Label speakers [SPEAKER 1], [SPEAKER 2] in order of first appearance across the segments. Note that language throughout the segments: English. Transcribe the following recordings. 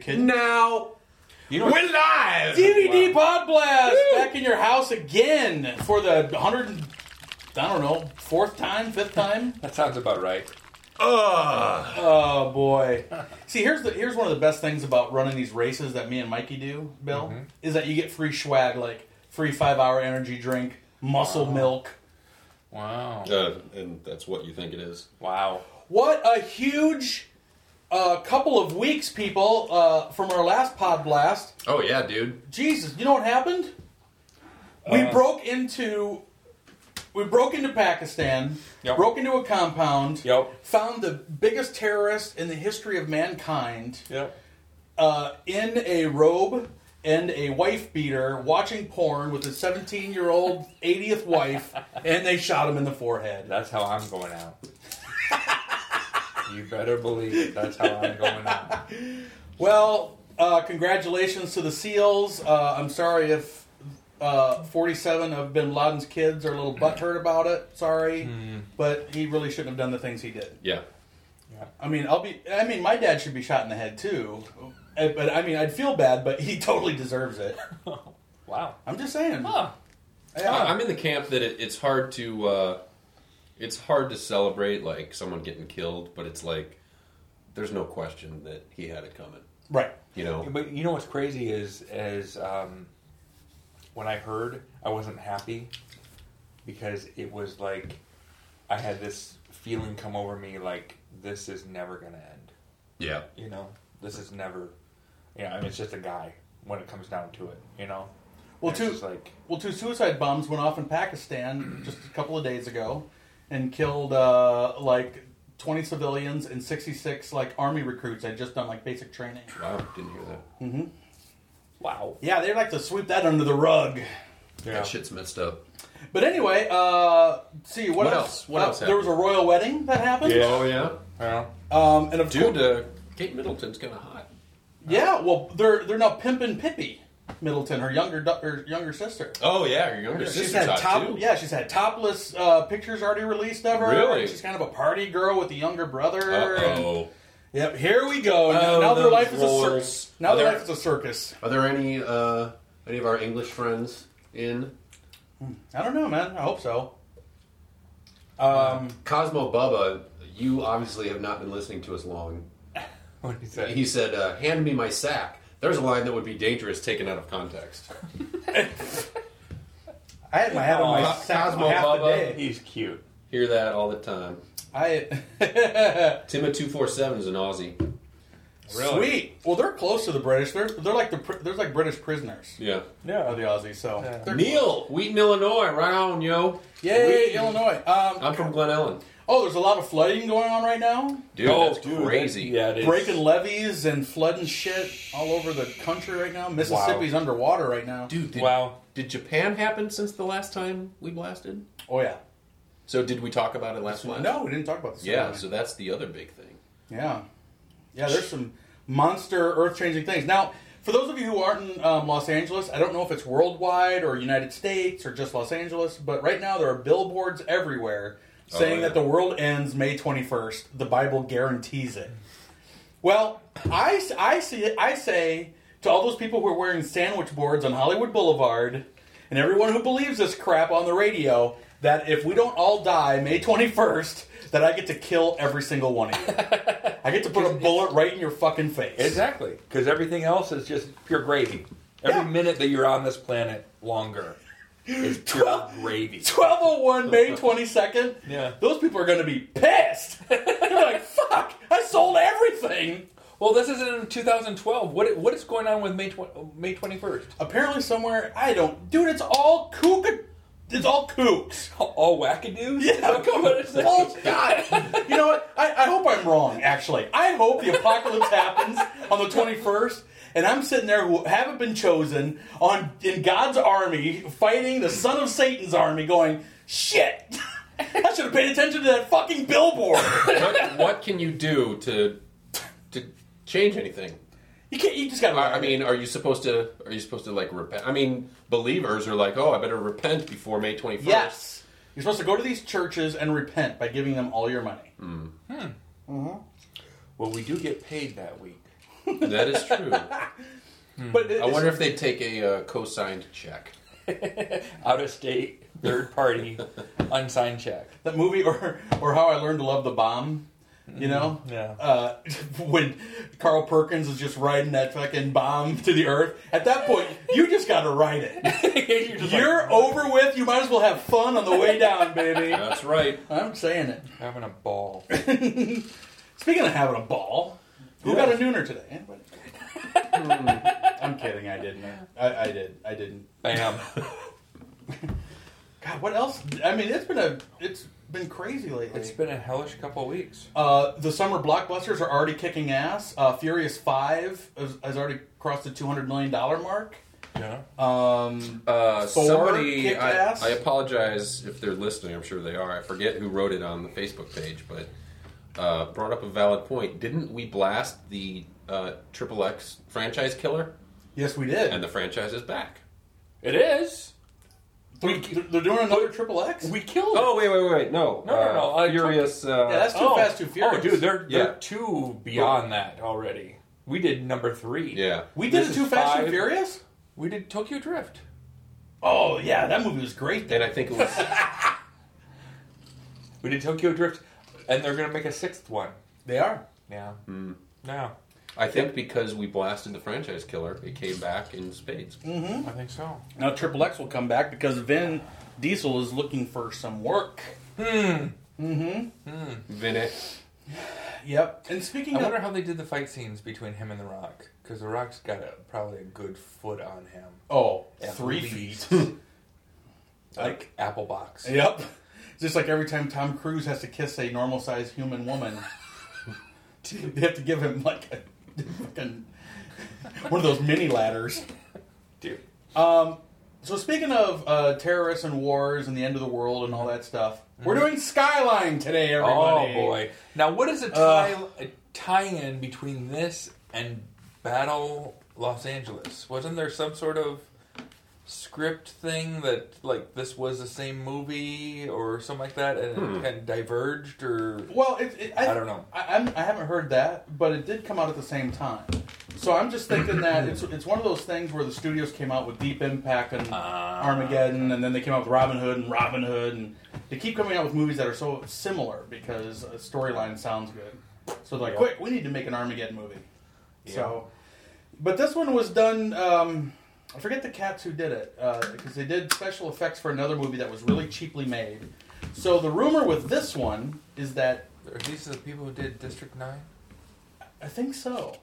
[SPEAKER 1] kidding?
[SPEAKER 2] Now,
[SPEAKER 1] You know,
[SPEAKER 3] We're live.
[SPEAKER 2] DVD Pod Blast back in your house again for the 100, and- I don't know, fourth time, fifth time?
[SPEAKER 3] That sounds about right.
[SPEAKER 2] Ugh. Oh boy. See, here's the here's one of the best things about running these races that me and Mikey do, Bill, is that you get free swag like free five hour energy drink, muscle milk.
[SPEAKER 3] Wow.
[SPEAKER 4] Uh, and that's what you think it is.
[SPEAKER 3] Wow.
[SPEAKER 2] What a huge uh, couple of weeks, people, uh, from our last pod blast.
[SPEAKER 4] Oh yeah, dude.
[SPEAKER 2] Jesus, you know what happened? We
[SPEAKER 3] Uh,
[SPEAKER 2] broke into we broke into Pakistan,
[SPEAKER 3] Yep.
[SPEAKER 2] broke into a compound,
[SPEAKER 3] Yep.
[SPEAKER 2] found the biggest terrorist in the history of mankind
[SPEAKER 3] Yep.
[SPEAKER 2] uh, in a robe and a wife beater watching porn with his 17 year old 80th wife, and they shot him in the forehead.
[SPEAKER 3] That's how I'm going out. you better believe it. That's how I'm going out.
[SPEAKER 2] Well, uh, congratulations to the SEALs. Uh, I'm sorry if uh, 47 of bin Laden's kids are a little butthurt about it. Sorry. But he really shouldn't have done the things he did.
[SPEAKER 4] Yeah.
[SPEAKER 2] I mean, I'll be. I mean, my dad should be shot in the head too. Uh, But I mean, I'd feel bad, but he totally deserves it.
[SPEAKER 3] Wow.
[SPEAKER 2] I'm just saying.
[SPEAKER 3] Huh.
[SPEAKER 2] Yeah.
[SPEAKER 4] I- I'm in the camp that it, it's hard to uh, it's hard to celebrate like someone getting killed, but it's like there's no question that he had it coming.
[SPEAKER 2] Right.
[SPEAKER 4] You know?
[SPEAKER 3] But you know what's crazy is is um, when I heard, I wasn't happy because it was like I had this feeling come over me like this is never gonna end.
[SPEAKER 4] Yeah.
[SPEAKER 3] You know, this is never. You know, I mean, it's just a guy when it comes down to it. You know.
[SPEAKER 2] Well,
[SPEAKER 3] it's
[SPEAKER 2] two-
[SPEAKER 3] just like
[SPEAKER 2] Well, two suicide bombs went off in Pakistan just a couple of days ago and killed uh, like 20 civilians and 66 like army recruits had just done like basic training.
[SPEAKER 4] Wow. Didn't hear that.
[SPEAKER 3] wow.
[SPEAKER 2] Yeah, they like to sweep that under the rug.
[SPEAKER 3] Yeah.
[SPEAKER 4] That shit's messed up.
[SPEAKER 2] But anyway, uh, see what,
[SPEAKER 4] What else? What
[SPEAKER 2] Uh,
[SPEAKER 4] else
[SPEAKER 2] There was a royal wedding that happened.
[SPEAKER 3] Yeah.
[SPEAKER 4] Oh yeah,
[SPEAKER 3] Yeah.
[SPEAKER 2] Um, and of
[SPEAKER 4] dude.
[SPEAKER 2] course,
[SPEAKER 4] Uh, Kate Middleton's kind of hot.
[SPEAKER 2] yeah. Well, they're they're now pimping Pippi Middleton, her younger du- her younger sister.
[SPEAKER 4] Oh yeah, your younger
[SPEAKER 2] She's
[SPEAKER 4] sister's
[SPEAKER 2] had
[SPEAKER 4] hot
[SPEAKER 2] top,
[SPEAKER 4] too.
[SPEAKER 2] yeah, she's had topless uh, pictures already released of her.
[SPEAKER 4] Really?
[SPEAKER 2] and She's kind of a party girl with a younger brother. and-
[SPEAKER 4] Oh.
[SPEAKER 2] Yep, here we go. Now,
[SPEAKER 4] Oh,
[SPEAKER 2] now their
[SPEAKER 4] those
[SPEAKER 2] life is a circus.
[SPEAKER 4] roles.
[SPEAKER 2] Now
[SPEAKER 4] Are
[SPEAKER 2] their
[SPEAKER 4] there-
[SPEAKER 2] life is a circus.
[SPEAKER 4] Are there any uh, any of our English friends in
[SPEAKER 2] I don't know, man. I hope so. Um,
[SPEAKER 4] Cosmo Bubba? You obviously have not been listening to us long.
[SPEAKER 3] What did he say?
[SPEAKER 4] He said, uh, "Hand me my sack." There's a line that would be dangerous taken out of context.
[SPEAKER 2] I had my hat on my
[SPEAKER 3] Aw,
[SPEAKER 2] sack
[SPEAKER 4] Uh, Cosmo
[SPEAKER 2] half the
[SPEAKER 4] Bubba.
[SPEAKER 2] day.
[SPEAKER 3] He's cute.
[SPEAKER 4] Hear that all the time.
[SPEAKER 2] I
[SPEAKER 4] Timid two four seven is an Aussie.
[SPEAKER 3] Really?
[SPEAKER 2] sweet. Well, they're close to the British. They're they're like the pr- they're like British prisoners.
[SPEAKER 4] Yeah.
[SPEAKER 2] Are
[SPEAKER 3] Yeah.
[SPEAKER 2] the Aussies? So
[SPEAKER 3] Yeah.
[SPEAKER 2] they're-
[SPEAKER 4] Neil, Wheaton, Illinois, right on, yo.
[SPEAKER 2] Yay,
[SPEAKER 4] Wheaton.
[SPEAKER 2] Illinois. Um,
[SPEAKER 4] I'm from Glen Ellen.
[SPEAKER 2] oh, there's a lot of flooding going on right now.
[SPEAKER 4] Dude, that's crazy.
[SPEAKER 3] Oh, that- yeah, it is.
[SPEAKER 2] Breaking levees and flooding shit all over the country right now. Mississippi's underwater right now.
[SPEAKER 4] Dude, did,
[SPEAKER 3] Wow.
[SPEAKER 4] did Japan happen since the last time we blasted?
[SPEAKER 2] Oh yeah.
[SPEAKER 4] So did we talk about it last month?
[SPEAKER 2] No, we didn't talk about this.
[SPEAKER 4] Yeah,
[SPEAKER 2] earlier.
[SPEAKER 4] so that's the other big thing.
[SPEAKER 2] Yeah. Yeah, there's some monster earth changing things. Now, for those of you who aren't in um, Los Angeles, I don't know if it's worldwide or United States or just Los Angeles, but right now there are billboards everywhere saying
[SPEAKER 4] yeah.
[SPEAKER 2] that the world ends May 21st. The Bible guarantees it. Well, I, s- I see it, I say to all those people who are wearing sandwich boards on Hollywood Boulevard and everyone who believes this crap on the radio that if we don't all die May 21st, that I get to kill every single one of you. I get to put a bullet right in your fucking face.
[SPEAKER 3] Exactly, because everything else is just pure gravy. Every
[SPEAKER 2] Yeah.
[SPEAKER 3] minute that you're on this planet longer is pure gravy.
[SPEAKER 2] 1201 May 22nd?
[SPEAKER 3] Yeah.
[SPEAKER 2] Those people are going to be pissed. They're like, fuck, I sold everything.
[SPEAKER 3] Well, this is in 2012. What what is going on with May 20, May 21st?
[SPEAKER 2] Apparently, somewhere, I don't. Dude, it's all kook. It's all kooks.
[SPEAKER 3] All, all wackadoos? Is that what it is?
[SPEAKER 2] Oh God! You know what? I, I hope I'm wrong. Actually, I hope the apocalypse happens on the 21st, and I'm sitting there who haven't been chosen on in God's army, fighting the son of Satan's army, going shit. I should have paid attention to that fucking billboard.
[SPEAKER 4] what, what can you do to to change anything?
[SPEAKER 2] You can't. You just gotta.
[SPEAKER 4] I I mean, are you supposed to? Are you supposed to like repent? I mean, believers are like, oh, I better repent before May twenty first.
[SPEAKER 2] yes, you're supposed to go to these churches and repent by giving them all your money.
[SPEAKER 3] Well, we do get paid that week.
[SPEAKER 4] That is true.
[SPEAKER 2] But it,
[SPEAKER 4] Mm-hmm. I wonder if they take a uh, co-signed check.
[SPEAKER 3] Out of state, third party, unsigned check.
[SPEAKER 2] that movie or or how I learned to love the bomb. You know,
[SPEAKER 3] Yeah.
[SPEAKER 2] uh, when Carl Perkins is just riding that fucking bomb to the earth. At that point, you just got to ride it.
[SPEAKER 3] You're just like,
[SPEAKER 2] You're over with. You might as well have fun on the way down, baby.
[SPEAKER 4] That's right.
[SPEAKER 2] I'm saying it.
[SPEAKER 3] having a ball.
[SPEAKER 2] Speaking of having a ball, who
[SPEAKER 3] Yeah.
[SPEAKER 2] got a nooner today? Anybody? Hmm. I'm kidding. I didn't. I, I did. I didn't.
[SPEAKER 3] I am.
[SPEAKER 2] God, what else? I mean, it's been a it's been crazy lately.
[SPEAKER 3] It's been a hellish couple weeks.
[SPEAKER 2] Uh, the summer blockbusters are already kicking ass. Uh, Furious Five has, has already crossed the two hundred million dollar mark.
[SPEAKER 3] Yeah.
[SPEAKER 2] Um,
[SPEAKER 4] Uh,
[SPEAKER 2] Thor
[SPEAKER 4] somebody,
[SPEAKER 2] kicked
[SPEAKER 4] I,
[SPEAKER 2] ass?
[SPEAKER 4] I apologize if they're listening. I'm sure they are. I forget who wrote it on the Facebook page, but uh, brought up a valid point. Didn't we blast the uh, Triple X franchise killer?
[SPEAKER 2] yes, we did.
[SPEAKER 4] And the franchise is back.
[SPEAKER 3] It is.
[SPEAKER 2] we, they're doing another Triple X.
[SPEAKER 3] We killed it.
[SPEAKER 4] Oh wait, wait, wait, wait! No,
[SPEAKER 3] No, no, no, uh,
[SPEAKER 4] Furious. Uh,
[SPEAKER 2] yeah, that's too
[SPEAKER 3] oh.
[SPEAKER 2] fast, too furious.
[SPEAKER 3] Oh, dude, they're,
[SPEAKER 4] Yeah.
[SPEAKER 3] they're two beyond that already. We did number three.
[SPEAKER 4] yeah.
[SPEAKER 2] we did
[SPEAKER 3] this
[SPEAKER 2] it too
[SPEAKER 3] is
[SPEAKER 2] fast and
[SPEAKER 3] five.
[SPEAKER 2] furious.
[SPEAKER 3] We did Tokyo Drift.
[SPEAKER 2] Oh yeah, that movie was great. Then
[SPEAKER 4] And I think it was
[SPEAKER 3] We did Tokyo Drift, and they're going to make a sixth one.
[SPEAKER 2] they are.
[SPEAKER 3] Yeah. Mm. Yeah,
[SPEAKER 4] I think because we blasted the franchise killer, it came back in spades.
[SPEAKER 2] Mm.
[SPEAKER 3] I think so.
[SPEAKER 2] Now Triple X will come back because Vin Diesel is looking for some work.
[SPEAKER 4] Vinny,
[SPEAKER 2] Yep. And speaking
[SPEAKER 3] I
[SPEAKER 2] of,
[SPEAKER 3] wonder how they did the fight scenes between him and The Rock, because The Rock's got a, probably a good foot on him.
[SPEAKER 2] oh,
[SPEAKER 3] At
[SPEAKER 2] three
[SPEAKER 3] least.
[SPEAKER 2] feet.
[SPEAKER 3] Like Apple Box.
[SPEAKER 2] Yep. Just like every time Tom Cruise has to kiss a normal sized human woman, they have to give him like a fucking one of those mini ladders.
[SPEAKER 3] Dude.
[SPEAKER 2] Um, so speaking of uh, terrorists and wars and the end of the world and all that stuff, we're doing Skyline today, everybody.
[SPEAKER 3] Mm-hmm. Oh boy! Now, what is a tie a tie-in between this and Battle Los Angeles? Wasn't there some sort of script thing that like this was the same movie or something like that, and it kind of diverged? Or
[SPEAKER 2] Well, it, it, I,
[SPEAKER 3] I don't know.
[SPEAKER 2] I, I'm, I haven't heard that, but it did come out at the same time. So I'm just thinking that it's it's one of those things where the studios came out with Deep Impact and
[SPEAKER 3] Ah.
[SPEAKER 2] Armageddon, and then they came out with Robin Hood and Robin Hood, and they keep coming out with movies that are so similar because a storyline sounds good. So they're like,
[SPEAKER 3] Yeah.
[SPEAKER 2] quick, we need to make an Armageddon movie. So, but this one was done. Um, I forget the cats who did it uh, because they did special effects for another movie that was really cheaply made. So the rumor with this one is that
[SPEAKER 3] are these the people who did District Nine?
[SPEAKER 2] I think so.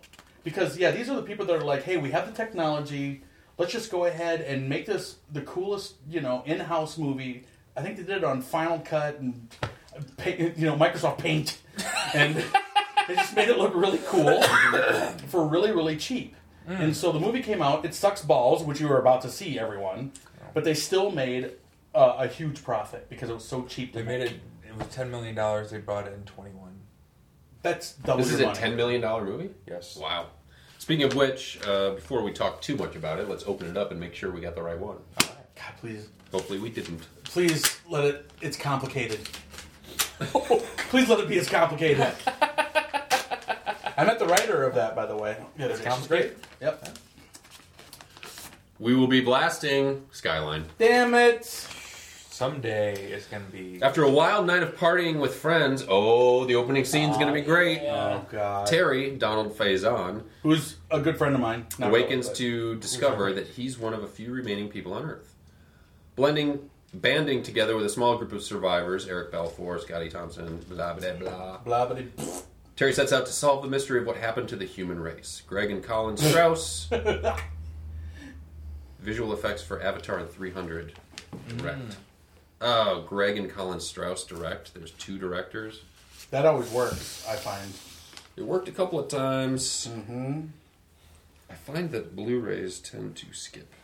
[SPEAKER 2] Because yeah, these are the people that are like, hey, we have the technology. Let's just go ahead and make this the coolest, you know, in-house movie. I think they did it on Final Cut and pa- you know Microsoft Paint, and they just made it look really cool for really really cheap.
[SPEAKER 4] Mm.
[SPEAKER 2] And so the movie came out. It sucks balls, which you were about to see, everyone. But they still made uh, a huge profit because it was so cheap. to
[SPEAKER 3] They made
[SPEAKER 2] make.
[SPEAKER 3] it. It was ten million dollars. They brought in twenty-one.
[SPEAKER 2] That's double
[SPEAKER 4] this
[SPEAKER 2] your
[SPEAKER 4] is a
[SPEAKER 2] money.
[SPEAKER 4] ten million dollar movie.
[SPEAKER 3] Yes.
[SPEAKER 4] Wow. Speaking of which, uh, before we talk too much about it, let's open it up and make sure we got the right one.
[SPEAKER 2] God, please.
[SPEAKER 4] Hopefully, we didn't.
[SPEAKER 2] Please let it. It's complicated. Please let it be as complicated. I'm not the writer of that, by the way. Yeah,
[SPEAKER 3] It's complicated.
[SPEAKER 2] Yep.
[SPEAKER 4] We will be blasting Skyline.
[SPEAKER 2] Damn it.
[SPEAKER 3] Someday it's gonna be.
[SPEAKER 4] After a wild night of partying with friends, oh, the opening scene's going to be great.
[SPEAKER 2] Oh God.
[SPEAKER 4] Terry, Donald Faison,
[SPEAKER 2] Who's a good friend of mine? Not
[SPEAKER 4] awakens
[SPEAKER 2] really,
[SPEAKER 4] to discover that he's one of a few remaining people on Earth. Blending, banding together with a small group of survivors, Eric Balfour, Scotty Thompson, blah, blah, blah.
[SPEAKER 2] but- Blah blah. blah.
[SPEAKER 4] Terry sets out to solve the mystery of what happened to the human race. Greg and Colin Strauss. visual effects for Avatar and 300. Direct. Oh, Greg and Colin Strauss direct. There's two directors.
[SPEAKER 2] That always works. I find.
[SPEAKER 4] It worked a couple of times. Mm-hmm. I find that Blu-rays tend to skip.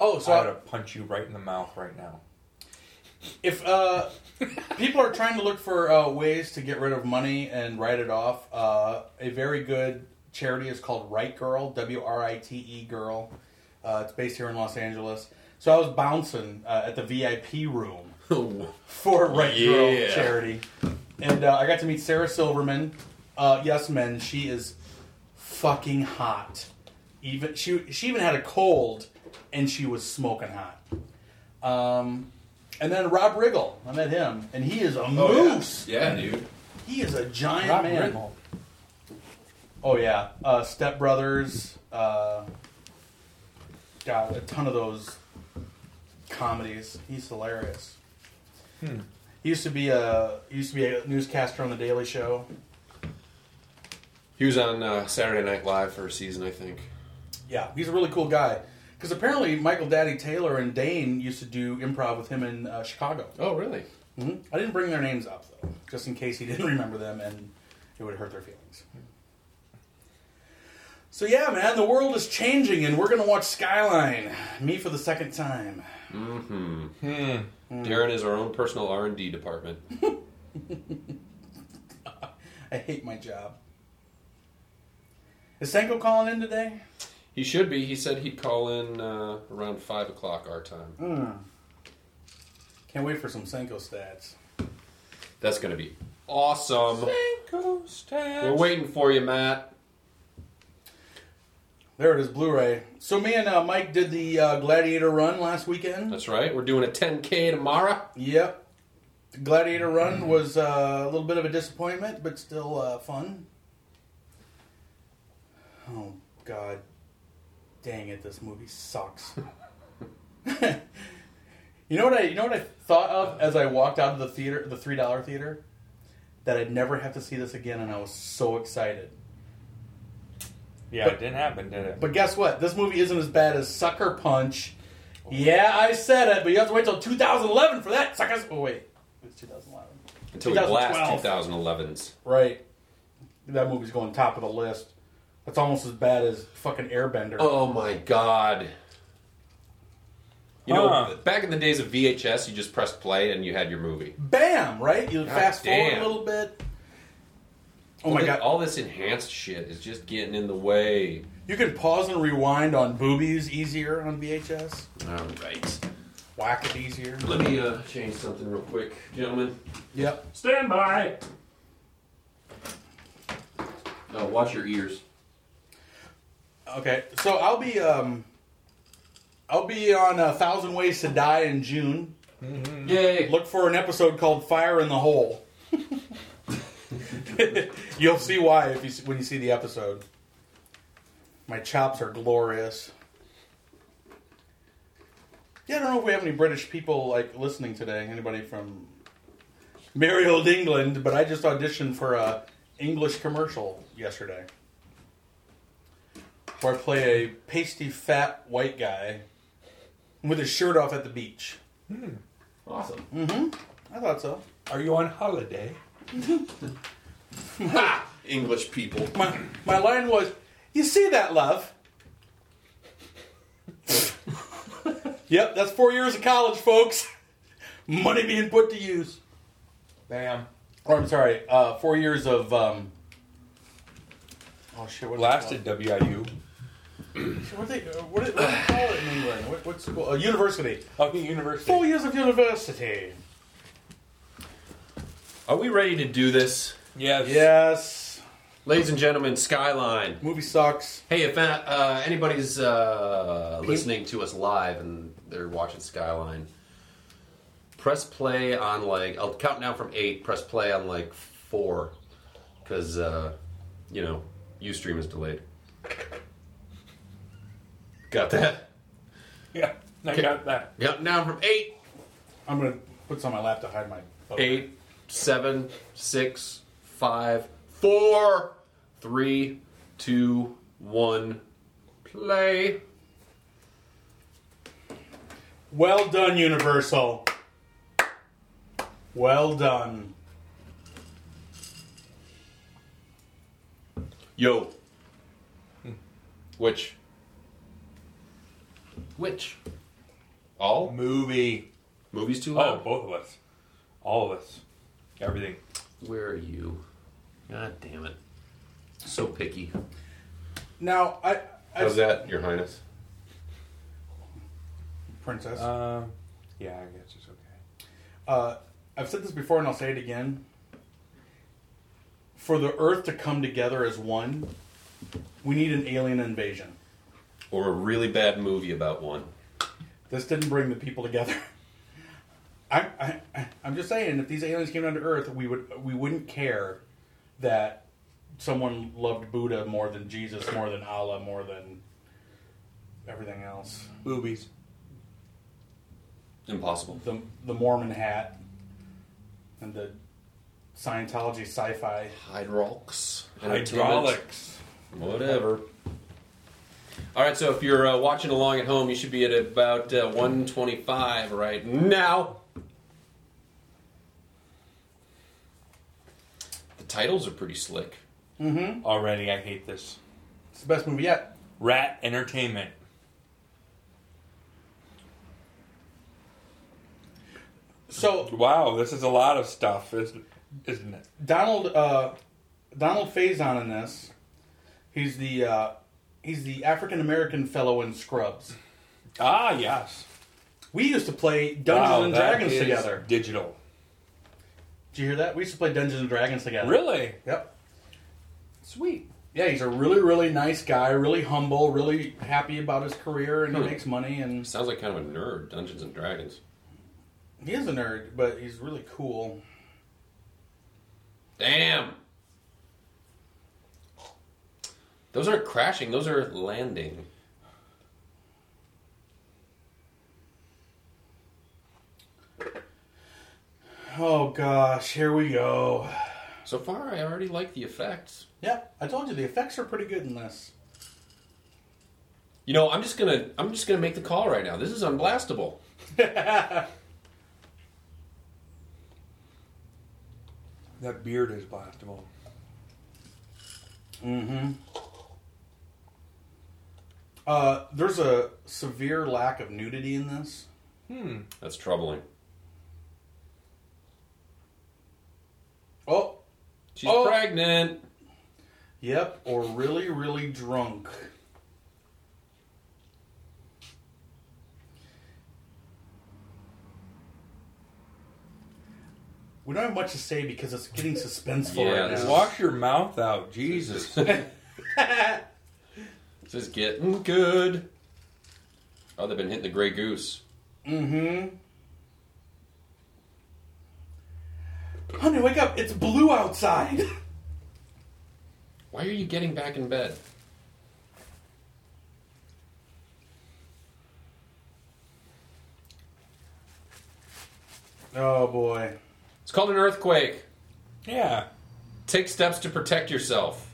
[SPEAKER 2] Oh,
[SPEAKER 3] So I'm gonna
[SPEAKER 2] so
[SPEAKER 3] punch you right in the mouth right now.
[SPEAKER 2] if uh, people are trying to look for uh, ways to get rid of money and write it off, uh, a very good charity is called Right Girl, W R I T E Girl. Uh, it's based here in Los Angeles. So I was bouncing uh, at the VIP room
[SPEAKER 4] Oh,
[SPEAKER 2] for Right Girl
[SPEAKER 4] Yeah.
[SPEAKER 2] charity, and uh, I got to meet Sarah Silverman, uh, Yes Men, she is fucking hot. Even she she even had a cold, and she was smoking hot. Um, and then Rob Riggle, I met him, and he is a moose.
[SPEAKER 4] Oh, Yeah, dude.
[SPEAKER 2] He is a giant
[SPEAKER 3] Rob
[SPEAKER 2] man.
[SPEAKER 3] Riggle.
[SPEAKER 2] Oh yeah, uh, Step Brothers. Uh, God, a ton of those comedies. He's hilarious. He used to be a he used to be a newscaster on the Daily Show.
[SPEAKER 4] He was on uh, Saturday Night Live for a season, I think.
[SPEAKER 2] Yeah, he's a really cool guy. Because apparently Michael Daddy Taylor and Dane used to do improv with him in uh, Chicago.
[SPEAKER 4] Oh, really?
[SPEAKER 2] hmm I didn't bring their names up though, just in case he didn't remember them and it would hurt their feelings. So yeah, man, the world is changing, and we're gonna watch Skyline. Me for the second time.
[SPEAKER 4] Mm-hmm.
[SPEAKER 2] Hmm.
[SPEAKER 4] Darren is our own personal R and D department.
[SPEAKER 2] I hate my job. Is Senko calling in today?
[SPEAKER 4] He should be. He said he'd call in uh, around five o'clock our time.
[SPEAKER 2] Hmm. Can't wait for some Senko stats.
[SPEAKER 4] That's going to be awesome.
[SPEAKER 3] Cinco stats.
[SPEAKER 4] We're waiting for you, Matt.
[SPEAKER 2] There it is, Blu-ray. So me and uh, Mike did the uh, Gladiator run last weekend.
[SPEAKER 4] That's right. We're doing a 10K tomorrow.
[SPEAKER 2] Yep. The Gladiator Run was uh, a little bit of a disappointment, but still uh, fun. Oh, God. Dang it, this movie sucks. you know what I you know what I thought of as I walked out of the theater the three dollar theater? That I'd never have to see this again and I was so excited.
[SPEAKER 3] Yeah, it didn't happen, did it?
[SPEAKER 2] But guess what? This movie isn't as bad as Sucker Punch. Yeah, I said it, but you have to wait till 2011 for that, suckers. Oh wait, it's 2011.
[SPEAKER 4] Until we blast
[SPEAKER 2] 2012.
[SPEAKER 4] 2011s.
[SPEAKER 2] Right. That movie's going top of the list. That's almost as bad as fucking Airbender.
[SPEAKER 4] Oh my god. You know,
[SPEAKER 3] Huh.
[SPEAKER 4] back in the days of VHS, you just pressed play and you had your movie.
[SPEAKER 2] Bam! Right? You fast forward
[SPEAKER 4] damn.
[SPEAKER 2] a little bit. Oh
[SPEAKER 4] All
[SPEAKER 2] my
[SPEAKER 4] thi-
[SPEAKER 2] god.
[SPEAKER 4] All this enhanced shit is just getting in the way.
[SPEAKER 2] You can pause and rewind on boobies easier on VHS.
[SPEAKER 4] All right.
[SPEAKER 2] Whack it easier.
[SPEAKER 4] Um, Let me uh, change something real quick, gentlemen.
[SPEAKER 2] Yep.
[SPEAKER 4] Stand by. Uh, watch your ears.
[SPEAKER 2] Okay, so I'll be um, I'll be on a Thousand Ways to Die in June.
[SPEAKER 4] Yay!
[SPEAKER 2] Look for an episode called "Fire in the Hole." You'll see why if you s- when you see the episode. My chops are glorious. Yeah, I don't know if we have any British people like listening today. Anybody from merry old England? But I just auditioned for a English commercial yesterday, where I play a pasty fat white guy with his shirt off at the beach.
[SPEAKER 4] Awesome.
[SPEAKER 2] I thought so.
[SPEAKER 3] Are you on holiday?
[SPEAKER 4] Ha! English people.
[SPEAKER 2] My, my line was, "You see that, love?" yep, that's four years of college, folks. Money being put to use.
[SPEAKER 3] Bam.
[SPEAKER 2] Or I'm sorry, uh, four years of. Um, oh shit! What
[SPEAKER 3] Blasted WIU.
[SPEAKER 2] What they, uh, what, do- what do they call it in England? What, what school? Uh, university.
[SPEAKER 3] Fucking university.
[SPEAKER 2] Four years of university.
[SPEAKER 4] Are we ready to do this?
[SPEAKER 3] Yes.
[SPEAKER 2] Yes.
[SPEAKER 4] Ladies and gentlemen, Skyline.
[SPEAKER 2] Movie sucks.
[SPEAKER 4] Hey, if uh, anybody's uh, listening to us live and they're watching Skyline, press play on like I'll count down from eight. Press play on like four, because uh, you know UStream is delayed. Got that?
[SPEAKER 3] Yeah. I got that.
[SPEAKER 4] Count down from eight,
[SPEAKER 2] I'm gonna put some on my lap to hide my.
[SPEAKER 4] eight, seven, six, five, four, three, two, one, play.
[SPEAKER 2] Well done, Universal. Well done.
[SPEAKER 4] Yo. Which? Which? All
[SPEAKER 3] Movie.
[SPEAKER 4] movies too
[SPEAKER 3] Oh,
[SPEAKER 4] loud.
[SPEAKER 3] both of us. All of us. Everything.
[SPEAKER 4] Where are you? God damn it! So picky.
[SPEAKER 2] Now, I. I
[SPEAKER 4] that, Your Highness?
[SPEAKER 2] Princess. Uh,
[SPEAKER 3] Um, yeah, I guess it's okay.
[SPEAKER 2] I've said this before and I'll say it again. for the Earth to come together as one, we need an alien invasion.
[SPEAKER 4] Or a really bad movie about one.
[SPEAKER 2] This didn't bring the people together. I, I, I- I'm just saying, if these aliens came down to Earth, we would we wouldn't care that someone loved Buddha more than Jesus, more than Allah, more than everything else.
[SPEAKER 3] Boobies.
[SPEAKER 4] Impossible.
[SPEAKER 2] The the Mormon hat and the Scientology sci-fi
[SPEAKER 4] Hydraulics.
[SPEAKER 3] Hydraulics.
[SPEAKER 4] Whatever. All right, so if you're uh, watching along at home, you should be at about uh, 125 right now. The titles are pretty slick.
[SPEAKER 3] Already, I hate this.
[SPEAKER 2] It's the best movie yet.
[SPEAKER 3] Rat Entertainment.
[SPEAKER 2] So
[SPEAKER 3] Wow, this is a lot of stuff, isn't isn't it?
[SPEAKER 2] Donald uh, Donald Faison in this, he's the uh, he's the African American fellow in Scrubs.
[SPEAKER 3] Ah, yes.
[SPEAKER 2] We used to play Dungeons
[SPEAKER 3] Wow,
[SPEAKER 2] and
[SPEAKER 3] that
[SPEAKER 2] Dragons
[SPEAKER 3] is
[SPEAKER 2] together.
[SPEAKER 3] Digital.
[SPEAKER 2] Did you hear that? We used to play Dungeons and Dragons together.
[SPEAKER 3] Really?
[SPEAKER 2] Yep.
[SPEAKER 3] Sweet.
[SPEAKER 2] Yeah, he's a really really nice guy, really humble, really happy about his career, and he
[SPEAKER 4] Hmm.
[SPEAKER 2] makes money. And
[SPEAKER 4] Sounds like kind of a nerd, Dungeons and Dragons.
[SPEAKER 2] he is a nerd, but he's really cool.
[SPEAKER 4] Damn! Those aren't crashing, those are landing.
[SPEAKER 2] Oh gosh, here we go.
[SPEAKER 4] So far, I already like the effects.
[SPEAKER 2] Yep, I told you the effects are pretty good in this.
[SPEAKER 4] You know, I'm just gonna I'm just gonna make the call right now. This is unblastable.
[SPEAKER 2] Mm-hmm.
[SPEAKER 3] That beard is blastable.
[SPEAKER 2] Mm-hmm. Uh, there's a severe lack of nudity in this.
[SPEAKER 3] Hmm.
[SPEAKER 4] That's troubling.
[SPEAKER 2] Oh,
[SPEAKER 4] She's
[SPEAKER 2] Oh.
[SPEAKER 4] pregnant.
[SPEAKER 2] yep, or really, really drunk. We don't have much to say because it's getting suspenseful
[SPEAKER 4] Yeah,
[SPEAKER 2] right
[SPEAKER 4] this
[SPEAKER 2] now.
[SPEAKER 4] is-
[SPEAKER 3] Wash your mouth out, Jesus.
[SPEAKER 4] This is getting good. Oh, they've been hitting the gray goose.
[SPEAKER 2] Mm-hmm. Honey, wake up! It's blue outside.
[SPEAKER 4] Why are you getting back in bed?
[SPEAKER 2] oh boy.
[SPEAKER 4] It's called an earthquake.
[SPEAKER 3] yeah.
[SPEAKER 4] Take steps to protect yourself.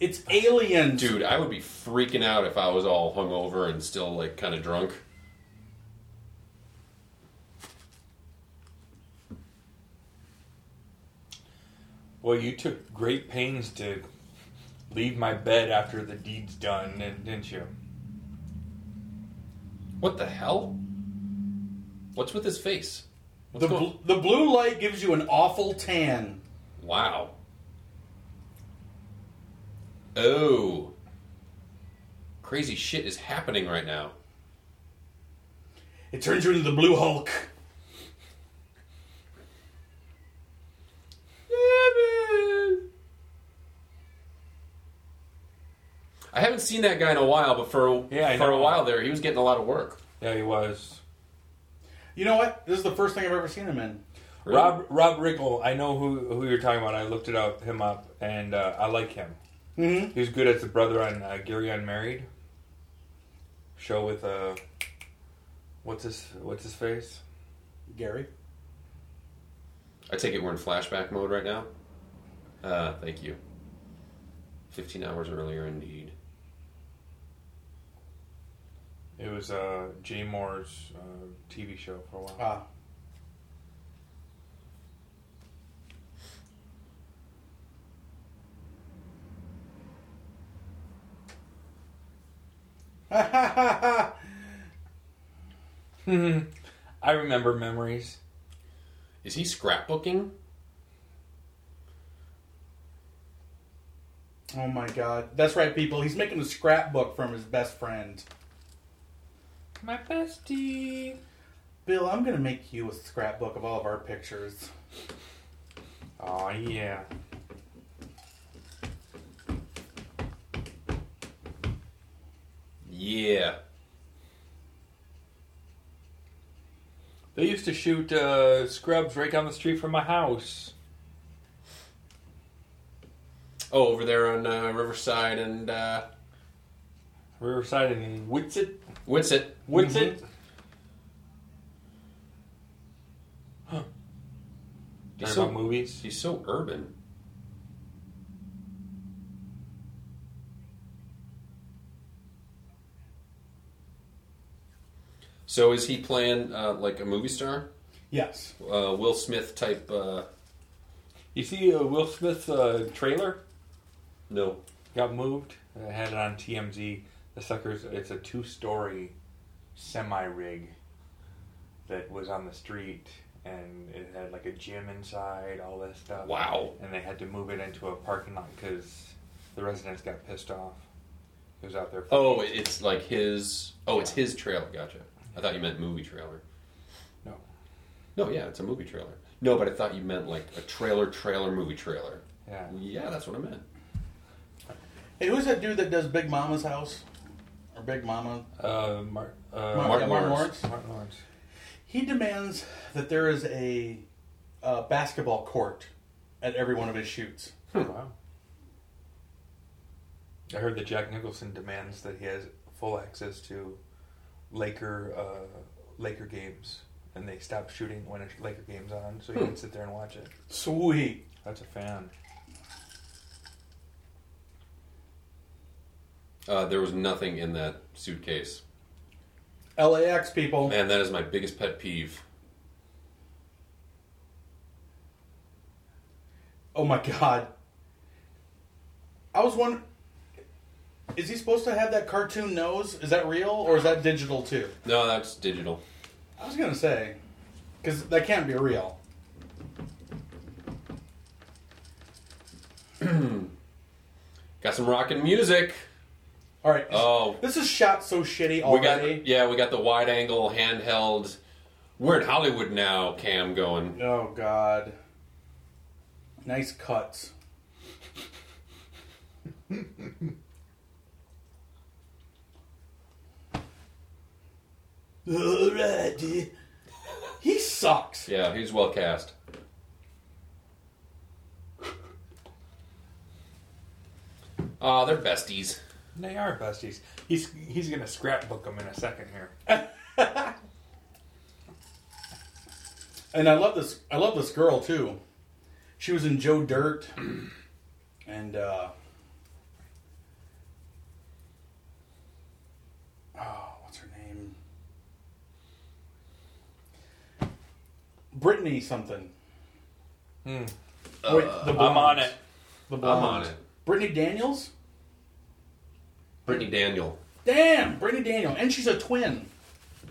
[SPEAKER 2] It's aliens.
[SPEAKER 4] Dude, I would be freaking out if I was all hungover and still like kind of drunk.
[SPEAKER 3] Well, you took great pains to leave my bed after the deed's done, didn't- didn't you?
[SPEAKER 4] What the hell? What's with his face? What's
[SPEAKER 2] The,
[SPEAKER 4] going-
[SPEAKER 2] bl- the blue light gives you an awful tan.
[SPEAKER 4] Wow. Oh. Crazy shit is happening right now.
[SPEAKER 2] It turns you into the blue Hulk.
[SPEAKER 4] I haven't seen that guy in a while, but for a,
[SPEAKER 3] Yeah, I
[SPEAKER 4] for a
[SPEAKER 3] know.
[SPEAKER 4] while there, he was getting a lot of work.
[SPEAKER 3] Yeah, he was.
[SPEAKER 2] You know what? This is the first thing I've ever seen him in.
[SPEAKER 4] Really?
[SPEAKER 3] Rob Rob Rickle, I know who who you're talking about. I looked it up, him up, and uh, I like him.
[SPEAKER 2] Mm-hmm.
[SPEAKER 3] He was good as the brother on uh, Gary Unmarried show with uh, what's his what's his face?
[SPEAKER 2] Gary.
[SPEAKER 4] I take it we're in flashback mode right now. Uh, thank you. Fifteen hours earlier, indeed.
[SPEAKER 3] It was uh, Jay Moore's uh, TV show for a while.
[SPEAKER 2] Ah.
[SPEAKER 3] I remember memories.
[SPEAKER 4] Is he scrapbooking?
[SPEAKER 2] oh my god. That's right, people. He's making a scrapbook from his best friend.
[SPEAKER 3] My bestie.
[SPEAKER 2] Bill, I'm going to make you a scrapbook of all of our pictures.
[SPEAKER 3] Oh yeah.
[SPEAKER 4] Yeah.
[SPEAKER 3] They used to shoot uh, scrubs right down the street from my house.
[SPEAKER 4] Oh, over there on uh, Riverside and uh,
[SPEAKER 3] Riverside and Witsit.
[SPEAKER 4] Witsit.
[SPEAKER 3] Witsit. Huh. Talking
[SPEAKER 4] So-
[SPEAKER 3] about movies.
[SPEAKER 4] She's so urban. So is he playing uh, like a movie star,
[SPEAKER 2] Yes.
[SPEAKER 4] uh, Will Smith type? Uh,
[SPEAKER 3] You see uh, Will Smith's uh, trailer
[SPEAKER 4] no.
[SPEAKER 3] got moved. I had it on TMZ. The suckers. It's a two-story semi rig that was on the street, and it had like a gym inside, all this stuff.
[SPEAKER 4] Wow.
[SPEAKER 3] And they had to move it into a parking lot because the residents got pissed off. It was out there.
[SPEAKER 4] Oh, it's like his. Oh, it's his trailer. Gotcha. I thought you meant movie trailer.
[SPEAKER 3] No.
[SPEAKER 4] No, yeah, it's a movie trailer. No, but I thought you meant like a trailer, trailer, movie trailer.
[SPEAKER 3] Yeah.
[SPEAKER 4] Yeah, that's what I meant.
[SPEAKER 2] Hey, who's that dude that does Big Mama's house? Or Big Mama?
[SPEAKER 3] Uh, Mar- uh,
[SPEAKER 2] Mar-
[SPEAKER 4] Martin
[SPEAKER 2] yeah, Martin
[SPEAKER 4] Lawrence.
[SPEAKER 2] Lawrence.
[SPEAKER 3] Martin Lawrence.
[SPEAKER 2] He demands that there is a, uh basketball court at every one of his shoots.
[SPEAKER 3] Oh, Wow. I heard that Jack Nicholson demands that he has full access to Laker uh, Laker games, and they stop shooting when a Laker game's on, so you can sit there and watch it.
[SPEAKER 2] Sweet.
[SPEAKER 3] That's a fan.
[SPEAKER 4] Uh, there was nothing in that suitcase.
[SPEAKER 2] LAX people.
[SPEAKER 4] Man, that is my biggest pet peeve.
[SPEAKER 2] Oh my god. I was wondering. Is he supposed to have that cartoon nose? Is that real or is that digital too?
[SPEAKER 4] No, that's digital.
[SPEAKER 2] I was gonna say, because that can't be real.
[SPEAKER 4] Got some rockin' music.
[SPEAKER 2] All right.
[SPEAKER 4] Oh.
[SPEAKER 2] this is shot so shitty
[SPEAKER 4] We
[SPEAKER 2] already.
[SPEAKER 4] got yeah, we got the wide angle handheld. We're in Hollywood now. Cam going.
[SPEAKER 2] Oh god. Nice cuts. Alrighty. He sucks.
[SPEAKER 4] Yeah, he's well cast. Ah, they're besties.
[SPEAKER 3] They are besties. He's he's gonna scrapbook them in a second here.
[SPEAKER 2] And I love this I love this girl too. She was in Joe Dirt and uh Oh, what's her name? Brittany something.
[SPEAKER 3] Hmm.
[SPEAKER 2] Wait, the
[SPEAKER 3] I'm on
[SPEAKER 2] blonde.
[SPEAKER 3] it.
[SPEAKER 2] The
[SPEAKER 4] I'm
[SPEAKER 2] blonde.
[SPEAKER 4] on it.
[SPEAKER 2] Brittany Daniels?
[SPEAKER 4] Brittany Daniel.
[SPEAKER 2] Damn, Brittany Daniel. And she's a twin.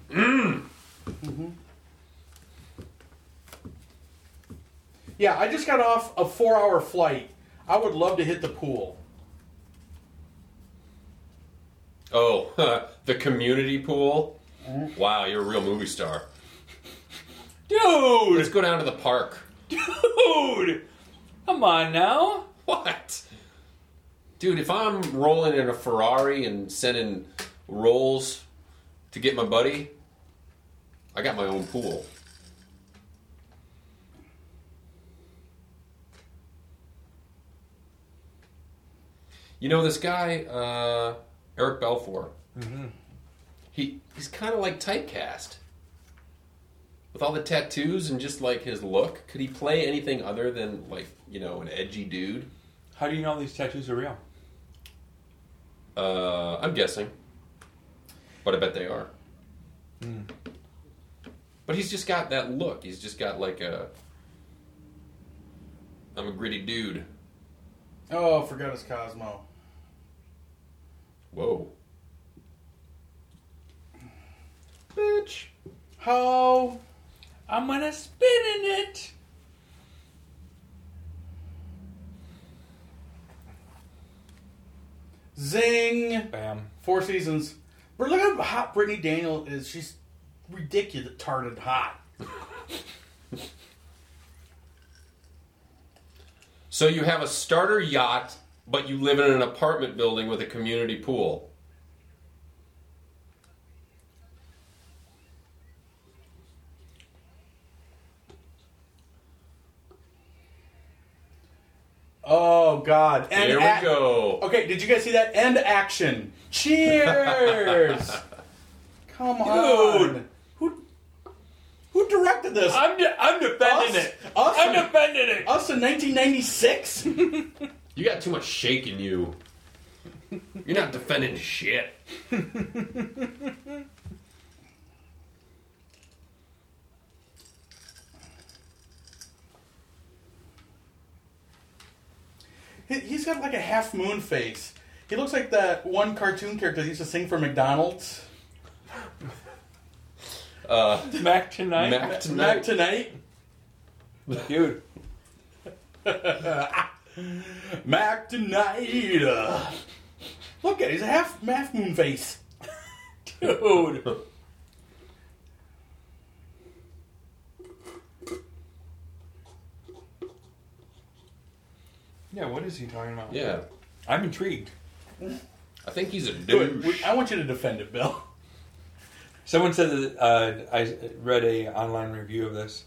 [SPEAKER 4] Mm.
[SPEAKER 2] Mhm. Yeah, I just got off a four hour flight. I would love to hit the pool.
[SPEAKER 4] Oh, the community pool. Wow, you're a real movie star.
[SPEAKER 3] Dude,
[SPEAKER 4] Let's go down to the park.
[SPEAKER 3] dude, come on now.
[SPEAKER 4] What? Dude, if I'm rolling in a Ferrari and sending rolls to get my buddy, I got my own pool. You know this guy, uh, Eric Belfour. He he's kind of like typecast with all the tattoos and just like his look. Could he play anything other than like you know an edgy dude?
[SPEAKER 3] How do you know these tattoos are real?
[SPEAKER 4] Uh, I'm guessing, but I bet they are. But he's just got that look. He's just got like a. I'm a gritty dude.
[SPEAKER 2] Oh, forgot his Cosmo.
[SPEAKER 4] Whoa. Bitch.
[SPEAKER 2] How?
[SPEAKER 3] I'm gonna spin in it.
[SPEAKER 2] Zing.
[SPEAKER 3] Bam.
[SPEAKER 2] Four seasons. But look how hot Brittany Daniel is. She's ridiculous tarted hot.
[SPEAKER 4] So you have a starter yacht, but you live in an apartment building with a community pool.
[SPEAKER 2] Oh God! And
[SPEAKER 4] There we
[SPEAKER 2] ac-
[SPEAKER 4] go.
[SPEAKER 2] Okay, did you guys see that? End action. Cheers! Come on,
[SPEAKER 3] Dude.
[SPEAKER 2] Who who directed this?
[SPEAKER 3] I'm, de- I'm defending
[SPEAKER 2] Us?
[SPEAKER 3] it.
[SPEAKER 2] Us?
[SPEAKER 3] I'm defending it.
[SPEAKER 2] Us in 1996.
[SPEAKER 4] You got too much shake in you. You're not defending shit.
[SPEAKER 2] He- He's got like a half moon face. He looks like that one cartoon character that used to sing for McDonald's.
[SPEAKER 4] Uh,
[SPEAKER 3] Mac tonight.
[SPEAKER 4] Mac
[SPEAKER 2] Back
[SPEAKER 4] tonight.
[SPEAKER 2] tonight,
[SPEAKER 3] Dude,
[SPEAKER 2] Mac tonight. Uh, Look at it, he's a half half moon face.
[SPEAKER 3] dude. yeah, what is he talking about?
[SPEAKER 4] Yeah.
[SPEAKER 3] I'm intrigued.
[SPEAKER 4] I think he's a
[SPEAKER 2] Do it.
[SPEAKER 4] douche.
[SPEAKER 2] We- I want you to defend it, Bill.
[SPEAKER 3] Someone said that uh, I read a online review of this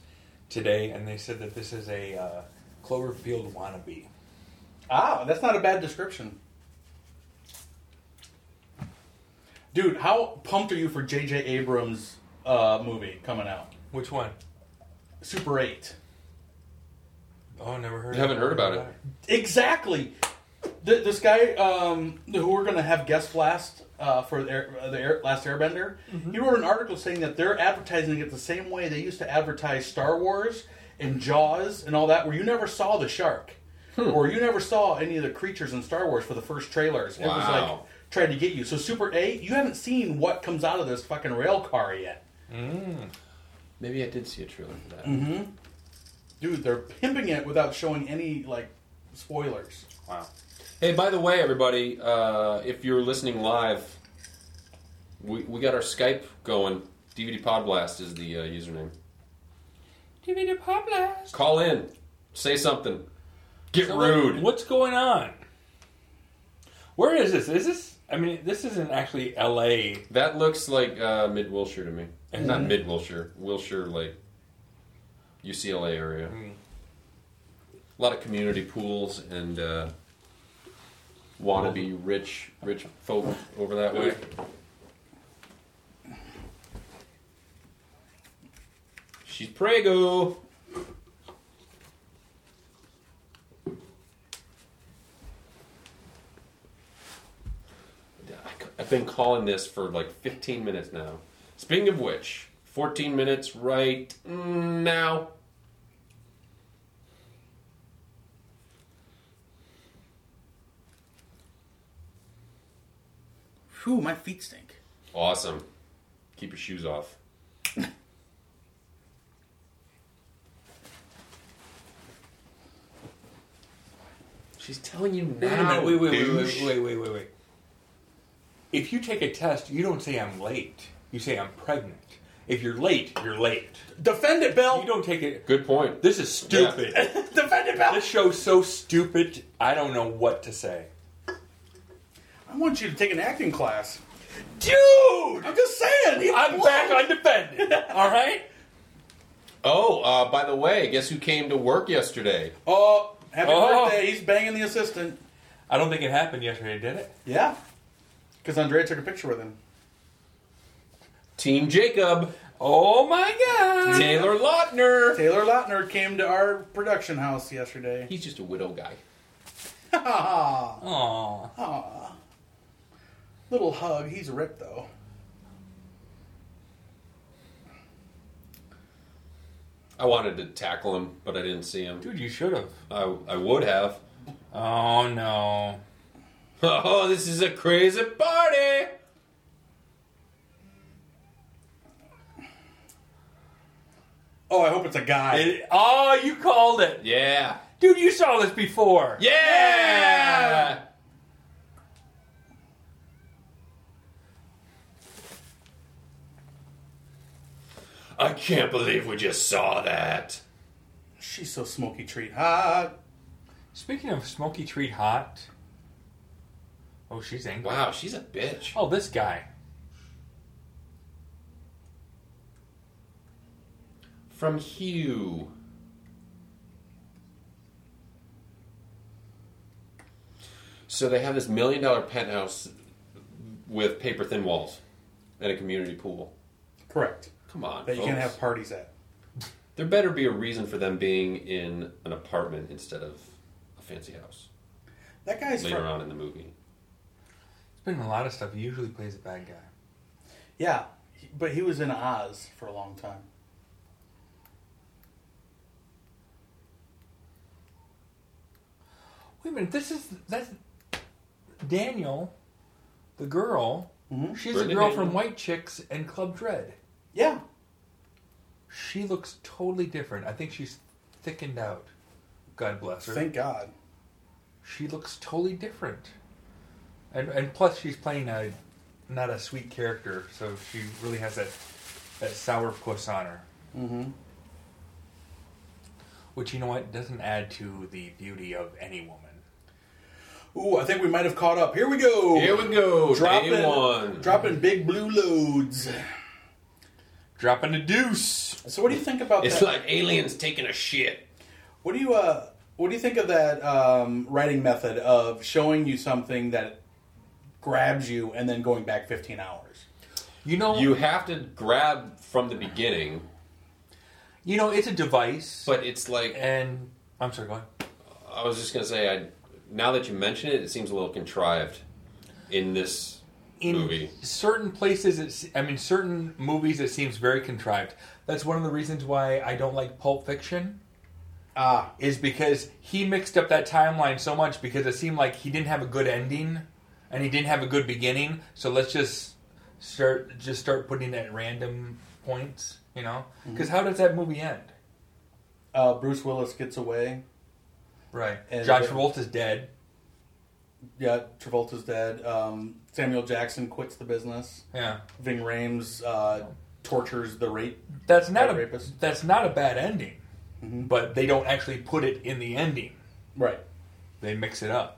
[SPEAKER 3] today, and they said that this is a uh, Cloverfield wannabe.
[SPEAKER 2] Ah, that's not a bad description. Dude, how pumped are you for J.J. Abrams' uh, movie coming out?
[SPEAKER 3] Which one?
[SPEAKER 2] Super 8.
[SPEAKER 3] Oh, never heard.
[SPEAKER 4] You haven't heard about it.
[SPEAKER 2] Exactly. Th- this guy um, who we're going to have guest blast uh, for the, air, the air, last Airbender, he wrote an article saying that they're advertising it the same way they used to advertise Star Wars and Jaws and all that, where you never saw the shark or you never saw any of the creatures in Star Wars for the first trailers. It was like
[SPEAKER 4] Wow.
[SPEAKER 2] trying to get you. So Super A, you haven't seen what comes out of this fucking rail car yet.
[SPEAKER 4] Maybe I did see a trailer for that.
[SPEAKER 2] Dude, they're pimping it without showing any like spoilers.
[SPEAKER 3] Wow.
[SPEAKER 4] Hey, by the way, everybody, uh, if you're listening live, we, we got our Skype going. DVD Pod Blast is the uh, username.
[SPEAKER 3] DVD Pop Blast.
[SPEAKER 4] Call in, say something, get rude.
[SPEAKER 3] What's going on? Where is this? Is this? I mean, this isn't actually L.A.
[SPEAKER 4] That looks like uh, Mid Wilshire to me. Not Mid Wilshire, Wilshire like UCLA area. A lot of community pools and uh, wannabe rich rich folk over that way. She's prego. I- I've been calling this for like 15 minutes now. Speaking of which, 14 minutes right now.
[SPEAKER 2] Whew, my feet stink.
[SPEAKER 4] Awesome. Keep your shoes off. She's telling you
[SPEAKER 3] Wait a
[SPEAKER 4] now.
[SPEAKER 3] minute, wait, wait, wait,
[SPEAKER 4] douche.
[SPEAKER 3] wait, wait, wait, wait, wait. If you take a test, you don't say I'm late. You say I'm pregnant. If you're late, you're late.
[SPEAKER 2] Defend it, Bill.
[SPEAKER 3] You don't take it.
[SPEAKER 4] Good point.
[SPEAKER 3] This is stupid.
[SPEAKER 2] Defend it, Bill.
[SPEAKER 3] this show's so stupid. I don't know what to say.
[SPEAKER 2] I want you to take an acting class.
[SPEAKER 3] Dude,
[SPEAKER 2] I'm just saying. he-
[SPEAKER 3] I'm back on defending. All right.
[SPEAKER 4] Oh, uh, by the way, guess who came to work yesterday?
[SPEAKER 2] Oh, happy
[SPEAKER 3] Oh.
[SPEAKER 2] birthday! He's banging the assistant.
[SPEAKER 3] I don't think it happened yesterday, did it?
[SPEAKER 2] Yeah, because Andrea took a picture with him.
[SPEAKER 4] Team Jacob,
[SPEAKER 3] Oh my god.
[SPEAKER 4] Taylor Lautner.
[SPEAKER 2] Taylor Lautner came to our production house yesterday.
[SPEAKER 4] He's just a widow guy.
[SPEAKER 3] Aw.
[SPEAKER 2] Little hug. He's ripped though.
[SPEAKER 4] I wanted to tackle him, but I didn't see him.
[SPEAKER 3] Dude, you should have.
[SPEAKER 4] I, I would have.
[SPEAKER 3] Oh no.
[SPEAKER 4] Oh, this is a crazy party!
[SPEAKER 2] Oh, I hope it's a guy.
[SPEAKER 3] It, oh, you called it.
[SPEAKER 4] Yeah.
[SPEAKER 3] Dude, you saw this before.
[SPEAKER 4] Yeah! I can't believe we just saw that.
[SPEAKER 2] She's so smoky treat hot.
[SPEAKER 3] Speaking of Smoky Treat Hot, oh, she's angry.
[SPEAKER 4] Wow, she's a bitch.
[SPEAKER 3] Oh, this guy.
[SPEAKER 4] From Hugh. So they have this million dollar penthouse with paper thin walls and a community pool.
[SPEAKER 2] Correct.
[SPEAKER 4] Come on.
[SPEAKER 2] That you can't
[SPEAKER 4] folks.
[SPEAKER 2] have parties at.
[SPEAKER 4] There better be a reason for them being in an apartment instead of a fancy house
[SPEAKER 2] That guy's
[SPEAKER 4] later
[SPEAKER 2] from.
[SPEAKER 4] on in the movie.
[SPEAKER 3] He's been in a lot of stuff. He usually plays a bad guy.
[SPEAKER 2] Yeah, he- but he was in Oz for a long time.
[SPEAKER 3] Wait a minute. This is that's Daniel, the girl.
[SPEAKER 2] Mhm.
[SPEAKER 3] She's
[SPEAKER 4] Brittany
[SPEAKER 3] a girl
[SPEAKER 4] Daniel.
[SPEAKER 3] from White Chicks and Club Dread.
[SPEAKER 2] Yeah,
[SPEAKER 3] She looks totally different. I think she's thickened out. God bless her.
[SPEAKER 2] thank God.
[SPEAKER 3] she looks totally different. And and plus she's playing a not a sweet character, so she really has that that sourpuss on her.
[SPEAKER 2] Mm-hmm.
[SPEAKER 3] Which you know what doesn't add to the beauty of any woman.
[SPEAKER 2] Ooh, I think we might have caught up. Here we go.
[SPEAKER 4] Here we go.
[SPEAKER 2] Dropping,
[SPEAKER 4] day one.
[SPEAKER 2] dropping big blue loads.
[SPEAKER 3] Dropping the deuce.
[SPEAKER 2] So, what do you think about
[SPEAKER 4] It's
[SPEAKER 2] that?
[SPEAKER 4] like aliens taking a shit.
[SPEAKER 2] What do you uh what do you think of that um, writing method of showing you something that grabs you and then going back 15 hours?
[SPEAKER 3] You know
[SPEAKER 4] You
[SPEAKER 3] you,
[SPEAKER 4] have to grab from the beginning,
[SPEAKER 3] know it's a device
[SPEAKER 4] but it's like
[SPEAKER 3] and I'm sorry, go on.
[SPEAKER 4] I was just gonna say. I now that you mention it, it seems a little contrived in this
[SPEAKER 3] in
[SPEAKER 4] movie.
[SPEAKER 3] certain places it's i mean certain movies it seems very contrived that's one of the reasons why i don't like pulp fiction
[SPEAKER 2] Ah,
[SPEAKER 3] is because he mixed up that timeline so much because it seemed like he didn't have a good ending and he didn't have a good beginning so let's just start just start putting at random points you know because how does that movie end
[SPEAKER 2] uh, Bruce Willis gets away.
[SPEAKER 3] right
[SPEAKER 2] And-
[SPEAKER 3] josh travolta's dead
[SPEAKER 2] Yeah, Travolta's dead. Um, Samuel Jackson quits the business.
[SPEAKER 3] yeah
[SPEAKER 2] Ving Rhames uh, tortures the rape.
[SPEAKER 3] that's not
[SPEAKER 2] Bad
[SPEAKER 3] a
[SPEAKER 2] rapist.
[SPEAKER 3] that's not a bad ending but they don't actually put it in the ending
[SPEAKER 2] Right.
[SPEAKER 3] they mix it up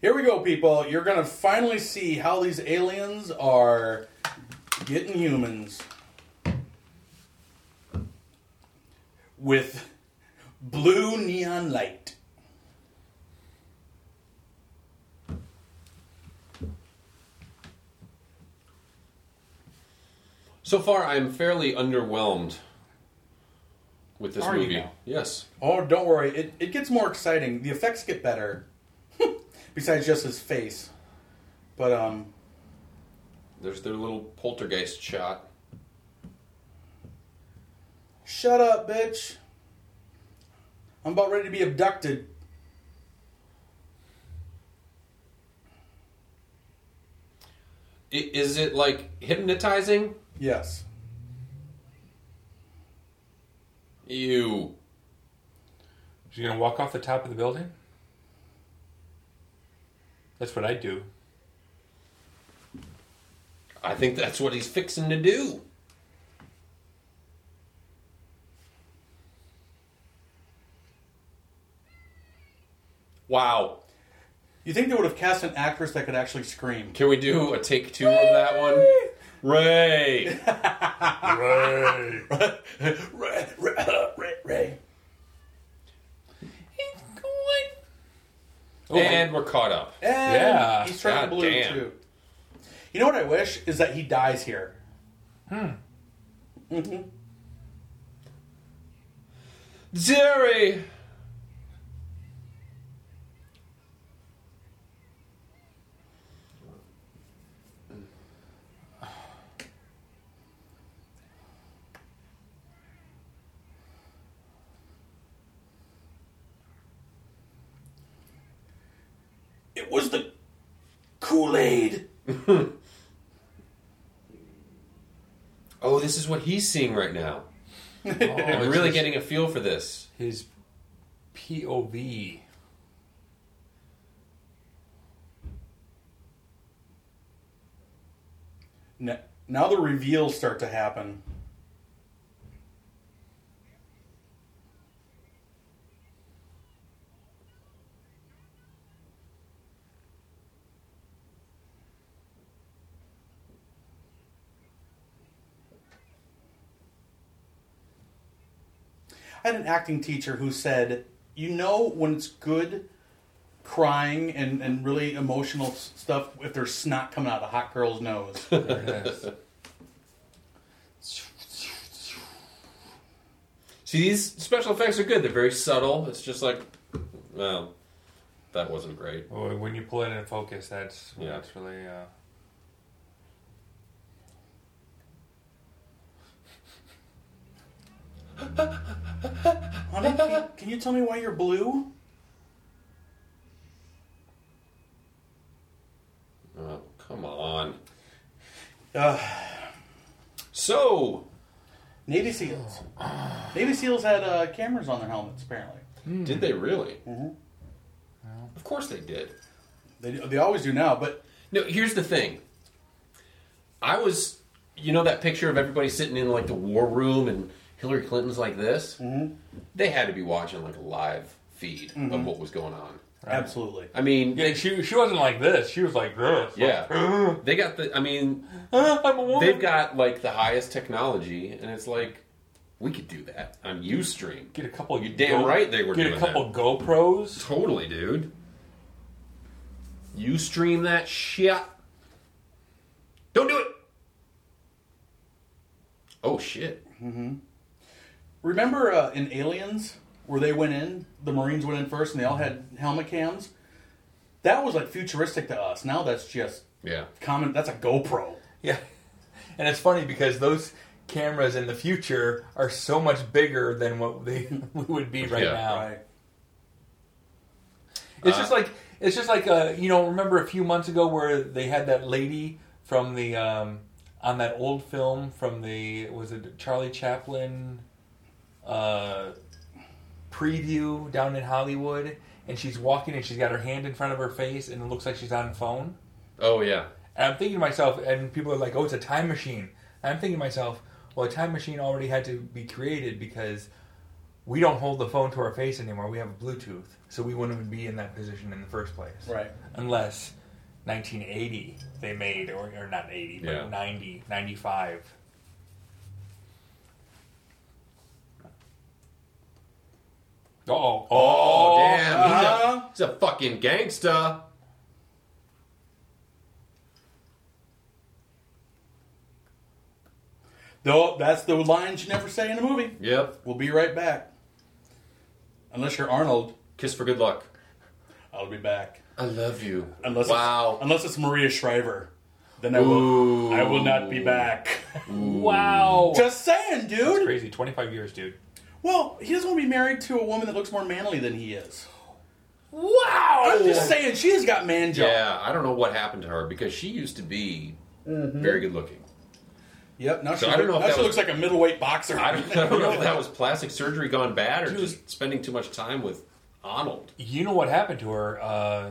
[SPEAKER 2] Here we go, people. You're gonna finally see how these aliens are getting humans with blue neon light.
[SPEAKER 4] So far, I'm fairly underwhelmed with this
[SPEAKER 3] Are you
[SPEAKER 4] movie.
[SPEAKER 3] now?
[SPEAKER 4] Yes,
[SPEAKER 2] Oh, don't worry. It, it gets more exciting. The effects get better. Besides just his face. But, um,
[SPEAKER 4] there's their little poltergeist shot.
[SPEAKER 2] shut up, bitch. I'm about ready to be abducted.
[SPEAKER 4] I- Is it like hypnotizing?
[SPEAKER 2] Yes.
[SPEAKER 4] Ew.
[SPEAKER 3] She's gonna walk off the top of the building? That's what I do.
[SPEAKER 4] I think that's what he's fixing to do. Wow.
[SPEAKER 2] You think they would have cast an actress that could actually scream?
[SPEAKER 4] Can we do a take two of that one? Ray!
[SPEAKER 3] Right.
[SPEAKER 2] Ray, Ray, Ray, Ray.
[SPEAKER 4] and we're caught up.
[SPEAKER 2] And
[SPEAKER 3] Yeah.
[SPEAKER 2] he's trying to
[SPEAKER 4] God
[SPEAKER 2] blue
[SPEAKER 4] damn.
[SPEAKER 2] too. You know what I wish is that he dies here.
[SPEAKER 4] Jerry!
[SPEAKER 2] It was the Kool Aid.
[SPEAKER 4] Oh, this is what he's seeing right now.
[SPEAKER 3] Oh,
[SPEAKER 4] I'm really getting a feel for this.
[SPEAKER 3] his POV.
[SPEAKER 2] N- Now the reveals start to happen. I had an acting teacher who said, "You know when it's good crying and, and really emotional s- stuff if there's snot coming out of the hot girl's nose."
[SPEAKER 3] There it is.
[SPEAKER 4] See, these special effects are good. They're very subtle. It's just like, well, that wasn't great.
[SPEAKER 3] Well, when you pull it in focus, that's
[SPEAKER 4] Yeah.
[SPEAKER 3] that's really. Uh,
[SPEAKER 2] Honey, can you, can you tell me why you're blue?
[SPEAKER 4] Oh, come on.
[SPEAKER 2] Uh,
[SPEAKER 4] So,
[SPEAKER 2] Navy SEALs. Navy SEALs had uh, cameras on their helmets, apparently.
[SPEAKER 4] did they really?
[SPEAKER 2] Mhm.
[SPEAKER 4] Of course they did.
[SPEAKER 2] They, they always do now, but
[SPEAKER 4] No, here's the thing. I was, you know, that picture of everybody sitting in like the war room and Hillary Clinton's like this. Mm-hmm. They had to be watching like a live feed of what was going on.
[SPEAKER 2] absolutely.
[SPEAKER 4] I mean,
[SPEAKER 3] yeah, she she wasn't like this. She was like this.
[SPEAKER 4] Yeah.
[SPEAKER 3] Like,
[SPEAKER 4] they got the. I mean,
[SPEAKER 3] I'm a woman.
[SPEAKER 4] they've got like the highest technology, and it's like we could do that on UStream.
[SPEAKER 3] get a couple.
[SPEAKER 4] You're damn right they were
[SPEAKER 3] Get
[SPEAKER 4] doing
[SPEAKER 3] a couple GoPros.
[SPEAKER 4] Totally, dude. You stream that shit. Don't do it. Oh shit.
[SPEAKER 2] Remember uh, in Aliens where they went in, the Marines went in first, and they all had helmet cams. That was like futuristic to us. Now that's just
[SPEAKER 4] Yeah.
[SPEAKER 2] common. That's a GoPro.
[SPEAKER 3] Yeah, and it's funny because those cameras in the future are so much bigger than what they we would be right
[SPEAKER 4] Yeah.
[SPEAKER 3] now.
[SPEAKER 2] Right.
[SPEAKER 3] It's
[SPEAKER 4] Uh,
[SPEAKER 3] just like it's just like uh, you know. Remember a few months ago where they had that lady from the um, on that old film from the was it Charlie Chaplin uh, preview down in Hollywood, and she's walking and she's got her hand in front of her face and it looks like she's on a phone.
[SPEAKER 4] Oh yeah.
[SPEAKER 3] And I'm thinking to myself, and people are like, "Oh, it's a time machine." And I'm thinking to myself, "Well, a time machine already had to be created because we don't hold the phone to our face anymore. We have a Bluetooth, so we wouldn't even be in that position in the first place,
[SPEAKER 2] Right.
[SPEAKER 3] Unless 1980 they made, or, or not 80, but
[SPEAKER 4] Yeah.
[SPEAKER 3] 90, 95." Oh,
[SPEAKER 4] Oh,
[SPEAKER 3] oh,
[SPEAKER 4] damn. He's,
[SPEAKER 2] uh-huh.
[SPEAKER 4] a, he's a fucking gangsta.
[SPEAKER 2] Though that's the lines you never say in a movie.
[SPEAKER 4] Yep.
[SPEAKER 2] We'll be right back. Unless you're Arnold,
[SPEAKER 4] Kiss for good luck.
[SPEAKER 2] I'll be back.
[SPEAKER 4] I love you.
[SPEAKER 2] Unless
[SPEAKER 4] wow.
[SPEAKER 2] it's, unless it's Maria Shriver, then I will.
[SPEAKER 4] Ooh.
[SPEAKER 2] I will not be back.
[SPEAKER 3] wow,
[SPEAKER 2] Just saying,
[SPEAKER 3] That's
[SPEAKER 2] dude.
[SPEAKER 3] crazy. 25 years, dude.
[SPEAKER 2] Well, he doesn't want to be married to a woman that looks more manly than he is.
[SPEAKER 3] Wow.
[SPEAKER 2] I'm just saying, she's got man jaw.
[SPEAKER 4] yeah, I don't know what happened to her because she used to be
[SPEAKER 2] Mm-hmm.
[SPEAKER 4] very good looking.
[SPEAKER 2] Yep. Now she,
[SPEAKER 4] So I don't know if
[SPEAKER 2] now
[SPEAKER 4] that
[SPEAKER 2] she looks
[SPEAKER 4] was-
[SPEAKER 2] like a middleweight boxer.
[SPEAKER 4] I don't, I don't know if that was plastic surgery gone bad or just spending too much time with Arnold.
[SPEAKER 3] You know what happened to her? Uh,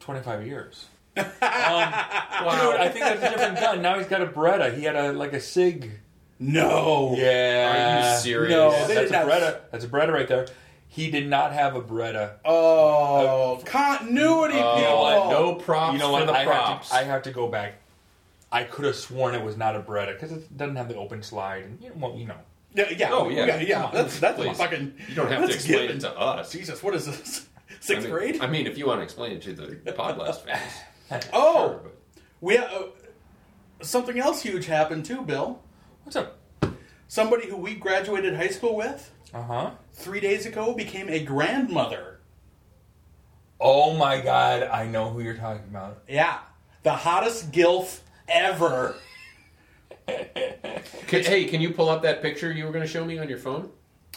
[SPEAKER 3] Twenty-five years. um, dude, I think that's a different gun. Now he's got a Beretta. He had a like a Sig.
[SPEAKER 2] no.
[SPEAKER 3] Yeah.
[SPEAKER 4] Are you serious?
[SPEAKER 2] uh, no, they
[SPEAKER 3] That's
[SPEAKER 2] did
[SPEAKER 3] a
[SPEAKER 2] not-
[SPEAKER 3] Beretta. That's a Beretta right there. He did not have a Beretta.
[SPEAKER 2] Oh, continuity,
[SPEAKER 4] Oh,
[SPEAKER 2] people.
[SPEAKER 4] no props
[SPEAKER 3] you know what?
[SPEAKER 4] for the
[SPEAKER 3] I have,
[SPEAKER 4] props.
[SPEAKER 3] to, I have to go back. I could have sworn it was not a Beretta because it doesn't have the open slide. And you know, well, you know.
[SPEAKER 2] Yeah, yeah.
[SPEAKER 4] Oh, yeah.
[SPEAKER 2] yeah. yeah.
[SPEAKER 4] Come on,
[SPEAKER 2] that's that's
[SPEAKER 4] please.
[SPEAKER 2] fucking.
[SPEAKER 4] You don't have to
[SPEAKER 2] that's
[SPEAKER 4] explain
[SPEAKER 2] given.
[SPEAKER 4] it to us.
[SPEAKER 2] Jesus, what is this?
[SPEAKER 4] I
[SPEAKER 2] Sixth
[SPEAKER 4] mean,
[SPEAKER 2] grade?
[SPEAKER 4] I mean, if you want to explain it to the podcast fans.
[SPEAKER 2] oh,
[SPEAKER 4] but-
[SPEAKER 2] we uh, something else huge happened too, Bill.
[SPEAKER 3] What's up?
[SPEAKER 2] Somebody who we graduated high school with
[SPEAKER 3] Uh
[SPEAKER 4] Uh-huh.
[SPEAKER 3] huh.
[SPEAKER 2] three days ago became a grandmother.
[SPEAKER 3] Oh my God! I know who you're talking about.
[SPEAKER 2] Yeah, the hottest gilf ever.
[SPEAKER 4] Can- hey, can you pull up that picture you were going to show me on your phone?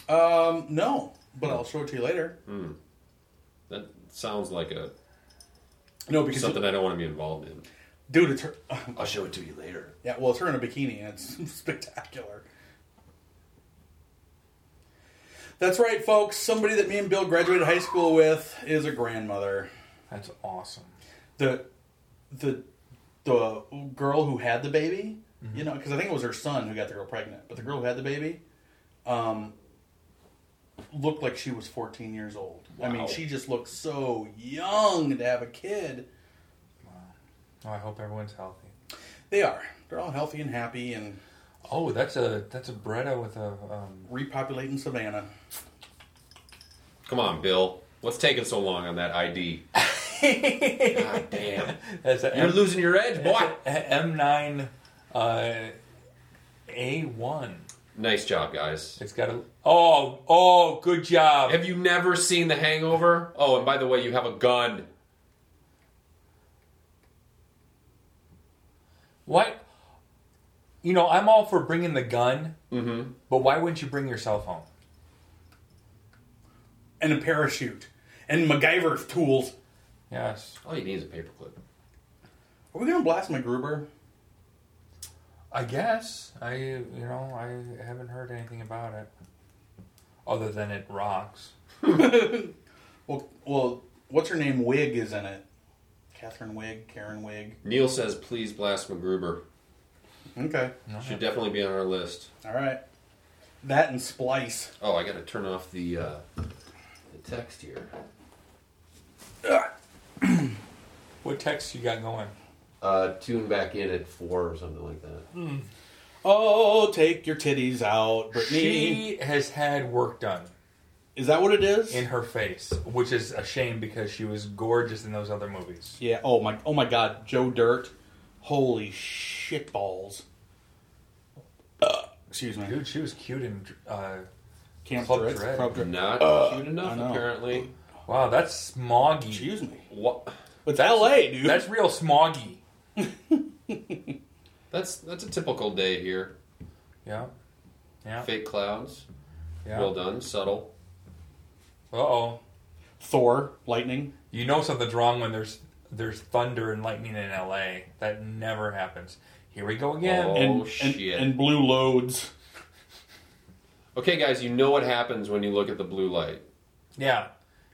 [SPEAKER 2] Um, no, but I'll show it to you later.
[SPEAKER 4] That sounds like a
[SPEAKER 2] No, because
[SPEAKER 4] something I don't want to be involved in.
[SPEAKER 2] dude, it's her.
[SPEAKER 4] I'll show it to you later.
[SPEAKER 2] Yeah, well, it's her in a bikini, and it's spectacular. That's right, folks. Somebody that me and Bill graduated high school with is a grandmother.
[SPEAKER 3] That's awesome.
[SPEAKER 2] the the the girl who had the baby, you know, because I think it was her son who got the girl pregnant, but the girl who had the baby, um, looked like she was 14 years old. I
[SPEAKER 3] Wow.
[SPEAKER 2] mean, she just looked so young to have a kid.
[SPEAKER 3] Oh, I hope everyone's healthy.
[SPEAKER 2] They are. They're all healthy and happy and
[SPEAKER 3] Oh, that's a that's a Bretta with a um,
[SPEAKER 2] repopulating Savannah.
[SPEAKER 4] Come on, Bill. What's taking so long on that ID? God damn.
[SPEAKER 3] that's a
[SPEAKER 4] You're
[SPEAKER 3] M-
[SPEAKER 4] losing your edge, boy.
[SPEAKER 3] M nine uh, A one.
[SPEAKER 4] Nice job, guys.
[SPEAKER 3] It's got a oh oh good job.
[SPEAKER 4] Have you never seen The Hangover? Oh, and by the way, you have a gun.
[SPEAKER 3] What? You know, I'm all for bringing the gun,
[SPEAKER 4] Mm-hmm.
[SPEAKER 3] but why wouldn't you bring your cell phone?
[SPEAKER 2] And a parachute. And MacGyver tools.
[SPEAKER 3] Yes,
[SPEAKER 4] All you need is a paperclip.
[SPEAKER 2] Are we going to blast MacGruber?
[SPEAKER 3] I guess I. You know, I haven't heard anything about it, other than it rocks.
[SPEAKER 2] Well, well, what's her name? Wig is in it. Catherine Wig, Karen Wig.
[SPEAKER 4] Neil says, please blast MacGruber.
[SPEAKER 2] Okay.
[SPEAKER 4] Should definitely be on our list.
[SPEAKER 2] All right. That and Splice.
[SPEAKER 4] Oh, I gotta turn off the uh, the text here.
[SPEAKER 3] What text you got going?
[SPEAKER 4] Uh, tune back in at four or something like that.
[SPEAKER 2] Oh, take your titties out, Brittany.
[SPEAKER 3] She has had work done
[SPEAKER 2] Is that what it is?
[SPEAKER 3] in her face, which is a shame because she was gorgeous in those other movies.
[SPEAKER 2] yeah. Oh my. Oh my God. Joe Dirt. Holy shit balls. Uh, excuse me.
[SPEAKER 3] Dude, she was cute in. Uh,
[SPEAKER 2] Camp
[SPEAKER 3] Club
[SPEAKER 2] Dread.
[SPEAKER 3] Dread.
[SPEAKER 2] Club Dread.
[SPEAKER 4] Not cute
[SPEAKER 2] Hmm. I
[SPEAKER 4] enough,
[SPEAKER 2] know.
[SPEAKER 4] apparently.
[SPEAKER 3] wow, that's smoggy.
[SPEAKER 2] Excuse me.
[SPEAKER 4] What?
[SPEAKER 2] It's L.A., dude.
[SPEAKER 3] That's real smoggy.
[SPEAKER 4] That's that's a typical day here.
[SPEAKER 3] Yeah. Yeah.
[SPEAKER 4] Fake clouds.
[SPEAKER 3] yeah.
[SPEAKER 4] Well done. Subtle.
[SPEAKER 3] Uh oh.
[SPEAKER 2] Thor. Lightning.
[SPEAKER 3] You know something's wrong when there's there's thunder and lightning in LA. That never happens. Here we go again.
[SPEAKER 4] Oh.
[SPEAKER 2] and,
[SPEAKER 4] shit.
[SPEAKER 2] And, and blue loads.
[SPEAKER 4] Okay, guys, you know what happens when you look at the blue light.
[SPEAKER 3] Yeah.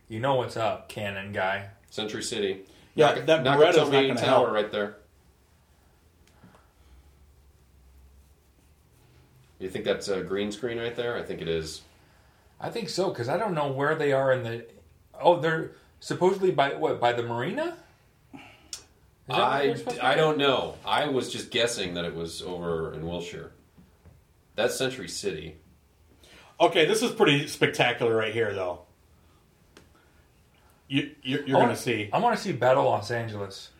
[SPEAKER 3] You know what's up, Cannon guy.
[SPEAKER 4] Century City.
[SPEAKER 2] Yeah,
[SPEAKER 4] Naka-
[SPEAKER 2] that Beretta's not
[SPEAKER 4] Nakatomi
[SPEAKER 2] gonna
[SPEAKER 4] Tower
[SPEAKER 2] help.
[SPEAKER 4] right there. You think that's a green screen right there? I think it is.
[SPEAKER 3] I think so because I don't know where they are in the. Oh, they're supposedly by what by the marina. Is that where
[SPEAKER 4] I,
[SPEAKER 3] they're supposed to
[SPEAKER 4] I
[SPEAKER 3] be?
[SPEAKER 4] don't know. I was just guessing that it was over in Wilshire. That's Century City.
[SPEAKER 2] Okay, this is pretty spectacular right here, though. You, you're you're
[SPEAKER 3] I
[SPEAKER 2] gonna
[SPEAKER 3] wanna-
[SPEAKER 2] see.
[SPEAKER 3] I want to see Battle Los Angeles.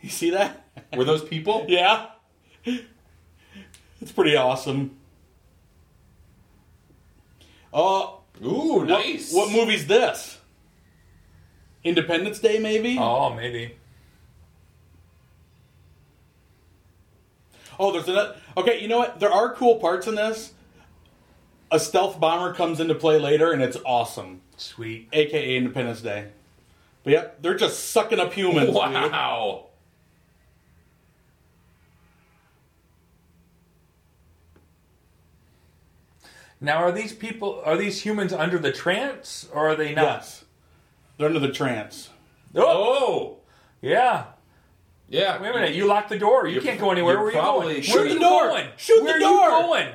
[SPEAKER 2] You see that?
[SPEAKER 4] Were those people?
[SPEAKER 2] Yeah. It's pretty awesome. Oh,
[SPEAKER 4] Ooh,
[SPEAKER 2] what,
[SPEAKER 4] nice.
[SPEAKER 2] what movie's this? Independence Day, maybe? Oh,
[SPEAKER 3] Oh, maybe.
[SPEAKER 2] Oh, there's another. Okay, you know what? There are cool parts in this. A stealth bomber comes into play later, and it's awesome.
[SPEAKER 3] Sweet.
[SPEAKER 2] AKA Independence Day. But yep, they're just sucking up humans. dude.
[SPEAKER 4] Wow.
[SPEAKER 3] Now, are these people? Are these humans under the trance, or are they not?
[SPEAKER 2] Yes. They're under the trance.
[SPEAKER 4] Oh,
[SPEAKER 3] Yeah.
[SPEAKER 4] yeah.
[SPEAKER 3] Wait a minute. You locked the door. You
[SPEAKER 4] You're-
[SPEAKER 3] can't go anywhere.
[SPEAKER 4] you're
[SPEAKER 3] Where are you
[SPEAKER 4] probably-
[SPEAKER 3] going?
[SPEAKER 4] Shoot
[SPEAKER 3] Where are
[SPEAKER 4] the
[SPEAKER 3] you
[SPEAKER 2] door!
[SPEAKER 3] Going?
[SPEAKER 2] Shoot the
[SPEAKER 3] Where
[SPEAKER 2] door!
[SPEAKER 3] Are you going?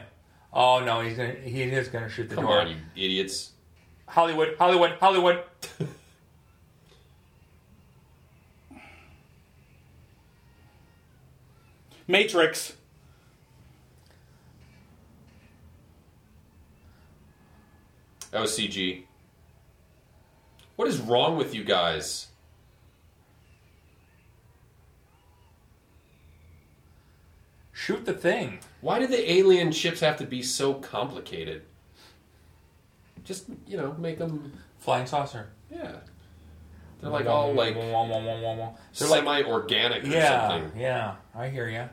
[SPEAKER 3] Oh no, he's gonna. He is gonna shoot the
[SPEAKER 4] Come
[SPEAKER 3] door.
[SPEAKER 4] on, you idiots.
[SPEAKER 3] Hollywood, Hollywood, Hollywood.
[SPEAKER 2] Matrix.
[SPEAKER 4] That was CG. What is wrong with you guys?
[SPEAKER 3] Shoot the thing.
[SPEAKER 4] Why do the alien ships have to be so complicated? Just you know, make them.
[SPEAKER 3] Flying saucer.
[SPEAKER 4] Yeah. They're like all like
[SPEAKER 3] Wah, wah, wah, wah, wah. They're like
[SPEAKER 4] semi-organic or
[SPEAKER 3] yeah,
[SPEAKER 4] something.
[SPEAKER 3] yeah. I hear you.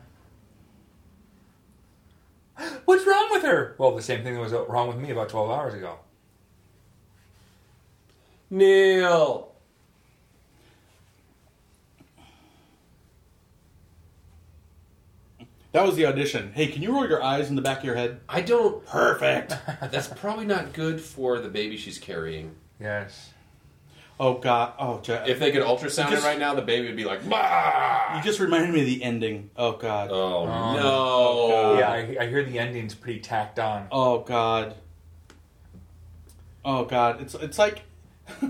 [SPEAKER 3] What's wrong with her? Well, the same thing that was wrong with me about twelve hours ago.
[SPEAKER 4] Neil.
[SPEAKER 2] That was the audition. Hey, can you roll your eyes in the back of your head?
[SPEAKER 4] I don't.
[SPEAKER 2] Perfect.
[SPEAKER 4] That's probably not good for the baby she's carrying.
[SPEAKER 3] Yes.
[SPEAKER 2] Oh God! Oh, Jeff.
[SPEAKER 4] If they could ultrasound
[SPEAKER 2] Just-
[SPEAKER 4] it right now, the baby would be like, "Bah!"
[SPEAKER 2] you just reminded me of the ending. Oh God! Oh,
[SPEAKER 4] Oh,
[SPEAKER 2] God.
[SPEAKER 4] no!
[SPEAKER 3] yeah, I, I hear the ending's pretty tacked on.
[SPEAKER 2] God! Oh God! It's it's like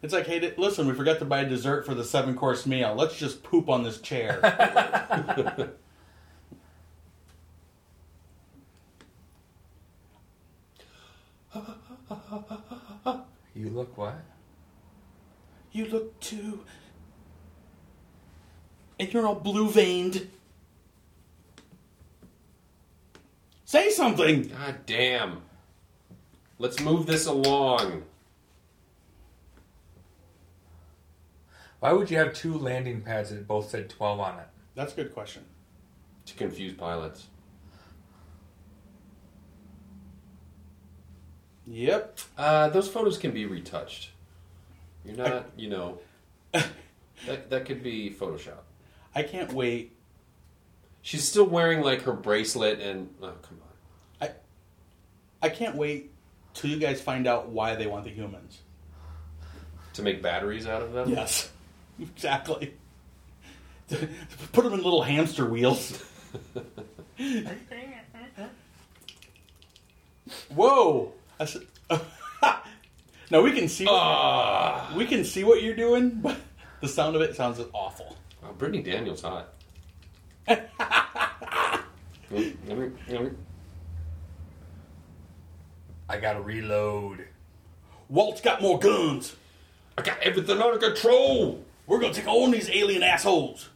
[SPEAKER 2] it's like hey, di- listen, we forgot to buy dessert for the seven course meal. Let's just poop on this chair.
[SPEAKER 3] You look what?
[SPEAKER 2] you look too, and you're all blue veined. Say something.
[SPEAKER 4] God damn! Let's move this along.
[SPEAKER 3] Why would you have two landing pads that both said 12 on it?
[SPEAKER 2] That's a good question.
[SPEAKER 4] to confuse pilots.
[SPEAKER 2] Yep.
[SPEAKER 4] Uh, those photos can be retouched. You're not, you know, that that could be Photoshop.
[SPEAKER 2] I can't wait
[SPEAKER 4] She's still wearing like her bracelet and oh come on.
[SPEAKER 2] I can't wait till you guys find out why they want the humans.
[SPEAKER 4] To make batteries out of them?
[SPEAKER 2] Yes, exactly. Put them in little hamster wheels. Whoa! I s- now we can see what,
[SPEAKER 4] Ah.
[SPEAKER 2] we can see what you're doing, but the sound of it sounds awful.
[SPEAKER 4] Wow, Brittany Daniels hot. Mm, mm, mm.
[SPEAKER 3] I gotta reload.
[SPEAKER 2] Walt's got more guns.
[SPEAKER 4] I got everything under control.
[SPEAKER 2] We're gonna take on these alien assholes.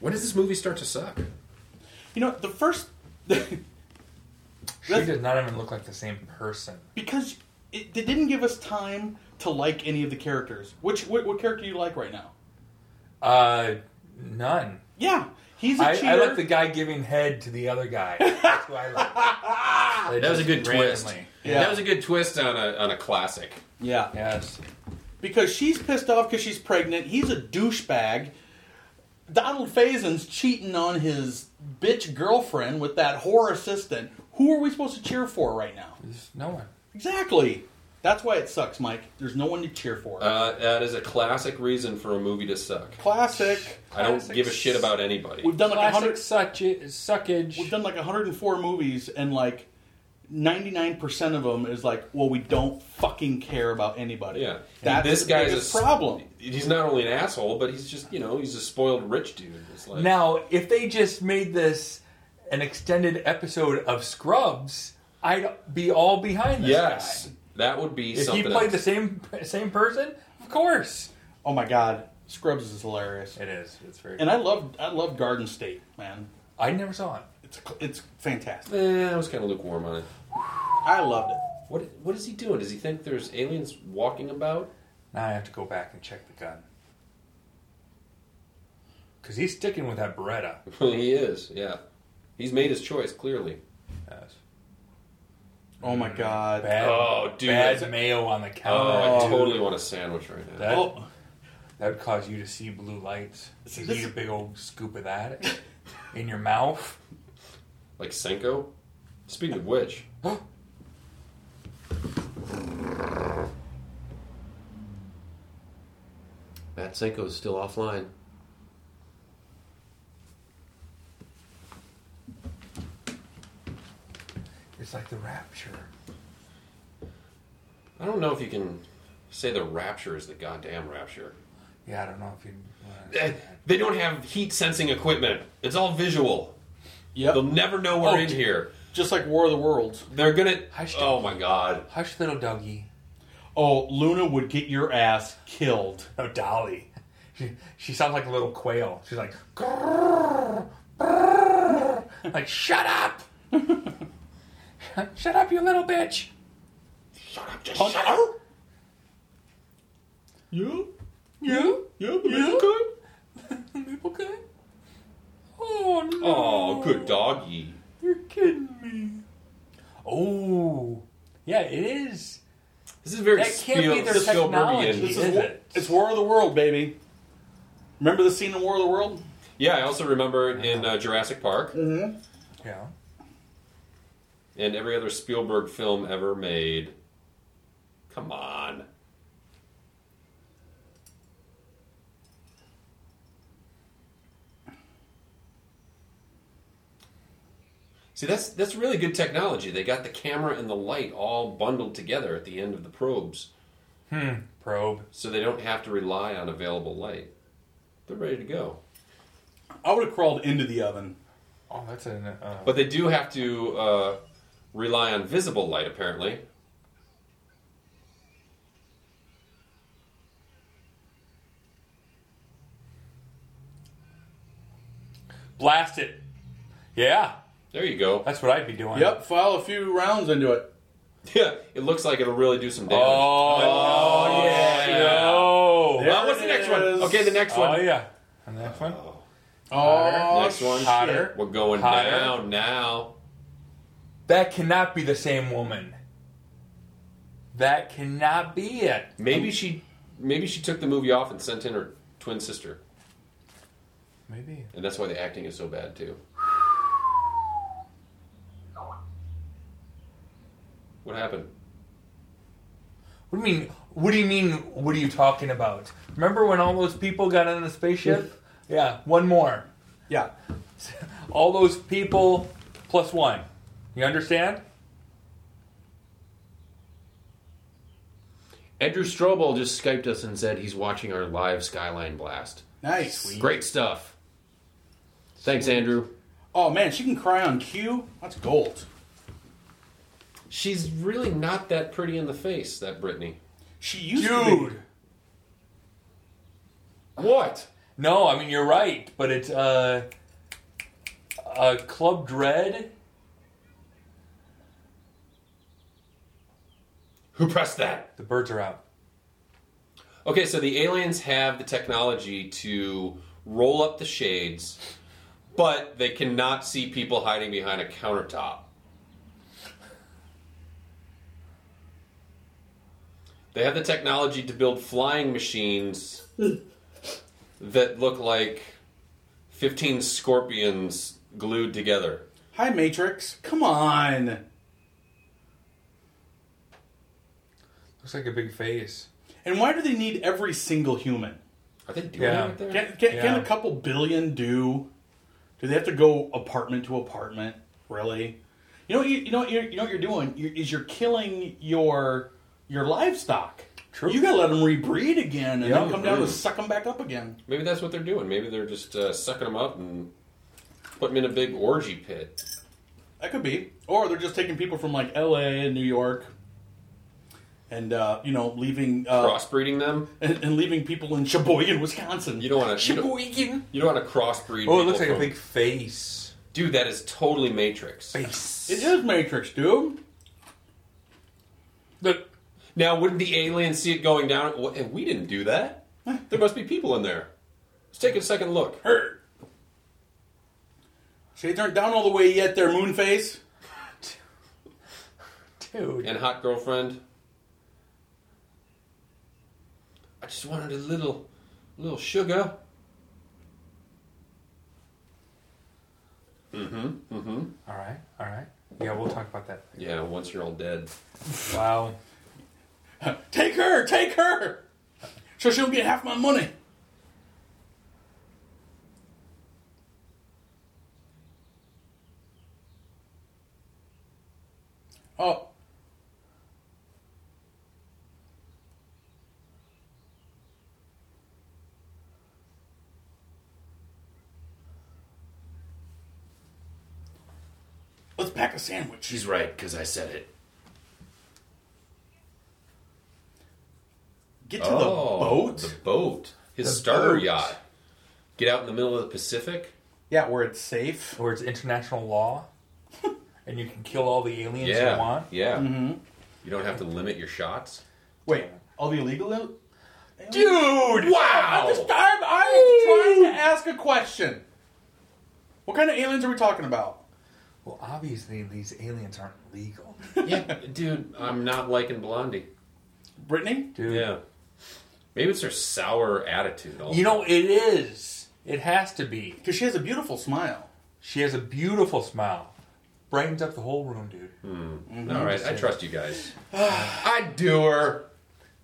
[SPEAKER 4] When does this movie start to suck?
[SPEAKER 2] You know the first.
[SPEAKER 3] She
[SPEAKER 2] That's-
[SPEAKER 3] does not even look like the same person.
[SPEAKER 2] because it, they didn't give us time to like any of the characters. Which what, what character you like right now?
[SPEAKER 3] Uh, none.
[SPEAKER 2] Yeah, he's a
[SPEAKER 3] I,
[SPEAKER 2] cheater.
[SPEAKER 3] I like the guy giving head to the other guy. That's who I like.
[SPEAKER 4] That was a good twist.
[SPEAKER 3] Randomly.
[SPEAKER 2] Yeah.
[SPEAKER 4] That was a good twist on a on a classic.
[SPEAKER 2] yeah.
[SPEAKER 3] Yes.
[SPEAKER 2] because she's pissed off because she's pregnant. He's a douchebag. Donald Faison's cheating on his bitch girlfriend with that whore assistant. Who are we supposed to cheer for right now?
[SPEAKER 3] There's no one.
[SPEAKER 2] Exactly. That's why it sucks, Mike. There's no one to cheer for.
[SPEAKER 4] Uh, that is a classic reason for a movie to suck.
[SPEAKER 2] Classic.
[SPEAKER 4] I don't
[SPEAKER 3] Classic
[SPEAKER 4] give a shit about anybody.
[SPEAKER 2] We've done like a
[SPEAKER 3] Classic
[SPEAKER 2] hundred.
[SPEAKER 3] such suckage.
[SPEAKER 2] We've done like 104 movies, and like 99% of them is like, well, we don't fucking care about anybody.
[SPEAKER 4] Yeah,
[SPEAKER 2] That's
[SPEAKER 4] this
[SPEAKER 2] the
[SPEAKER 4] guy's a
[SPEAKER 2] biggest
[SPEAKER 4] s-
[SPEAKER 2] problem.
[SPEAKER 4] He's not only an asshole, but he's just you know he's a spoiled rich dude. It's like
[SPEAKER 3] Now, if they just made this an extended episode of Scrubs, I'd be all behind this
[SPEAKER 4] yes,
[SPEAKER 3] guy.
[SPEAKER 4] that would be
[SPEAKER 3] If he
[SPEAKER 4] something.
[SPEAKER 3] played
[SPEAKER 4] else.
[SPEAKER 3] the same same person, of course.
[SPEAKER 2] Oh my god, Scrubs is hilarious,
[SPEAKER 3] It is. It's very.
[SPEAKER 2] and I love I love Garden State, man.
[SPEAKER 3] I never saw it.
[SPEAKER 2] It's it's fantastic.
[SPEAKER 4] Eh, I was kind of lukewarm on it.
[SPEAKER 2] I loved it.
[SPEAKER 4] What what is he doing? Does he think there's aliens walking about?
[SPEAKER 3] Now I have to go back and check the gun. Because he's sticking with that Beretta.
[SPEAKER 4] he is. Yeah, he's made his choice clearly.
[SPEAKER 3] Yes.
[SPEAKER 2] Oh my god.
[SPEAKER 3] Bad,
[SPEAKER 4] Oh, dude,
[SPEAKER 3] Bad
[SPEAKER 4] that's-
[SPEAKER 3] mayo on the
[SPEAKER 4] Oh,
[SPEAKER 3] counter.
[SPEAKER 4] I totally want a sandwich right now.
[SPEAKER 3] That,
[SPEAKER 2] Oh,
[SPEAKER 3] that would cause you to see blue lights.
[SPEAKER 2] See,
[SPEAKER 3] you
[SPEAKER 2] this
[SPEAKER 3] need a
[SPEAKER 2] is-
[SPEAKER 3] big old scoop of that in your mouth.
[SPEAKER 4] Like Senko. Speaking of which, Matt Senko is still offline.
[SPEAKER 3] It's like the rapture.
[SPEAKER 4] I don't know if you can say the rapture is the goddamn rapture.
[SPEAKER 3] Yeah, I don't know if you.
[SPEAKER 4] Eh, They don't have heat sensing equipment. It's all visual.
[SPEAKER 2] yep.
[SPEAKER 4] They'll never know we're
[SPEAKER 2] Oh,
[SPEAKER 4] in
[SPEAKER 2] d-
[SPEAKER 4] here.
[SPEAKER 2] Just like War of the Worlds.
[SPEAKER 4] They're gonna.
[SPEAKER 3] Hush,
[SPEAKER 4] Oh my god.
[SPEAKER 3] Hush, little doggy.
[SPEAKER 2] Oh, Luna would get your ass killed.
[SPEAKER 3] No, Dolly. She, she sounds like a little quail. She's like, like shut up, shut up, you little bitch. Shut up,
[SPEAKER 4] Oh,
[SPEAKER 3] just shut up. You, you, you, you, good, maple good. Oh no!
[SPEAKER 4] Oh, good doggy.
[SPEAKER 3] You're kidding me. Oh, yeah, it is.
[SPEAKER 4] This is very
[SPEAKER 3] That can't be
[SPEAKER 4] Spiel-
[SPEAKER 3] their
[SPEAKER 2] This
[SPEAKER 3] technology.
[SPEAKER 4] Spielbergian.
[SPEAKER 2] is
[SPEAKER 3] Is
[SPEAKER 2] wa-
[SPEAKER 3] it?
[SPEAKER 2] it's War of the World, baby. Remember the scene in War of the World?
[SPEAKER 4] Yeah, I also remember it in uh, Jurassic Park
[SPEAKER 3] Yeah.
[SPEAKER 4] and every other Spielberg film ever made. Come on. See, that's that's really good technology. They got the camera and the light all bundled together at the end of the probes,
[SPEAKER 3] Probe.
[SPEAKER 4] so they don't have to rely on available light. They're ready to go.
[SPEAKER 2] I would have crawled into the oven.
[SPEAKER 3] Oh, that's an. Uh,
[SPEAKER 4] But they do have to uh, rely on visible light, apparently.
[SPEAKER 3] blast it. Yeah,
[SPEAKER 4] There you go.
[SPEAKER 3] that's what I'd be doing.
[SPEAKER 2] Yep, file a few rounds into it.
[SPEAKER 4] Yeah, it looks like it'll really do some damage.
[SPEAKER 3] Oh,
[SPEAKER 4] yeah.
[SPEAKER 3] No.
[SPEAKER 2] There
[SPEAKER 4] Well, what's the
[SPEAKER 2] it
[SPEAKER 4] next one?
[SPEAKER 2] is.
[SPEAKER 4] Okay, the next one.
[SPEAKER 3] Oh yeah. And the next one.
[SPEAKER 2] Oh,
[SPEAKER 4] Next one.
[SPEAKER 2] Hotter.
[SPEAKER 4] We're going
[SPEAKER 3] Hotter.
[SPEAKER 4] down now.
[SPEAKER 3] That cannot be the same woman. That cannot be it.
[SPEAKER 4] Maybe she, maybe she took the movie off and sent in her twin sister,
[SPEAKER 3] Maybe.
[SPEAKER 4] and that's why the acting is so bad too. What happened?
[SPEAKER 3] What do you mean? What do you mean? What are you talking about? Remember when all those people got on the spaceship? yeah, one more.
[SPEAKER 2] Yeah.
[SPEAKER 3] All those people plus one. You understand?
[SPEAKER 4] Andrew Strobel just skyped us and said he's watching our live Skyline blast.
[SPEAKER 2] Nice.
[SPEAKER 4] Great stuff. Thanks, Andrew.
[SPEAKER 2] Oh man, she can cry on cue. That's gold.
[SPEAKER 4] She's really not that pretty in the face, that Brittany.
[SPEAKER 2] She used to be.
[SPEAKER 4] What?
[SPEAKER 3] No, I mean you're right, but it's uh, uh Club Dread.
[SPEAKER 4] Who pressed that?
[SPEAKER 3] The birds are out.
[SPEAKER 4] Okay, so the aliens have the technology to roll up the shades, but they cannot see people hiding behind a countertop. They have the technology to build flying machines that look like 15 scorpions glued together.
[SPEAKER 2] Hi, Matrix. Come on.
[SPEAKER 3] Looks like a big face.
[SPEAKER 2] And why do they need every single human?
[SPEAKER 4] Are they doing
[SPEAKER 3] Yeah.
[SPEAKER 4] it there?
[SPEAKER 2] Can, can, can
[SPEAKER 3] Yeah.
[SPEAKER 2] a couple billion do? Do they have to go apartment to apartment? Really? You know, what you, you know, what you're, you know what you're doing you is you're killing your your livestock.
[SPEAKER 3] True.
[SPEAKER 2] You gotta let them rebreed again, and
[SPEAKER 3] Yeah.
[SPEAKER 2] then come down to suck them back up again.
[SPEAKER 4] Maybe that's what they're doing. Maybe they're just uh, sucking them up and putting them in a big orgy pit.
[SPEAKER 2] That could be, or they're just taking people from like L.A. and New York, and uh, you know, leaving uh,
[SPEAKER 4] Crossbreeding them?
[SPEAKER 2] and, and leaving people in Sheboygan, Wisconsin.
[SPEAKER 4] You don't want to. You don't,
[SPEAKER 3] Sheboygan.
[SPEAKER 4] you don't want to crossbreed.
[SPEAKER 3] Oh,
[SPEAKER 4] people
[SPEAKER 3] it looks like a
[SPEAKER 4] from-
[SPEAKER 3] big face.
[SPEAKER 4] dude. That is totally Matrix.
[SPEAKER 3] Face.
[SPEAKER 2] it is Matrix, dude.
[SPEAKER 3] Look.
[SPEAKER 4] Now, wouldn't the aliens see it going down? Wha- And we didn't do that.
[SPEAKER 3] Eh.
[SPEAKER 4] There must be people in there. Let's take a second look.
[SPEAKER 2] Her. Shades aren't down all the way yet, there, Moonface.
[SPEAKER 3] Dude.
[SPEAKER 4] And hot girlfriend. I just wanted a little, little sugar.
[SPEAKER 3] All right. All right. Yeah, we'll talk about that.
[SPEAKER 4] Yeah, once you're all dead.
[SPEAKER 3] Wow.
[SPEAKER 2] Take her, take her. So she'll get half my money. Oh. Let's pack a sandwich.
[SPEAKER 4] She's right because I said it.
[SPEAKER 2] Get to the boat.
[SPEAKER 4] Oh, The boat. His
[SPEAKER 3] The
[SPEAKER 4] starter
[SPEAKER 3] boat.
[SPEAKER 4] yacht. Get out in the middle of the Pacific.
[SPEAKER 2] yeah, where it's safe.
[SPEAKER 3] Where it's international law, and you can kill all the aliens
[SPEAKER 4] Yeah.
[SPEAKER 3] you want. Mm-hmm.
[SPEAKER 4] Yeah. You don't have to limit your shots.
[SPEAKER 2] Wait, all the illegal al- Oh.
[SPEAKER 4] Dude! Wow!
[SPEAKER 2] I'm just I'm, I'm trying to ask a question. What kind of aliens are we talking about?
[SPEAKER 3] Well, obviously these aliens aren't legal.
[SPEAKER 4] yeah, dude, I'm not liking Blondie.
[SPEAKER 2] Brittany?
[SPEAKER 3] Dude.
[SPEAKER 4] Yeah. Maybe it's her sour attitude. Also.
[SPEAKER 3] You know it is. It has to be.
[SPEAKER 2] Because she has a beautiful smile.
[SPEAKER 3] She has a beautiful smile. Brightens up the whole room, dude.
[SPEAKER 4] Hmm. All right, I trust you guys. I do her.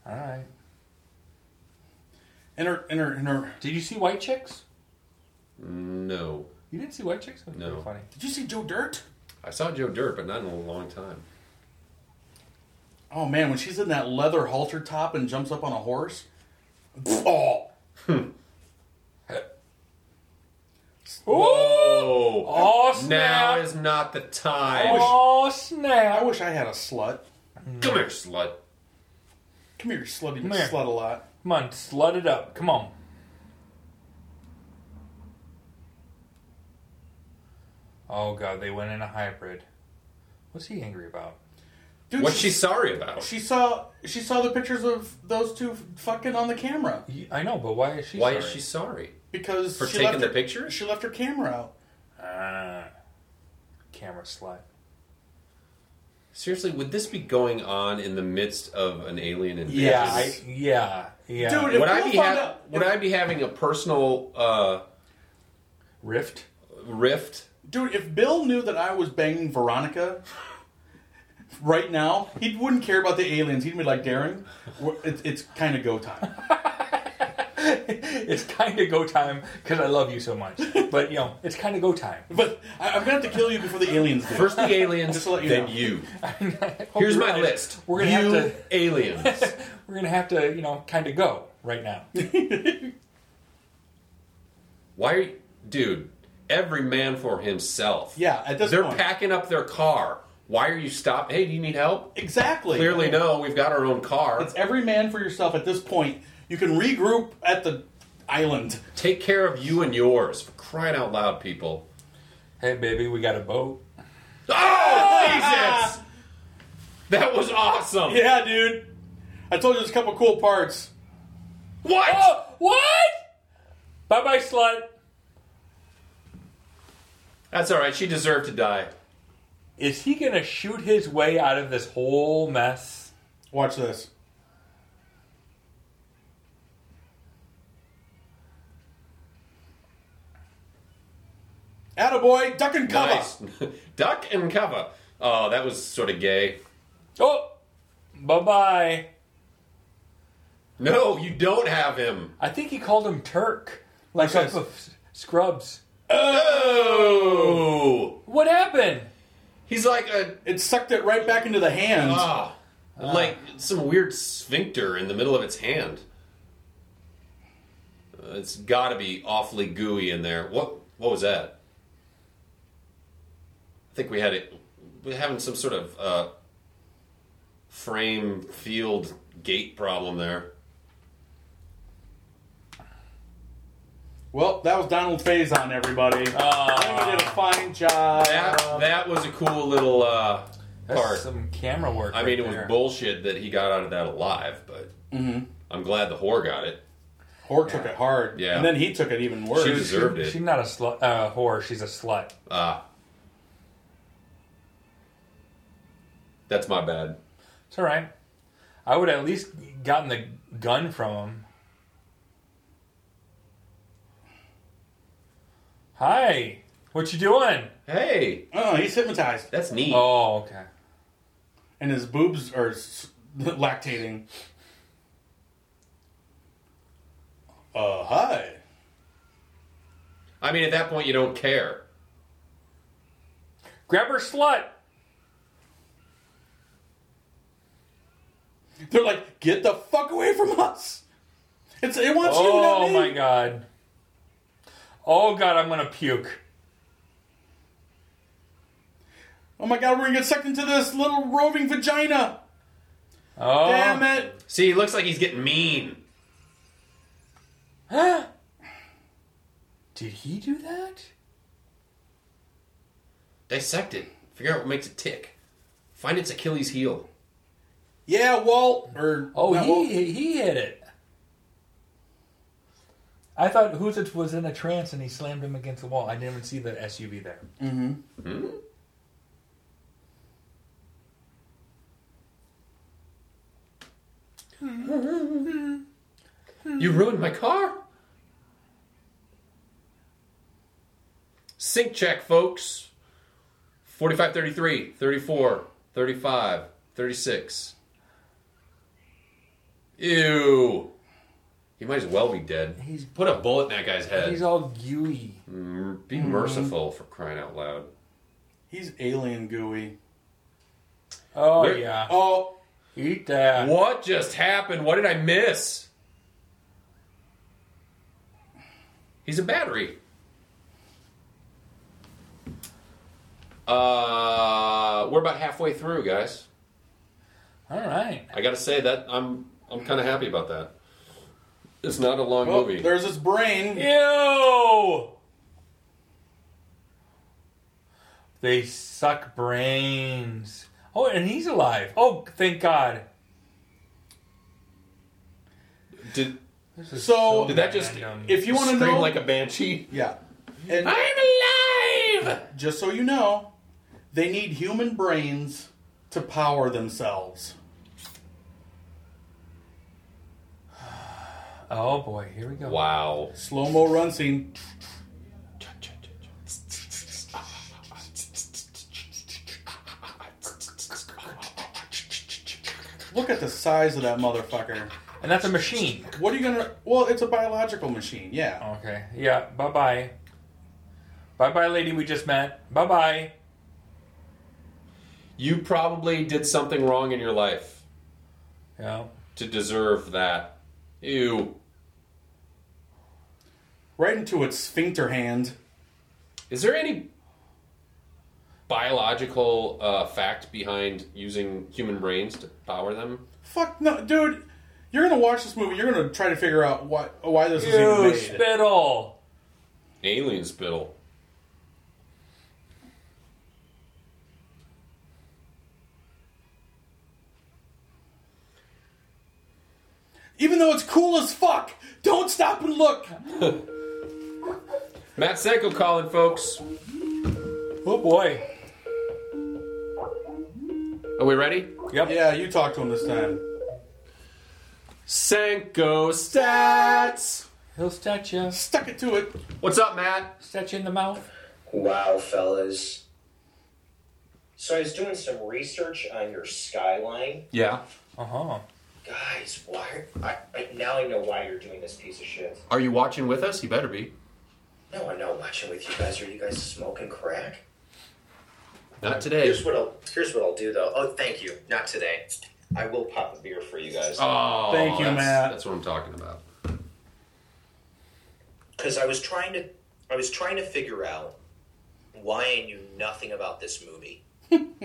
[SPEAKER 3] All right.
[SPEAKER 2] And her and her and her
[SPEAKER 3] Did you see White Chicks?
[SPEAKER 4] No,
[SPEAKER 3] You didn't see White Chicks? That was
[SPEAKER 4] No.
[SPEAKER 3] pretty funny.
[SPEAKER 2] Did you see Joe Dirt?
[SPEAKER 4] I I saw Joe Dirt, but not in a long time.
[SPEAKER 2] Oh man, when she's in that leather halter top and jumps up on a horse. Oh.
[SPEAKER 3] Whoa! Oh
[SPEAKER 4] Now
[SPEAKER 3] snap!
[SPEAKER 4] is not the time.
[SPEAKER 3] Oh
[SPEAKER 2] I
[SPEAKER 3] snap!
[SPEAKER 2] wish I had a slut.
[SPEAKER 4] Come here, slut.
[SPEAKER 2] Come here, you slutty
[SPEAKER 3] Come here.
[SPEAKER 2] slut a lot.
[SPEAKER 3] Come on, slut it up. Come on. Oh god, they went in a hybrid. What's he angry about?
[SPEAKER 2] Dude,
[SPEAKER 4] What's she sorry about?
[SPEAKER 2] She saw she saw the pictures of those two fucking on the camera
[SPEAKER 3] He- I know, but why is she?
[SPEAKER 4] Why is
[SPEAKER 3] sorry?
[SPEAKER 4] she sorry?
[SPEAKER 2] because
[SPEAKER 4] For
[SPEAKER 2] she
[SPEAKER 4] taking
[SPEAKER 2] left
[SPEAKER 4] the
[SPEAKER 2] her,
[SPEAKER 4] pictures?
[SPEAKER 2] She left her camera out.
[SPEAKER 3] Ah. camera slut?
[SPEAKER 4] Seriously, would this be going on in the midst of an alien invasion?
[SPEAKER 3] Yeah, I, yeah, yeah.
[SPEAKER 2] Dude, If
[SPEAKER 4] would I
[SPEAKER 2] we
[SPEAKER 4] be
[SPEAKER 2] found
[SPEAKER 4] ha-
[SPEAKER 2] out-
[SPEAKER 4] would I be having a personal uh,
[SPEAKER 3] rift.
[SPEAKER 4] rift?
[SPEAKER 2] Dude, if Bill knew that I was banging Veronica right now, he wouldn't care about the aliens. He'd be like, Darren, we're- it's, it's kind of go time.
[SPEAKER 3] it's kind of go time because I love you so much. But you know, it's kind of go time.
[SPEAKER 2] But I, I'm gonna have to kill you before the aliens do.
[SPEAKER 4] First the aliens,
[SPEAKER 2] Just to let you
[SPEAKER 4] then
[SPEAKER 2] know.
[SPEAKER 4] you. Here's my
[SPEAKER 3] Right.
[SPEAKER 4] list.
[SPEAKER 3] We're gonna
[SPEAKER 4] you
[SPEAKER 3] have to.
[SPEAKER 4] aliens.
[SPEAKER 3] We're gonna have to, you know, kind of go right now.
[SPEAKER 4] Why, are you, dude? Every man for himself.
[SPEAKER 2] yeah, at this
[SPEAKER 4] They're
[SPEAKER 2] point,
[SPEAKER 4] packing up their car. Why are you stopping? Hey, do you need help?
[SPEAKER 2] exactly.
[SPEAKER 4] Clearly, no. We've got our own car.
[SPEAKER 2] it's every man for yourself. At this point, you can regroup at the island.
[SPEAKER 4] Take care of you and yours. For crying out loud, people.
[SPEAKER 3] Hey, baby, we got a boat.
[SPEAKER 4] Oh, Jesus! That was awesome.
[SPEAKER 2] Yeah, dude. I told you there's a couple cool parts.
[SPEAKER 4] What?
[SPEAKER 3] Oh, what? Bye, bye, slut.
[SPEAKER 4] That's all right. She deserved to die.
[SPEAKER 3] Is he gonna shoot his way out of this whole mess?
[SPEAKER 2] Watch this. Attaboy, duck and cover.
[SPEAKER 4] Nice. Duck and cover. Oh, that was sort of gay.
[SPEAKER 3] Oh, bye, bye.
[SPEAKER 4] No, you don't have him.
[SPEAKER 3] I think he called him Turk, like
[SPEAKER 2] What's this?
[SPEAKER 3] off of S- Scrubs.
[SPEAKER 4] Oh,
[SPEAKER 3] What happened?
[SPEAKER 4] he's like a
[SPEAKER 2] It sucked it right back into the hands.
[SPEAKER 4] ah, like some weird sphincter in the middle of its hand. Uh, it's got to be awfully gooey in there. What? What was that? I think we had it. We're having some sort of uh, frame field gate problem there.
[SPEAKER 2] Well, that was Donald Faison, everybody.
[SPEAKER 4] Ah.
[SPEAKER 2] I think we did a fine job.
[SPEAKER 4] That that was a cool little uh,
[SPEAKER 3] That's
[SPEAKER 4] part.
[SPEAKER 3] some camera work.
[SPEAKER 4] I
[SPEAKER 3] right
[SPEAKER 4] mean, it was
[SPEAKER 3] there.
[SPEAKER 4] bullshit that he got out of that alive, but I'm glad the whore got it.
[SPEAKER 2] Hor took it hard.
[SPEAKER 4] Yeah.
[SPEAKER 2] And then he took it even worse.
[SPEAKER 4] She was- Deserved it.
[SPEAKER 3] She's not a slut, uh, whore. She's a slut.
[SPEAKER 4] Ah, that's my bad.
[SPEAKER 3] It's all right. I would at least gotten the gun from him. Hi, what you doing?
[SPEAKER 4] Hey,
[SPEAKER 2] oh, he's hypnotized.
[SPEAKER 4] that's neat.
[SPEAKER 3] Oh, okay.
[SPEAKER 2] And his boobs are s- lactating. Uh, hi.
[SPEAKER 4] I mean, at that point, you don't care.
[SPEAKER 3] Grab her slut.
[SPEAKER 2] They're like, get the fuck away from us. It's it wants you, not
[SPEAKER 3] Oh
[SPEAKER 2] me.
[SPEAKER 3] my god. Oh god, I'm gonna puke.
[SPEAKER 2] Oh my god, we're gonna get sucked into this little roving vagina.
[SPEAKER 3] Oh,
[SPEAKER 2] Damn it.
[SPEAKER 4] See, he looks like he's getting mean.
[SPEAKER 3] did he do that?
[SPEAKER 4] Dissect it. Figure out what makes it tick. Find its Achilles heel.
[SPEAKER 2] Yeah, Walt. Or
[SPEAKER 3] Oh,
[SPEAKER 2] not
[SPEAKER 3] he
[SPEAKER 2] Walt.
[SPEAKER 3] he hit it. I thought Hootits was in a trance and he slammed him against the wall. I didn't even see the SUV there.
[SPEAKER 4] You ruined my car. Sync check, folks. 45 33, 34, 35, 36. Ew. He might as well be dead.
[SPEAKER 3] He's-
[SPEAKER 4] Put a bullet in that guy's head.
[SPEAKER 3] He's all gooey.
[SPEAKER 4] Mm, Be merciful for crying out loud.
[SPEAKER 2] He's alien gooey.
[SPEAKER 3] Oh
[SPEAKER 4] Where-
[SPEAKER 3] yeah,
[SPEAKER 2] Oh,
[SPEAKER 3] eat that.
[SPEAKER 4] What just happened? What did I miss? He's a battery. Uh, we're about halfway through, guys.
[SPEAKER 3] All right.
[SPEAKER 4] I gotta say that I'm I'm kind of happy about that. It's not a long
[SPEAKER 2] well,
[SPEAKER 4] movie.
[SPEAKER 2] oh, there's his brain.
[SPEAKER 3] Ew. They suck brains. Oh, and he's alive. Oh, thank God.
[SPEAKER 4] Did
[SPEAKER 3] This is
[SPEAKER 2] So-
[SPEAKER 4] Oh, Did that just-
[SPEAKER 3] random.
[SPEAKER 2] If you want to
[SPEAKER 4] scream
[SPEAKER 2] know,
[SPEAKER 4] like a banshee?
[SPEAKER 2] yeah, and
[SPEAKER 4] I'm alive.
[SPEAKER 2] just so you know, they need human brains to power themselves.
[SPEAKER 3] Oh boy, here we go.
[SPEAKER 4] Wow.
[SPEAKER 2] Slow mo run scene. Look at the size of that motherfucker.
[SPEAKER 3] And that's a machine.
[SPEAKER 2] What are you gonna? Well, it's a biological machine. Yeah.
[SPEAKER 3] Okay. Yeah. Bye bye. Bye bye, lady we just met. Bye bye.
[SPEAKER 4] You probably did something wrong in your life
[SPEAKER 3] Yeah.
[SPEAKER 4] to deserve that. Ew.
[SPEAKER 2] Right into its sphincter hand.
[SPEAKER 4] Is there any biological uh, fact behind using human brains to power them?
[SPEAKER 2] Fuck no, dude. You're gonna watch this movie. You're gonna try to figure out why why this is even
[SPEAKER 3] Ew,
[SPEAKER 2] made.
[SPEAKER 3] spittle.
[SPEAKER 4] Alien spittle.
[SPEAKER 2] Even though it's cool as fuck, don't stop and look.
[SPEAKER 4] Matt Senko calling, folks.
[SPEAKER 3] Oh boy.
[SPEAKER 4] Are we ready?
[SPEAKER 3] Yep.
[SPEAKER 2] Yeah, you talk to him this time.
[SPEAKER 4] Senko stats.
[SPEAKER 3] He'll stat you.
[SPEAKER 2] Stuck it to it.
[SPEAKER 4] What's up, Matt?
[SPEAKER 3] Stat you in the mouth.
[SPEAKER 1] Wow, fellas. So I was doing some research on your skyline.
[SPEAKER 4] Yeah.
[SPEAKER 3] Uh huh.
[SPEAKER 1] Guys, why? I, I, now I know why you're doing this piece of shit.
[SPEAKER 4] Are you watching with us? You better be.
[SPEAKER 1] No, I'm not watching with you guys. Are you guys smoking crack?
[SPEAKER 4] Not today.
[SPEAKER 1] Here's what I'll. Here's what I'll do, though. Oh, thank you. Not today. I will pop a beer for you guys.
[SPEAKER 4] Oh,
[SPEAKER 2] Thank you,
[SPEAKER 4] that's-
[SPEAKER 2] Matt.
[SPEAKER 4] That's what I'm talking about.
[SPEAKER 1] because I was trying to I was trying to figure out why I knew nothing about this movie. and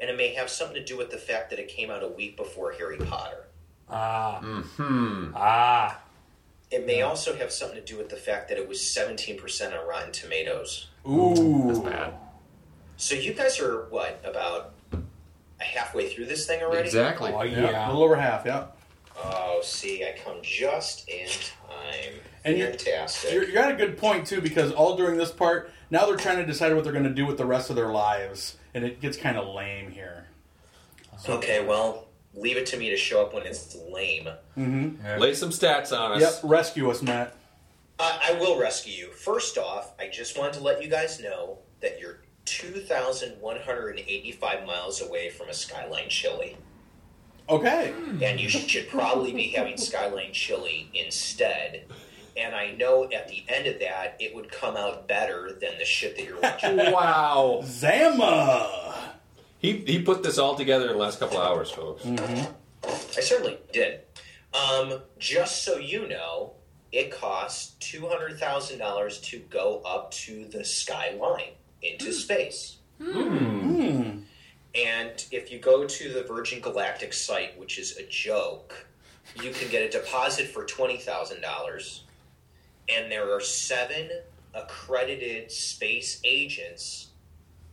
[SPEAKER 1] it may have something to do with the fact that it came out a week before Harry Potter.
[SPEAKER 3] Ah.
[SPEAKER 4] Hmm.
[SPEAKER 3] Ah.
[SPEAKER 1] It may also have something to do with the fact that it was 17% on Rotten Tomatoes.
[SPEAKER 2] Ooh,
[SPEAKER 4] That's bad.
[SPEAKER 1] So you guys are what about halfway through this thing already?
[SPEAKER 4] Exactly.
[SPEAKER 3] Oh
[SPEAKER 2] Yeah, a
[SPEAKER 3] yeah.
[SPEAKER 2] little over half. Yeah.
[SPEAKER 1] Oh, see, I come just in time.
[SPEAKER 2] And you're-
[SPEAKER 1] Fantastic.
[SPEAKER 2] You're, you got a good point too, because all during this part, now they're trying to decide what they're going to do with the rest of their lives, and it gets kind of lame here.
[SPEAKER 1] okay, well, leave it to me to show up when it's lame.
[SPEAKER 4] Lay some stats on
[SPEAKER 2] Yep,
[SPEAKER 4] us.
[SPEAKER 2] rescue us, Matt.
[SPEAKER 1] I, I will rescue you. First off, I just wanted to let you guys know that you're 2,185 miles away from a Skyline Chili.
[SPEAKER 2] Okay,
[SPEAKER 1] And you should probably be having Skyline Chili instead. And I know at the end of that, it would come out better than the shit that you're watching.
[SPEAKER 4] Wow.
[SPEAKER 2] Zama.
[SPEAKER 4] He he put this all together in the last couple of hours, folks.
[SPEAKER 1] I certainly did. Um, just so you know, it costs $200,000 to go up to the skyline into space. And if you go to the Virgin Galactic site, which is a joke, you can get a deposit for $20,000. And there are seven accredited space agents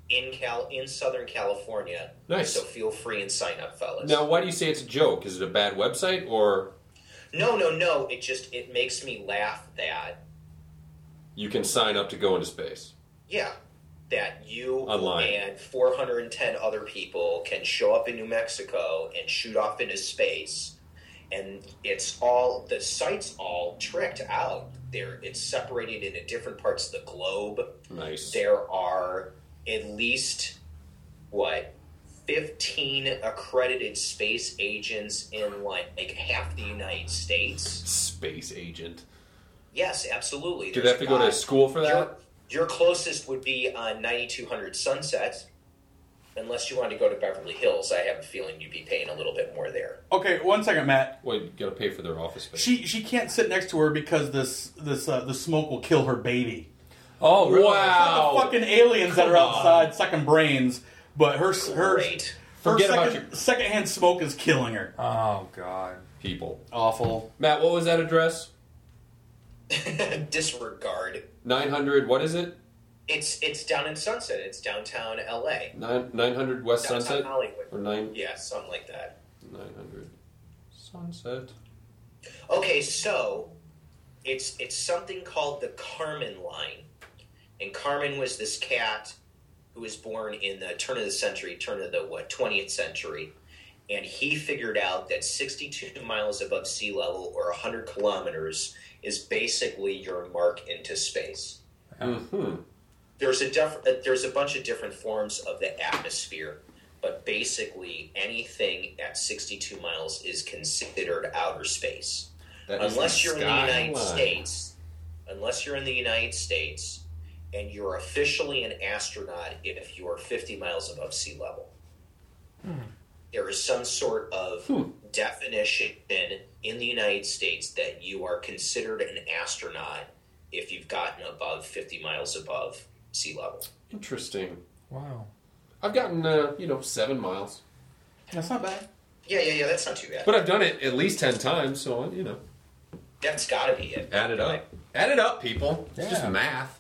[SPEAKER 1] in Cal in Southern California.
[SPEAKER 4] Nice.
[SPEAKER 1] So feel free and sign up, fellas.
[SPEAKER 4] Now, why do you say it's a joke? Is it a bad website or
[SPEAKER 1] No, no, no. It just it makes me laugh that
[SPEAKER 4] you can sign up to go into space?
[SPEAKER 1] yeah, that you
[SPEAKER 4] Online.
[SPEAKER 1] and 410 other people can show up in New Mexico and shoot off into space, and it's all the site's all tricked out. There, it's separated into different parts of the globe.
[SPEAKER 4] Nice.
[SPEAKER 1] There are at least what 15 accredited space agents in like, like half the United States.
[SPEAKER 4] Space agent.
[SPEAKER 1] Yes, absolutely.
[SPEAKER 4] Do they
[SPEAKER 1] There's
[SPEAKER 4] have to go
[SPEAKER 1] a
[SPEAKER 4] to
[SPEAKER 1] guy-
[SPEAKER 4] school for that?
[SPEAKER 1] You're- Your closest would be on 9200 Sunset, unless you wanted to go to Beverly Hills. I have a feeling you'd be paying a little bit more there.
[SPEAKER 2] Okay, one second, Matt.
[SPEAKER 5] Well, you gotta pay for their office space.
[SPEAKER 2] She she can't sit next to her because this this uh, the smoke will kill her baby.
[SPEAKER 5] oh, really?
[SPEAKER 2] Not the fucking aliens that are outside sucking brains, but her her
[SPEAKER 1] Great.
[SPEAKER 2] her
[SPEAKER 5] Forget about
[SPEAKER 2] second, secondhand smoke is killing her.
[SPEAKER 3] Oh God.
[SPEAKER 5] People.
[SPEAKER 2] Awful.
[SPEAKER 5] Matt, what was that address?
[SPEAKER 1] Disregard.
[SPEAKER 5] 900, what is it?
[SPEAKER 1] It's it's down in Sunset. It's downtown LA.
[SPEAKER 5] Nine, 900 West
[SPEAKER 1] Downtown
[SPEAKER 5] Sunset?
[SPEAKER 1] Hollywood.
[SPEAKER 5] Or nine,
[SPEAKER 1] Yeah, something like that.
[SPEAKER 5] 900 Sunset?
[SPEAKER 1] Okay, so it's it's something called the Carmen line. And Carmen was this cat who was born in the turn of the century, turn of the what, 20th century. And he figured out that 62 miles above sea level or 100 kilometers is basically your mark into space.
[SPEAKER 5] hmm
[SPEAKER 1] there's a def- uh, there's a bunch of different forms of the atmosphere, but basically anything at 62 miles is considered outer space,
[SPEAKER 5] That is
[SPEAKER 1] unless
[SPEAKER 5] the
[SPEAKER 1] you're in the
[SPEAKER 5] skyline.
[SPEAKER 1] United States. Unless you're in the United States, and you're officially an astronaut if you're 50 miles above sea level. There is some sort of definition in the United States that you are considered an astronaut if you've gotten above 50 miles above sea level.
[SPEAKER 5] Interesting.
[SPEAKER 3] Wow.
[SPEAKER 5] I've gotten, uh, you know, seven miles.
[SPEAKER 2] That's not bad.
[SPEAKER 1] Yeah, yeah, yeah. That's not too bad.
[SPEAKER 5] But I've done it at least 10 times, so, you know.
[SPEAKER 1] that's got to be it.
[SPEAKER 4] Add it up. Add it up, people. It's just
[SPEAKER 3] Yeah.
[SPEAKER 4] math.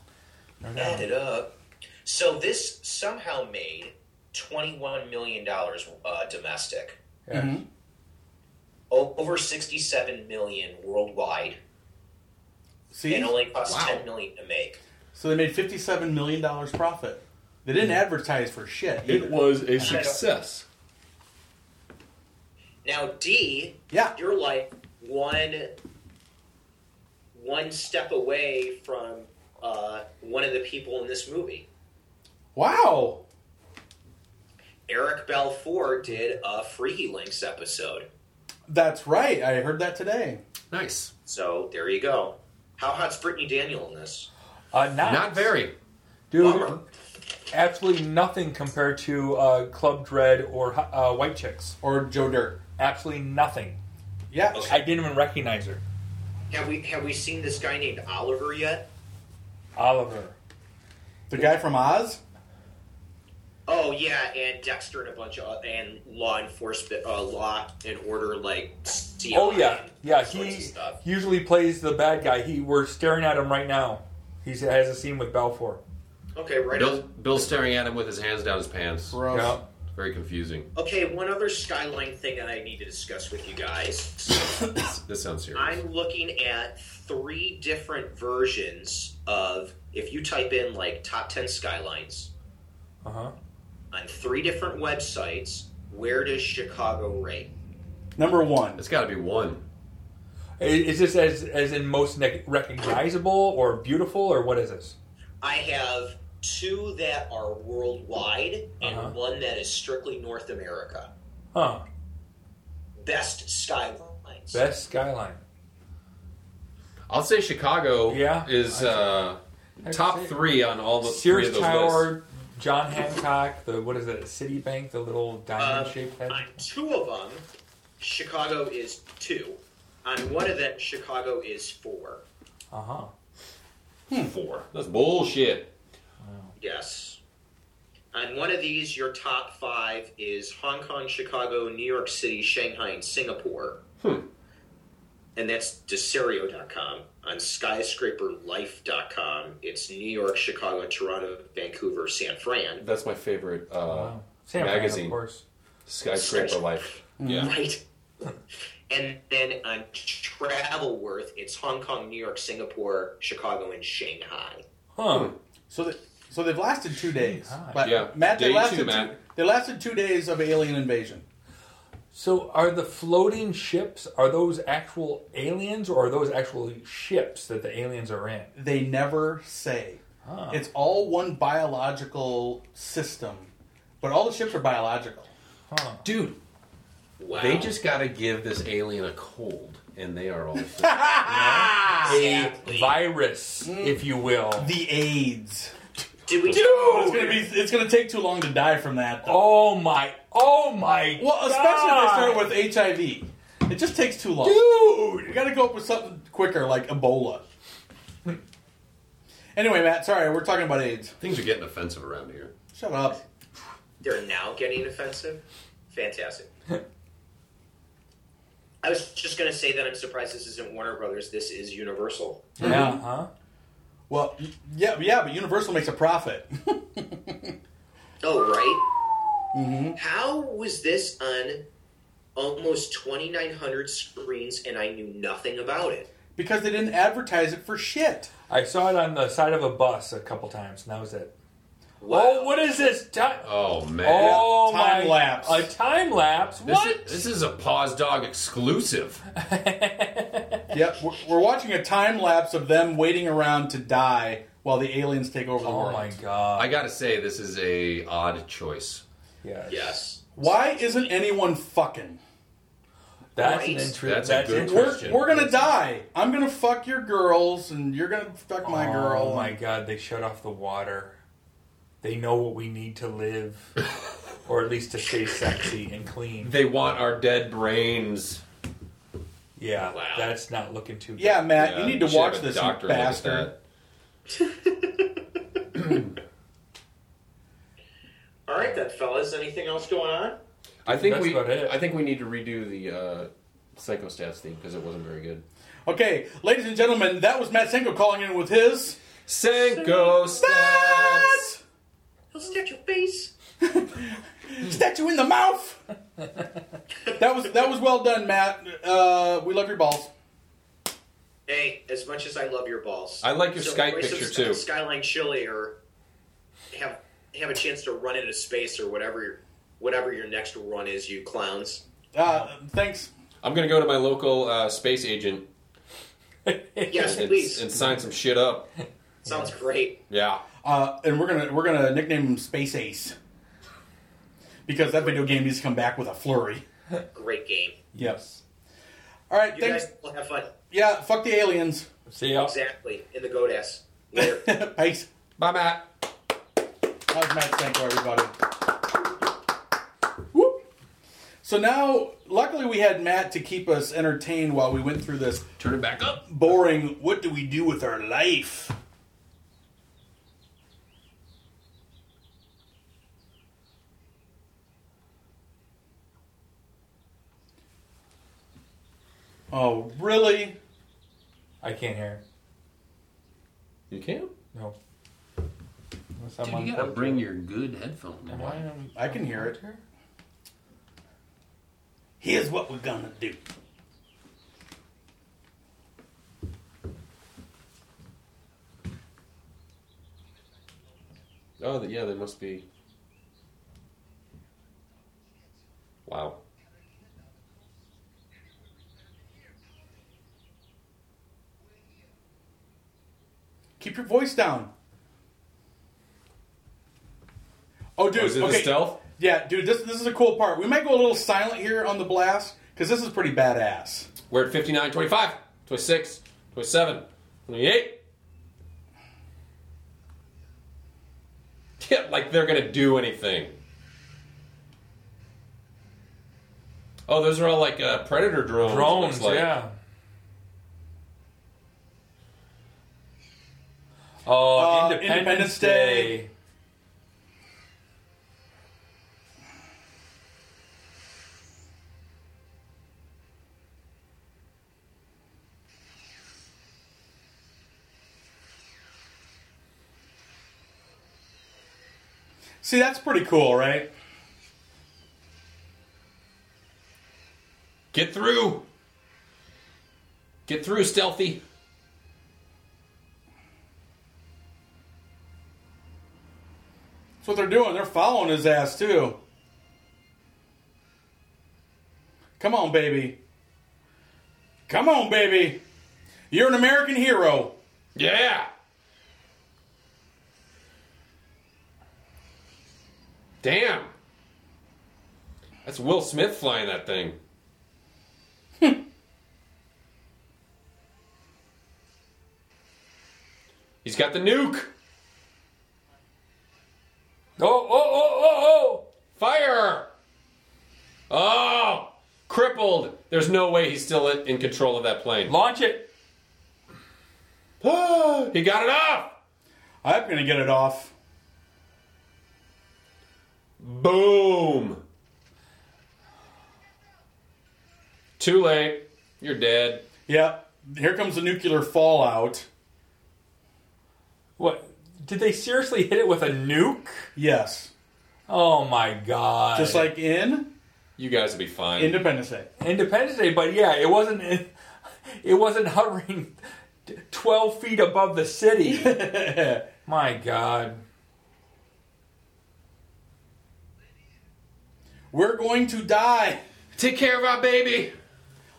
[SPEAKER 1] Add it up. So this somehow made twenty-one million dollars uh, domestic,
[SPEAKER 3] Yeah.
[SPEAKER 2] Mhm.
[SPEAKER 1] o- over sixty-seven million worldwide,
[SPEAKER 2] See,
[SPEAKER 1] and only cost
[SPEAKER 4] Wow.
[SPEAKER 1] ten million to make.
[SPEAKER 2] so they made fifty seven million dollars profit. They didn't advertise for shit. either.
[SPEAKER 5] was a success.
[SPEAKER 1] Now D,
[SPEAKER 2] Yeah.
[SPEAKER 1] you're like one one step away from uh, one of the people in this movie.
[SPEAKER 2] Wow.
[SPEAKER 1] Eric Balfour did a Freaky Links episode.
[SPEAKER 2] That's right. I heard that today.
[SPEAKER 4] Nice.
[SPEAKER 1] So there you go. How hot's Brittany Daniel in this?
[SPEAKER 3] Uh, not,
[SPEAKER 4] Not very.
[SPEAKER 3] dude.
[SPEAKER 1] Bummer.
[SPEAKER 3] Absolutely nothing compared to uh, Club Dread or uh, White Chicks.
[SPEAKER 2] Or Joe Dirt.
[SPEAKER 3] Absolutely nothing.
[SPEAKER 2] Yeah.
[SPEAKER 1] Okay.
[SPEAKER 3] I didn't even recognize her.
[SPEAKER 1] Have we have we seen this guy named Oliver yet?
[SPEAKER 3] Oliver.
[SPEAKER 2] The guy from Oz.
[SPEAKER 1] Oh yeah, and Dexter and a bunch of and law enforcement, uh, law and order like. CI
[SPEAKER 3] Oh yeah, yeah.
[SPEAKER 1] all sorts of
[SPEAKER 3] He
[SPEAKER 1] stuff.
[SPEAKER 3] usually plays the bad guy. He we're staring at him right now. He has a scene with Balfour.
[SPEAKER 1] Okay, right.
[SPEAKER 4] Bill,
[SPEAKER 1] on.
[SPEAKER 4] Bill's staring at him with his hands down his pants.
[SPEAKER 2] Gross.
[SPEAKER 3] Yeah.
[SPEAKER 4] It's very confusing.
[SPEAKER 1] Okay, one other skyline thing that I need to discuss with you guys.
[SPEAKER 4] This sounds serious.
[SPEAKER 1] I'm looking at three different versions of if you type in like top 10 skylines
[SPEAKER 3] Uh huh.
[SPEAKER 1] on three different websites, where does Chicago rate?
[SPEAKER 2] Number one.
[SPEAKER 4] It's got to be one.
[SPEAKER 3] Is this as as in most nec- recognizable or beautiful or what is this?
[SPEAKER 1] I have two that are worldwide and
[SPEAKER 3] Uh-huh.
[SPEAKER 1] one that is strictly North America.
[SPEAKER 3] Huh?
[SPEAKER 1] Best skylines.
[SPEAKER 3] Best skyline.
[SPEAKER 4] I'll say Chicago
[SPEAKER 3] Yeah.
[SPEAKER 4] is uh,
[SPEAKER 3] I'd
[SPEAKER 4] top
[SPEAKER 3] say-
[SPEAKER 4] three on all the three
[SPEAKER 3] Sears
[SPEAKER 4] of those lists.
[SPEAKER 3] Tower, John Hancock, the what is it? Citibank, the little diamond shaped head.
[SPEAKER 1] Uh, on two of them, Chicago is two. On one of them, Chicago is four.
[SPEAKER 3] Uh huh.
[SPEAKER 4] Four. That's bullshit.
[SPEAKER 1] Yes. On one of these, your top five is Hong Kong, Chicago, New York City, Shanghai, and Singapore.
[SPEAKER 4] Hmm.
[SPEAKER 1] And that's Deserio.com. On skyscraperlife.com, it's New York, Chicago, Toronto, Vancouver, San Fran.
[SPEAKER 5] That's my favorite uh,
[SPEAKER 3] Wow. Sam
[SPEAKER 5] magazine.
[SPEAKER 3] of course.
[SPEAKER 5] skyscraper life.
[SPEAKER 3] Mm.
[SPEAKER 5] Yeah.
[SPEAKER 1] Right? And then on Travelworth, it's Hong Kong, New York, Singapore, Chicago, and Shanghai.
[SPEAKER 3] Huh.
[SPEAKER 2] So they, so they've lasted two days.
[SPEAKER 3] Oh God.
[SPEAKER 2] But
[SPEAKER 5] Yeah.
[SPEAKER 2] Matt, they
[SPEAKER 5] Day two,
[SPEAKER 2] lasted two,
[SPEAKER 5] Matt.
[SPEAKER 2] they lasted two days of alien invasion.
[SPEAKER 3] So are the floating ships? Are those actual aliens or are those actually ships that the aliens are in?
[SPEAKER 2] They never say.
[SPEAKER 3] Huh.
[SPEAKER 2] It's all one biological system, but all the ships are biological.
[SPEAKER 3] Huh.
[SPEAKER 5] Dude,
[SPEAKER 1] Wow.
[SPEAKER 4] They just got to give this alien a cold, and they are all.
[SPEAKER 3] A
[SPEAKER 1] Ah, Exactly.
[SPEAKER 3] virus,
[SPEAKER 2] Mm.
[SPEAKER 3] if you will.
[SPEAKER 2] The AIDS.
[SPEAKER 1] Did we
[SPEAKER 2] But it's gonna be. It's gonna take too long to die from that. Though.
[SPEAKER 3] Oh my! Oh my!
[SPEAKER 2] Well, especially if they start with HIV. It just takes too long.
[SPEAKER 3] with
[SPEAKER 2] We
[SPEAKER 3] dude.
[SPEAKER 2] gotta go up with something quicker, like Ebola. anyway, Matt, sorry, we're talking about AIDS.
[SPEAKER 4] Things are getting offensive around here.
[SPEAKER 2] Shut up.
[SPEAKER 1] They're now getting offensive. Fantastic. I was just going to say that I'm surprised this isn't Warner Brothers. This is Universal.
[SPEAKER 3] Yeah. Huh.
[SPEAKER 2] Well, y- yeah, yeah, but Universal makes a profit.
[SPEAKER 1] Oh, right? How was this on almost 2,900 screens and I knew nothing about it?
[SPEAKER 2] because they didn't advertise it for shit.
[SPEAKER 3] I saw it on the side of a bus a couple times, and that was it.
[SPEAKER 1] Wow.
[SPEAKER 3] Oh, what is this? Ti-
[SPEAKER 4] Oh man!
[SPEAKER 3] oh
[SPEAKER 2] Time
[SPEAKER 3] my!
[SPEAKER 2] lapse.
[SPEAKER 3] A time lapse.
[SPEAKER 4] this,
[SPEAKER 3] What?
[SPEAKER 4] Is, this is a Paws Dog exclusive.
[SPEAKER 2] Yep, we're, we're watching a time lapse of them waiting around to die while the aliens take over the
[SPEAKER 3] oh
[SPEAKER 2] world.
[SPEAKER 3] my god!
[SPEAKER 4] I gotta say, this is a odd choice.
[SPEAKER 3] yes.
[SPEAKER 1] Yes.
[SPEAKER 2] Why isn't anyone fucking?
[SPEAKER 3] That's an
[SPEAKER 1] Right.
[SPEAKER 3] interesting.
[SPEAKER 4] That's a good
[SPEAKER 2] We're,
[SPEAKER 4] Christian.
[SPEAKER 2] we're gonna die. I'm gonna fuck your girls, and you're gonna fuck my
[SPEAKER 3] oh,
[SPEAKER 2] girl.
[SPEAKER 3] my god! They shut off the water. They know what we need to live, or at least to stay sexy and clean.
[SPEAKER 5] They want our dead brains.
[SPEAKER 3] Yeah,
[SPEAKER 1] Wow.
[SPEAKER 3] that's not looking too. good.
[SPEAKER 2] Yeah, Matt, you need to
[SPEAKER 5] should
[SPEAKER 2] watch
[SPEAKER 5] have a
[SPEAKER 2] this,
[SPEAKER 5] doctor
[SPEAKER 2] you
[SPEAKER 5] look at
[SPEAKER 2] bastard.
[SPEAKER 5] that.
[SPEAKER 1] All right, then, fellas. Anything else going on?
[SPEAKER 5] I think
[SPEAKER 3] That's
[SPEAKER 5] we.
[SPEAKER 3] about it.
[SPEAKER 5] I think we need to redo the uh, psychostats theme because it wasn't very good.
[SPEAKER 2] Okay, ladies and gentlemen, that was Matt Senko calling in with his.
[SPEAKER 5] Senko stats.
[SPEAKER 1] He'll stitch your face.
[SPEAKER 2] Statue in the mouth. that was that was well done, Matt. Uh, we love your balls.
[SPEAKER 1] Hey, as much as I love your balls,
[SPEAKER 5] I like your
[SPEAKER 1] so
[SPEAKER 5] Skype
[SPEAKER 1] buy some
[SPEAKER 5] picture,
[SPEAKER 1] Sky-
[SPEAKER 5] too.
[SPEAKER 1] Skyline chili, or have have a chance to run into space, or whatever your whatever your next run is, you clowns.
[SPEAKER 2] Uh, thanks.
[SPEAKER 5] I'm gonna go to my local uh, space agent
[SPEAKER 1] Yes,
[SPEAKER 5] and,
[SPEAKER 1] please.
[SPEAKER 5] and sign some shit up.
[SPEAKER 1] Sounds great.
[SPEAKER 5] Yeah.
[SPEAKER 2] Uh, and we're gonna we're gonna nickname him Space Ace because that video game needs to come back with a flurry.
[SPEAKER 1] Great game.
[SPEAKER 2] Yes. All right.
[SPEAKER 1] You
[SPEAKER 2] thanks.
[SPEAKER 1] guys will have fun.
[SPEAKER 2] Yeah. Fuck the aliens.
[SPEAKER 3] See ya.
[SPEAKER 1] Exactly in the godass. Later.
[SPEAKER 2] Peace.
[SPEAKER 5] Bye, Matt.
[SPEAKER 2] That was Matt Senko, everybody. Whoop. So now, luckily, we had Matt to keep us entertained while we went through this
[SPEAKER 4] Turn it back up.
[SPEAKER 2] boring. What do we do with our life? Oh, really?
[SPEAKER 3] I can't hear.
[SPEAKER 5] You can.
[SPEAKER 3] No. Unless
[SPEAKER 4] Dude,
[SPEAKER 3] on
[SPEAKER 4] you gotta
[SPEAKER 3] Bluetooth.
[SPEAKER 4] bring your good headphone.
[SPEAKER 3] Am I on-
[SPEAKER 2] I can hear it. Here's what we're gonna do.
[SPEAKER 5] Oh, yeah. They must be. Wow.
[SPEAKER 2] Keep your voice down. Oh, dude.
[SPEAKER 5] Was it
[SPEAKER 2] okay.
[SPEAKER 5] the stealth?
[SPEAKER 2] Yeah, dude, this, this is a cool part. We might go a little silent here on the blast because this is pretty badass.
[SPEAKER 5] We're at 59, 25, 26, 27, 28. Yeah, like they're gonna do anything. Oh, those are all like uh, predator drones. it looks
[SPEAKER 3] Drones,
[SPEAKER 5] like.
[SPEAKER 3] yeah. Oh,
[SPEAKER 2] Uh,
[SPEAKER 3] Independence,
[SPEAKER 2] Independence
[SPEAKER 3] Day.
[SPEAKER 2] Day. See, that's pretty cool, right?
[SPEAKER 5] Get through. Get through, stealthy.
[SPEAKER 2] That's what they're doing. They're following his ass, too. Come on, baby. Come on, baby. You're an American hero.
[SPEAKER 5] Yeah. Damn.
[SPEAKER 4] That's Will Smith flying that thing. He's got the nuke. Oh, oh, oh, oh, oh! Fire! Oh! Crippled! There's no way he's still in in control of that plane.
[SPEAKER 3] Launch it.
[SPEAKER 4] He got it off!
[SPEAKER 2] I'm gonna get it off.
[SPEAKER 4] Boom! Too late. You're dead.
[SPEAKER 2] Yep. Here comes the nuclear fallout.
[SPEAKER 3] What? Did they seriously hit it with a nuke?
[SPEAKER 2] Yes.
[SPEAKER 3] Oh my god!
[SPEAKER 2] Just like in
[SPEAKER 4] You guys will be fine.
[SPEAKER 2] Independence Day.
[SPEAKER 3] Independence Day, but yeah, it wasn't. It wasn't hovering twelve feet above the city. my god!
[SPEAKER 2] We're going to die.
[SPEAKER 4] Take care of our baby!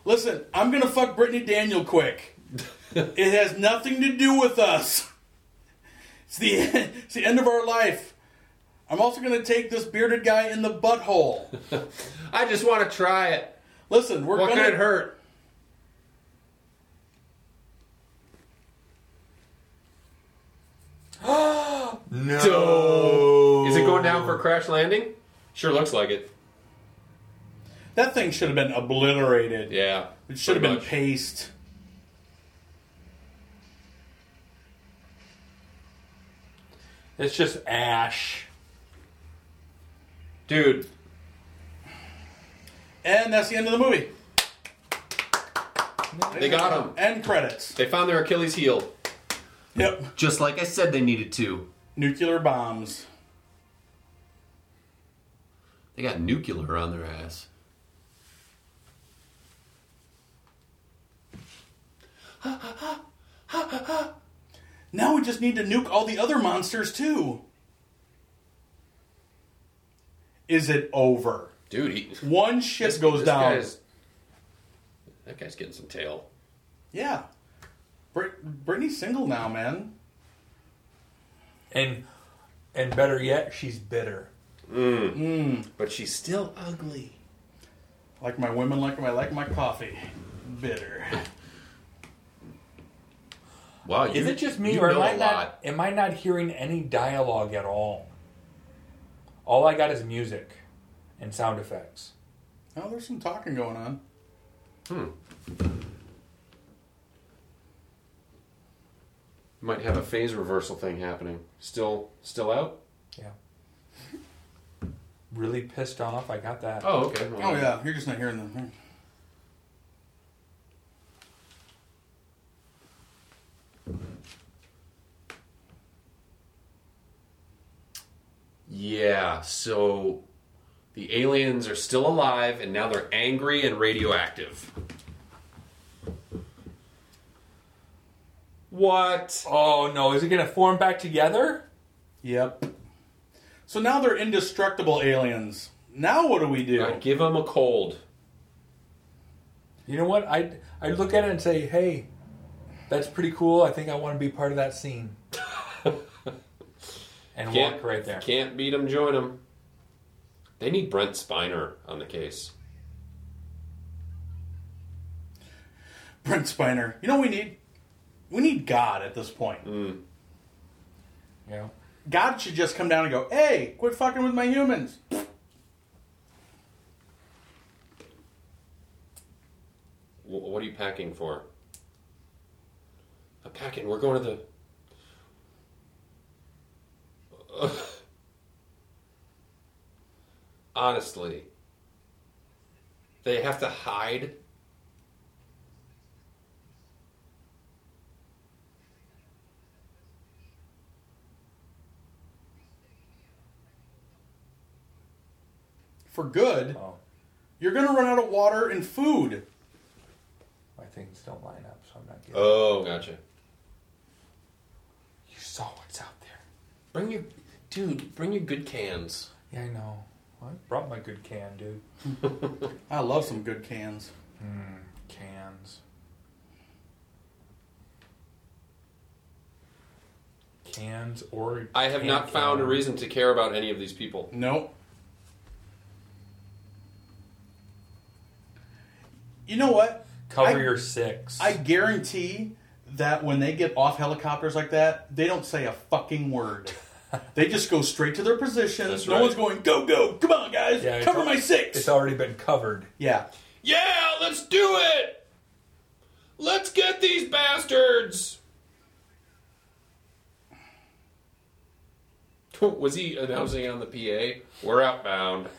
[SPEAKER 2] Listen, I'm gonna fuck Brittany Daniel quick. it has nothing to do with us. It's the it's the end of our life. I'm also gonna take this bearded guy in the butthole.
[SPEAKER 4] I just want to try it.
[SPEAKER 2] Listen, we're
[SPEAKER 4] What
[SPEAKER 2] gonna
[SPEAKER 4] could it hurt?
[SPEAKER 3] No.
[SPEAKER 4] Is it going down for a crash landing? Sure looks like it.
[SPEAKER 2] That thing should have been obliterated.
[SPEAKER 4] Yeah.
[SPEAKER 2] it should have
[SPEAKER 4] pretty
[SPEAKER 2] been
[SPEAKER 4] much.
[SPEAKER 2] paste.
[SPEAKER 3] It's just ash.
[SPEAKER 4] Dude,
[SPEAKER 2] And that's the end of the movie.
[SPEAKER 4] they got him.
[SPEAKER 2] End credits.
[SPEAKER 4] They found their Achilles heel.
[SPEAKER 2] Yep.
[SPEAKER 5] Just like I said, they needed to.
[SPEAKER 2] Nuclear bombs.
[SPEAKER 5] They got nuclear on their ass.
[SPEAKER 2] Now we just need to nuke all the other monsters too. Is it over?
[SPEAKER 4] Dude, he
[SPEAKER 2] One ship
[SPEAKER 4] this-
[SPEAKER 2] goes
[SPEAKER 4] this
[SPEAKER 2] down.
[SPEAKER 4] guy's- that guy's getting some tail.
[SPEAKER 2] Yeah. Brit- Brittany's single now, man.
[SPEAKER 3] And and better yet, she's bitter.
[SPEAKER 4] But she's still ugly.
[SPEAKER 2] Like my women, like my like my coffee. Bitter.
[SPEAKER 5] Wow, you,
[SPEAKER 3] Is it just me,
[SPEAKER 5] you
[SPEAKER 3] or
[SPEAKER 5] know
[SPEAKER 3] am I
[SPEAKER 5] a
[SPEAKER 3] not?
[SPEAKER 5] lot?
[SPEAKER 3] Am I not hearing any dialogue at all? All I got is music and sound effects.
[SPEAKER 2] Oh, there's some talking going on.
[SPEAKER 4] Might have a phase reversal thing happening. Still, still out.
[SPEAKER 3] Yeah. Really pissed off. I got that.
[SPEAKER 4] Oh, okay.
[SPEAKER 2] Oh yeah, you're just not hearing them.
[SPEAKER 4] Yeah.
[SPEAKER 5] So the aliens are still alive, and now they're angry and radioactive.
[SPEAKER 4] What?
[SPEAKER 3] Oh no! Is it gonna form back together?
[SPEAKER 2] Yep. So now they're indestructible aliens. Now what do we do?
[SPEAKER 4] I give him a cold.
[SPEAKER 3] You know what? I I look at it and say, hey, that's pretty cool. I think I want to be part of that scene. and walk right there.
[SPEAKER 4] Can't beat him. Join him. They need Brent Spiner on the case.
[SPEAKER 2] Brent Spiner. You know what we need? We need God at this point.
[SPEAKER 3] You know?
[SPEAKER 2] God should just come down and go, "Hey, quit fucking with my humans."
[SPEAKER 4] Wh- what are you packing for? I'm packing. We're going to the. Honestly, they have to hide.
[SPEAKER 2] For good,
[SPEAKER 3] Oh,
[SPEAKER 2] you're gonna run out of water and food.
[SPEAKER 3] my things don't line up, so I'm not getting.
[SPEAKER 4] Oh, gotcha.
[SPEAKER 3] you saw what's out there.
[SPEAKER 4] Bring your dude. Bring your good cans.
[SPEAKER 3] Yeah, I know. Well, I brought my good can, dude.
[SPEAKER 2] I love some good cans.
[SPEAKER 3] Cans. Cans or
[SPEAKER 4] I have
[SPEAKER 3] can
[SPEAKER 4] not found a
[SPEAKER 3] can.
[SPEAKER 4] reason to care about any of these people.
[SPEAKER 2] Nope. You know what?
[SPEAKER 3] Cover
[SPEAKER 2] I-
[SPEAKER 3] your six.
[SPEAKER 2] I guarantee that when they get off helicopters like that, they don't say a fucking word. They just go straight to their position.
[SPEAKER 3] That's
[SPEAKER 2] no
[SPEAKER 3] right.
[SPEAKER 2] one's going, go, go, come on, guys,
[SPEAKER 3] Yeah, it's
[SPEAKER 2] cover
[SPEAKER 3] all-
[SPEAKER 2] my six.
[SPEAKER 3] it's already been covered.
[SPEAKER 2] yeah.
[SPEAKER 4] Yeah, let's do it! Let's get these bastards! Was he announcing on the PA? We're outbound.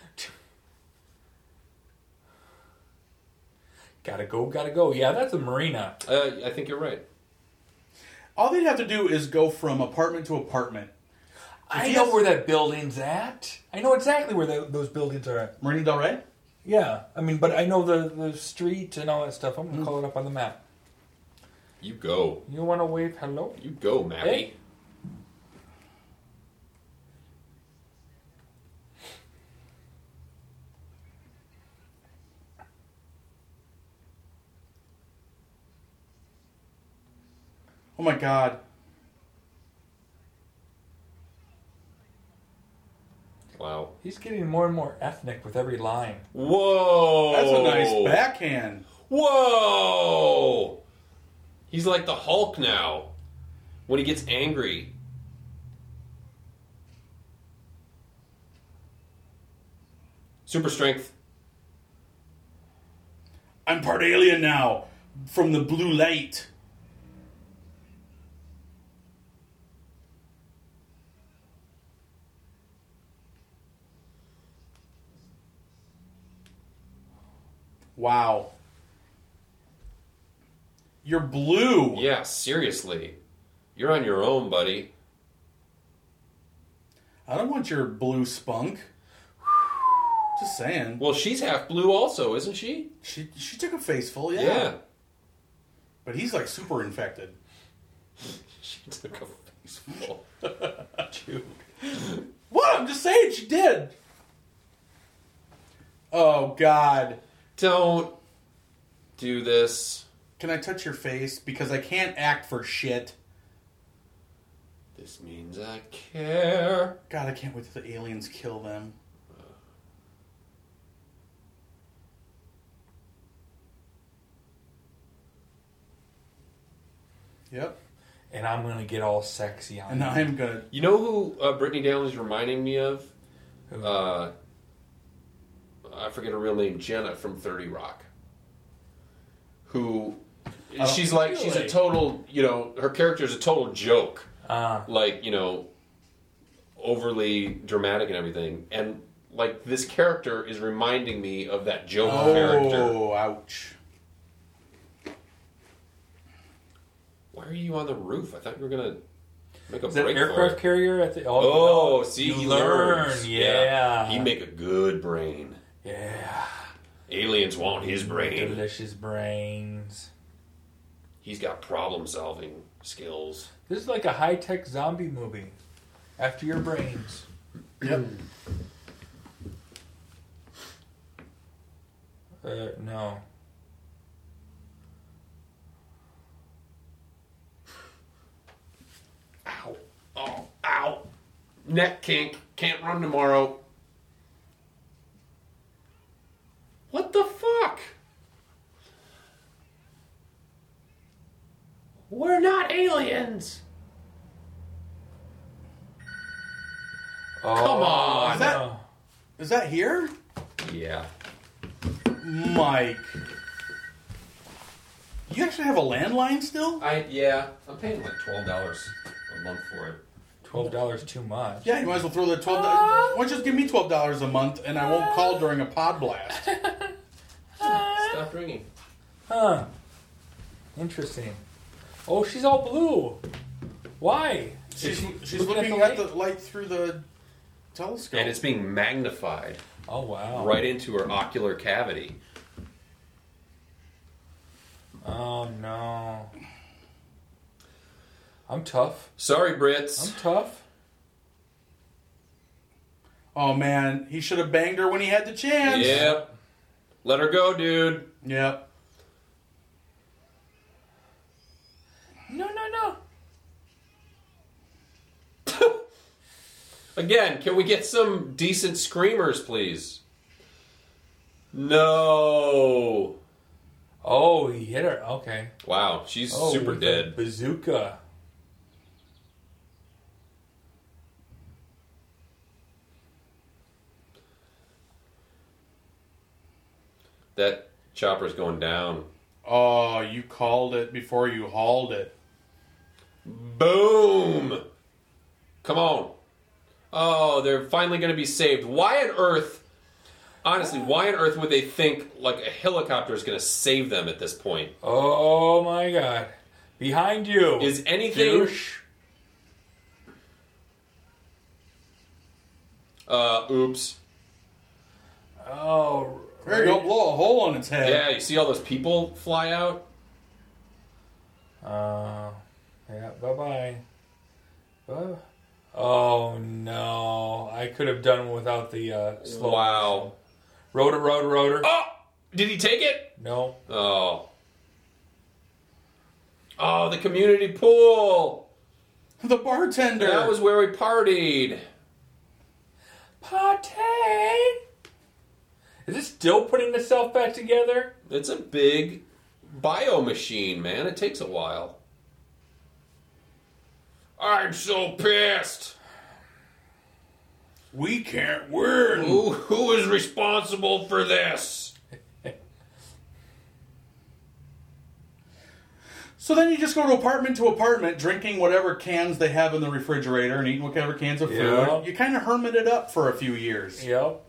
[SPEAKER 3] Gotta go, gotta go. Yeah, that's a marina.
[SPEAKER 4] Uh, I think you're right.
[SPEAKER 2] All they'd have to do is go from apartment to apartment.
[SPEAKER 3] I
[SPEAKER 2] If
[SPEAKER 3] know
[SPEAKER 2] you-
[SPEAKER 3] where that building's at. I know exactly where tho- those buildings are at.
[SPEAKER 2] Marina Del Rey?
[SPEAKER 3] Yeah, I mean, but I know the, the street and all that stuff. I'm
[SPEAKER 2] Mm-hmm.
[SPEAKER 3] gonna call it up on the map.
[SPEAKER 4] You go.
[SPEAKER 3] You want to wave hello?
[SPEAKER 4] You go, Mappy.
[SPEAKER 3] Hey.
[SPEAKER 2] Oh my god.
[SPEAKER 4] Wow.
[SPEAKER 3] He's getting more and more ethnic with every line.
[SPEAKER 4] Whoa!
[SPEAKER 2] That's a
[SPEAKER 3] Oh.
[SPEAKER 2] nice backhand.
[SPEAKER 4] Whoa! He's like the Hulk now. When he gets angry. Super strength.
[SPEAKER 2] I'm part alien now from the blue light. Wow. You're blue.
[SPEAKER 4] Yeah, seriously. You're on your own, buddy.
[SPEAKER 2] I don't want your blue spunk. Just saying.
[SPEAKER 4] Well, she's half blue also, isn't she?
[SPEAKER 2] She she took a faceful, yeah. But he's like super infected.
[SPEAKER 4] She took a face full.
[SPEAKER 2] What? I'm just saying she did. Oh god.
[SPEAKER 4] Don't do this.
[SPEAKER 2] Can I touch your face? Because I can't act for shit.
[SPEAKER 4] This means I care.
[SPEAKER 2] God, I can't wait till the aliens kill them. Yep.
[SPEAKER 3] And I'm gonna get all sexy on
[SPEAKER 2] And
[SPEAKER 3] it.
[SPEAKER 2] I'm gonna.
[SPEAKER 4] You know who uh, Brittany Daniels reminding me of? Uh, I forget her real name, Jenna from Thirty Rock. Who?
[SPEAKER 2] Oh,
[SPEAKER 4] she's like she's a
[SPEAKER 2] really?
[SPEAKER 4] total. You know, her character is a total joke.
[SPEAKER 3] Uh,
[SPEAKER 4] Like you know, overly dramatic and everything. And like this character is reminding me of that joke character.
[SPEAKER 2] Oh, ouch.
[SPEAKER 4] Why are you on the roof? I thought you were gonna make a
[SPEAKER 3] is that
[SPEAKER 4] break
[SPEAKER 3] aircraft
[SPEAKER 4] for it.
[SPEAKER 3] carrier at the?
[SPEAKER 4] Oh,
[SPEAKER 3] no.
[SPEAKER 4] see,
[SPEAKER 3] you
[SPEAKER 4] he
[SPEAKER 3] learn.
[SPEAKER 4] learns.
[SPEAKER 3] Yeah.
[SPEAKER 4] he make a good brain.
[SPEAKER 3] yeah.
[SPEAKER 4] Aliens want his brain.
[SPEAKER 3] Delicious brains.
[SPEAKER 4] He's got problem solving skills.
[SPEAKER 3] This is like a high tech zombie movie. After your brains.
[SPEAKER 2] Yep.
[SPEAKER 3] Uh, no.
[SPEAKER 4] Ow. Oh, ow. Neck kink. Can't run tomorrow. What the fuck? We're not aliens.
[SPEAKER 3] Oh,
[SPEAKER 4] Come on.
[SPEAKER 2] Is that- Is that here?
[SPEAKER 4] Yeah.
[SPEAKER 2] Mike. You actually have a landline still?
[SPEAKER 6] I yeah, I'm paying like twelve dollars a month for it.
[SPEAKER 3] Twelve dollars too much.
[SPEAKER 2] Yeah, you might as well throw the twelve.
[SPEAKER 3] Uh-huh.
[SPEAKER 2] Why don't you just give me twelve dollars a month, and I won't call during a pod blast.
[SPEAKER 4] Stop ringing.
[SPEAKER 3] Huh. Interesting. Oh, she's all blue. Why? Is
[SPEAKER 2] She's,
[SPEAKER 3] she
[SPEAKER 2] she's looking at the
[SPEAKER 3] light?
[SPEAKER 2] light through the telescope.
[SPEAKER 4] And it's being magnified
[SPEAKER 3] Oh wow.
[SPEAKER 4] right into her ocular cavity.
[SPEAKER 3] Oh no. I'm tough.
[SPEAKER 4] Sorry,
[SPEAKER 3] I'm
[SPEAKER 4] Brits.
[SPEAKER 3] tough.
[SPEAKER 2] oh man, he should have banged her when he had the chance.
[SPEAKER 4] Yep. Let her go, dude.
[SPEAKER 2] Yep.
[SPEAKER 3] No, no, no.
[SPEAKER 4] Again, can we get some decent screamers, please? No.
[SPEAKER 3] Oh, he hit her. Okay.
[SPEAKER 4] Wow, she's
[SPEAKER 3] Oh,
[SPEAKER 4] super
[SPEAKER 3] with a
[SPEAKER 4] dead.
[SPEAKER 3] Bazooka.
[SPEAKER 4] That chopper's going down.
[SPEAKER 2] Oh, you called it before you hauled it.
[SPEAKER 4] Boom! Come on. Oh, they're finally going to be saved. Why on earth? Honestly, why on earth would they think like a helicopter is going to save them at this point?
[SPEAKER 3] Oh my god. Behind you.
[SPEAKER 4] Is anything?
[SPEAKER 3] Douche.
[SPEAKER 4] Uh, oops.
[SPEAKER 3] Oh.
[SPEAKER 2] There you go, blow a hole on its head.
[SPEAKER 4] Yeah, you see all those people fly out.
[SPEAKER 3] Uh, yeah. Bye bye. Bye. Oh no! I could have done without the uh, slow.
[SPEAKER 4] Wow.
[SPEAKER 3] Rotor, rotor, rotor.
[SPEAKER 4] Oh, did he take it?
[SPEAKER 3] No.
[SPEAKER 4] Oh. Oh, the community pool.
[SPEAKER 2] The bartender.
[SPEAKER 4] That was where we partied.
[SPEAKER 3] Pate. Is it still putting itself back together?
[SPEAKER 4] It's a big bio machine, man. It takes a while. I'm so pissed.
[SPEAKER 2] we can't win.
[SPEAKER 4] Who who is responsible for this?
[SPEAKER 2] So then you just go to apartment to apartment, drinking whatever cans they have in the refrigerator and eating whatever cans of food.
[SPEAKER 3] Yeah.
[SPEAKER 2] You kind of hermit it up for a few years.
[SPEAKER 3] Yep.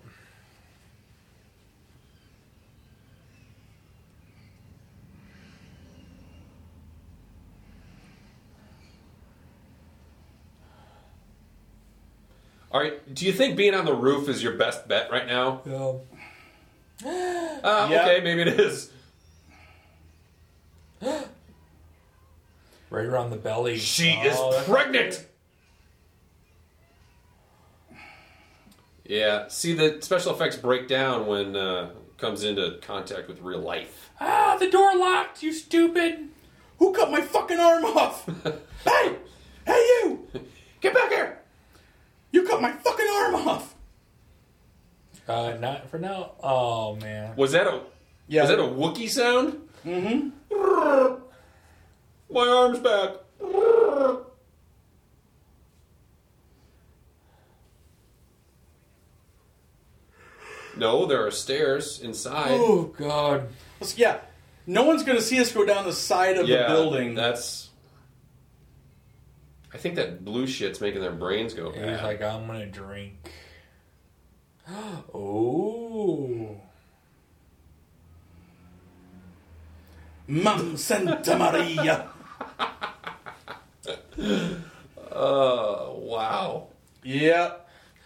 [SPEAKER 4] All right. Do you think being on the roof is your best bet right now?
[SPEAKER 3] Yep.
[SPEAKER 4] Uh,
[SPEAKER 2] Yeah.
[SPEAKER 4] Okay, maybe it is.
[SPEAKER 3] Right around the belly.
[SPEAKER 4] She
[SPEAKER 3] Oh,
[SPEAKER 4] is
[SPEAKER 3] that's-
[SPEAKER 4] pregnant. Yeah. See, the special effects break down when uh, comes into contact with real life.
[SPEAKER 3] Ah, the door locked. You stupid.
[SPEAKER 2] Who cut my fucking arm off? hey! Hey, you!
[SPEAKER 4] Get back here.
[SPEAKER 2] You cut my fucking arm off!
[SPEAKER 3] Uh, not for now. Oh man.
[SPEAKER 4] Was that a
[SPEAKER 2] Yeah.
[SPEAKER 4] Is that a Wookiee sound? Mm-hmm. My arm's back. No, there are stairs inside.
[SPEAKER 3] Oh god.
[SPEAKER 2] yeah. No one's going to see us go down the side of
[SPEAKER 4] yeah,
[SPEAKER 2] the building.
[SPEAKER 4] That's. I think that blue shit's making their brains go
[SPEAKER 3] He's
[SPEAKER 4] bad.
[SPEAKER 3] like, I'm gonna drink. Oh.
[SPEAKER 2] Mum Santa Maria.
[SPEAKER 4] Oh wow!
[SPEAKER 2] yeah.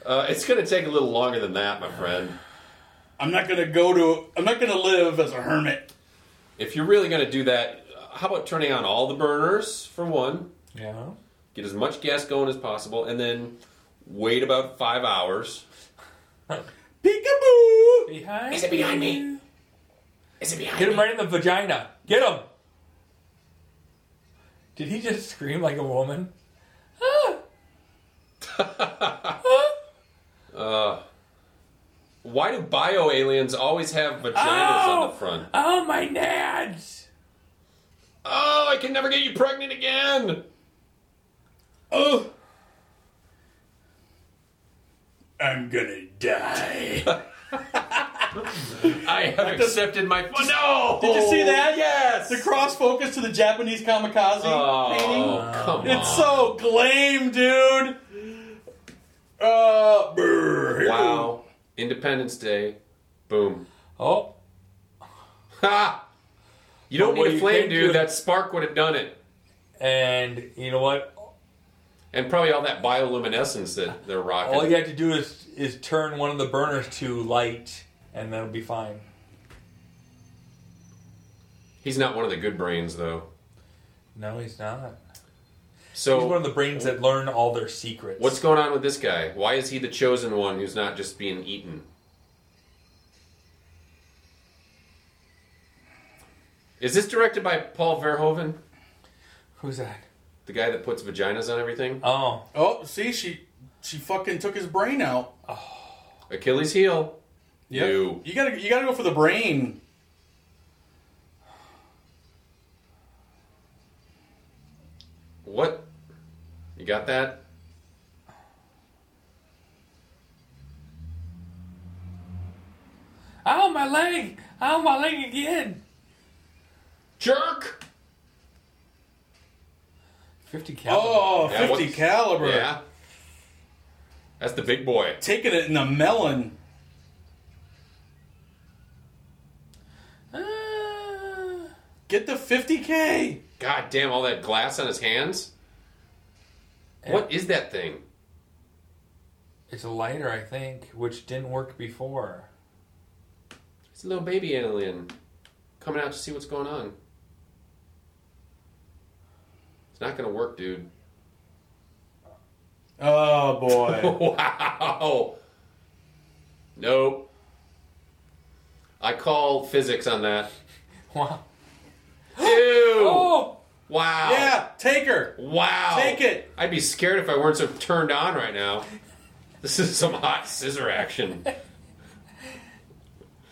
[SPEAKER 4] Uh, it's going to take a little longer than that, my friend.
[SPEAKER 2] I'm not going to go to, I'm not going to live as a hermit.
[SPEAKER 4] If you're really going to do that, how about turning on all the burners for one?
[SPEAKER 3] Yeah.
[SPEAKER 4] get as much gas going as possible, and then wait about five hours.
[SPEAKER 2] Peekaboo!
[SPEAKER 3] Behind.
[SPEAKER 4] Is it behind me?
[SPEAKER 3] you.
[SPEAKER 4] Is it behind
[SPEAKER 3] Get him right in the vagina. Get him. Did he just scream like a woman? Ah.
[SPEAKER 4] Why do bio aliens always have vaginas on
[SPEAKER 3] Ow!
[SPEAKER 4] the front?
[SPEAKER 3] Oh my nads.
[SPEAKER 4] Oh, I can never get you pregnant again.
[SPEAKER 2] Oh! I'm gonna die.
[SPEAKER 4] I have accepted my. no.
[SPEAKER 2] Did you see that?
[SPEAKER 4] Yes.
[SPEAKER 2] The cross focus to the Japanese kamikaze
[SPEAKER 4] oh, come
[SPEAKER 2] painting. It's
[SPEAKER 4] on.
[SPEAKER 2] so glame, dude. Uh, brr.
[SPEAKER 4] wow. Independence Day. Boom.
[SPEAKER 3] Oh.
[SPEAKER 4] Ha. You don't
[SPEAKER 3] Well,
[SPEAKER 4] need a
[SPEAKER 3] you
[SPEAKER 4] flame,
[SPEAKER 3] can
[SPEAKER 4] dude.
[SPEAKER 3] do-
[SPEAKER 4] That spark would have done it.
[SPEAKER 3] And you know what?
[SPEAKER 4] And probably all that bioluminescence that
[SPEAKER 3] Oh,
[SPEAKER 4] they're rocking.
[SPEAKER 3] All you have to do is is turn one of the burners to light, and that'll be fine.
[SPEAKER 4] He's not one of the good brains, though.
[SPEAKER 3] No, he's not.
[SPEAKER 4] So
[SPEAKER 3] He's one of the brains that learn all their secrets.
[SPEAKER 4] What's going on with this guy? Why is he the chosen one who's not just being eaten? Is this directed by Paul Verhoeven,
[SPEAKER 3] Who's that?
[SPEAKER 4] the guy that puts vaginas on everything?
[SPEAKER 3] Oh,
[SPEAKER 2] Oh, see, she she fucking took his brain out.
[SPEAKER 4] Achilles heel. You.
[SPEAKER 2] You gotta you gotta go for the brain.
[SPEAKER 4] You got that?
[SPEAKER 3] Ow, my leg! Ow, my leg again!
[SPEAKER 4] Jerk!
[SPEAKER 3] 50 caliber.
[SPEAKER 2] Oh,
[SPEAKER 4] Yeah,
[SPEAKER 2] 50
[SPEAKER 4] what's-
[SPEAKER 2] caliber.
[SPEAKER 4] Yeah. That's the big boy.
[SPEAKER 2] Taking it in the melon.
[SPEAKER 3] Ah.
[SPEAKER 2] Get the 50K.
[SPEAKER 4] God damn, all that glass on his hands. What is that thing?
[SPEAKER 3] It's a lighter, I think, which didn't work before.
[SPEAKER 4] It's a little baby alien coming out to see what's going on. It's not gonna work, dude.
[SPEAKER 2] Oh, boy.
[SPEAKER 4] Wow. Nope. I call physics on that.
[SPEAKER 3] Wow.
[SPEAKER 4] Ew.
[SPEAKER 3] Oh!
[SPEAKER 4] Wow.
[SPEAKER 2] yeah, take her.
[SPEAKER 4] Wow.
[SPEAKER 2] Take it.
[SPEAKER 4] I'd be scared if I weren't so turned on right now. This is some hot scissor action.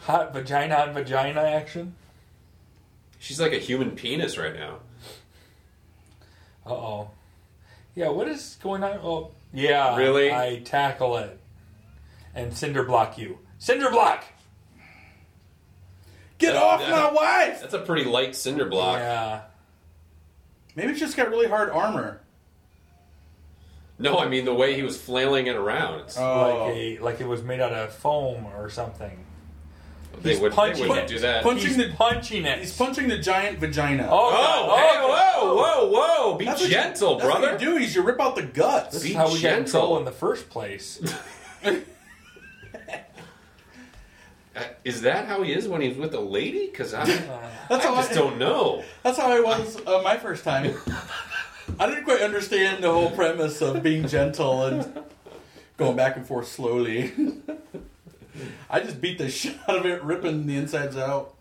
[SPEAKER 3] Hot vagina on vagina action?
[SPEAKER 4] She's like a human penis right now.
[SPEAKER 3] Uh oh. Yeah, what is going on? Oh, yeah.
[SPEAKER 4] Really?
[SPEAKER 3] I tackle it. And cinder block you. Cinder block!
[SPEAKER 2] Get
[SPEAKER 4] Yeah,
[SPEAKER 2] off
[SPEAKER 4] yeah.
[SPEAKER 2] my wife.
[SPEAKER 4] That's a pretty light cinder block.
[SPEAKER 3] Yeah.
[SPEAKER 2] Maybe it's just got really hard armor.
[SPEAKER 4] No, I mean the way he was flailing it around. It's,
[SPEAKER 2] Oh.
[SPEAKER 3] Like, a, like it was made out of foam or something.
[SPEAKER 4] they,
[SPEAKER 3] he's
[SPEAKER 4] would, they
[SPEAKER 3] punching-
[SPEAKER 4] wouldn't do that.
[SPEAKER 2] punch- Punching
[SPEAKER 3] he's
[SPEAKER 2] the-
[SPEAKER 3] punching it.
[SPEAKER 2] He's punching the giant vagina.
[SPEAKER 3] oh, God.
[SPEAKER 4] oh, hey,
[SPEAKER 3] God.
[SPEAKER 4] whoa, whoa, whoa! Be
[SPEAKER 2] That's what you-
[SPEAKER 4] gentle,
[SPEAKER 2] that's
[SPEAKER 4] brother.
[SPEAKER 2] What you do is you rip out the guts.
[SPEAKER 3] This
[SPEAKER 4] Be
[SPEAKER 3] is how we got in
[SPEAKER 4] gentle.
[SPEAKER 3] trouble in the first place.
[SPEAKER 4] Uh, Is that how he is when he's with a lady? Because I, I
[SPEAKER 2] That's how
[SPEAKER 4] just
[SPEAKER 2] I-
[SPEAKER 4] don't know.
[SPEAKER 2] That's how I was uh, my first time. I didn't quite understand the whole premise of being gentle and going back and forth slowly. I just beat the shit out of it, ripping the insides out.